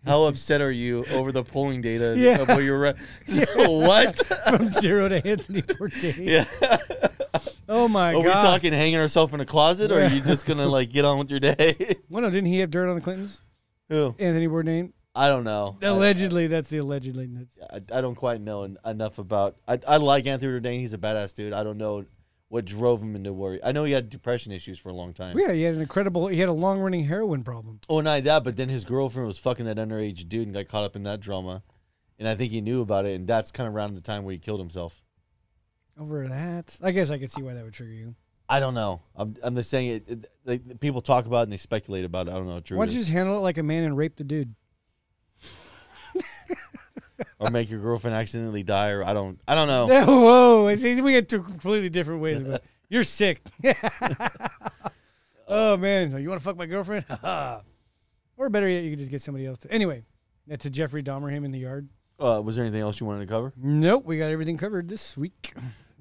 A: How upset are you over the polling data?
C: Yeah.
A: Of where you're right. what?
C: from zero to Anthony Bourdain.
A: Yeah.
C: Oh my
A: Are
C: god.
A: we talking hanging ourselves in a closet, or are you just gonna like get on with your day?
C: Well, no, didn't he have dirt on the Clintons?
A: Who?
C: Anthony Bourdain.
A: I don't know.
C: Allegedly, that's the allegedly. That's,
A: I, I don't quite know en- enough about. I, I like Anthony Bourdain. He's a badass dude. I don't know what drove him into worry. I know he had depression issues for a long time.
C: yeah, he had an incredible. He had a long running heroin problem.
A: Oh, not that, but then his girlfriend was fucking that underage dude and got caught up in that drama. And I think he knew about it, and that's kind of around the time where he killed himself.
C: Over that, I guess I could see why that would trigger you.
A: I don't know. I'm, I'm just saying it. it like, people talk about it and they speculate about it. I don't know. True.
C: Why don't you just handle it like a man and rape the dude?
A: or make your girlfriend accidentally die, or I don't. I don't know.
C: Whoa, it's- we get two completely different ways, but you're sick. Oh man, you want to fuck my girlfriend? or better yet, you could just get somebody else to. Anyway, that's a Jeffrey Dahmer him in the yard.
A: Uh, was there anything else you wanted to cover?
C: Nope, we got everything covered this week.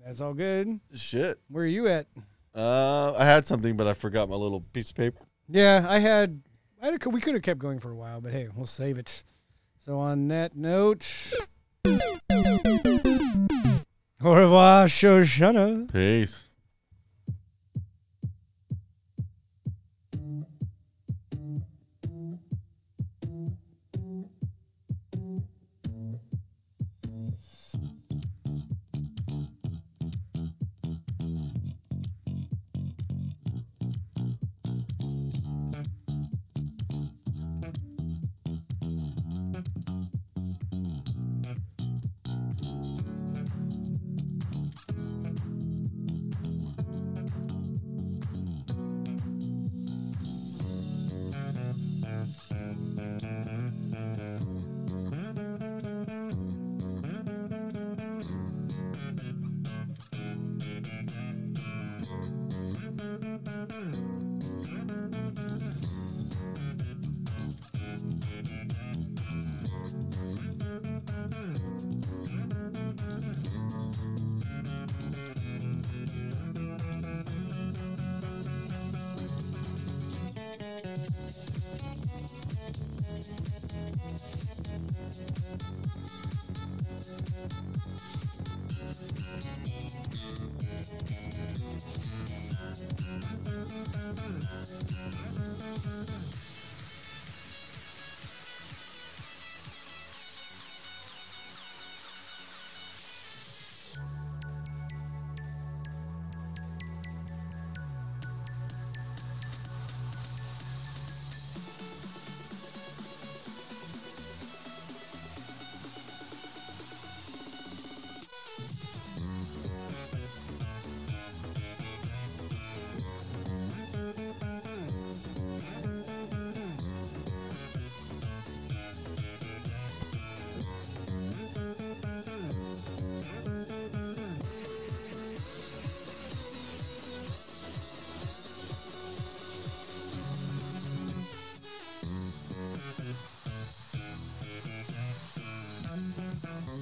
C: That's all good.
A: Shit.
C: Where are you at?
A: Uh, I had something, but I forgot my little piece of paper.
C: Yeah, I had. I had a, we could have kept going for a while, but hey, we'll save it. So on that note, au revoir, Shoshana.
A: Peace.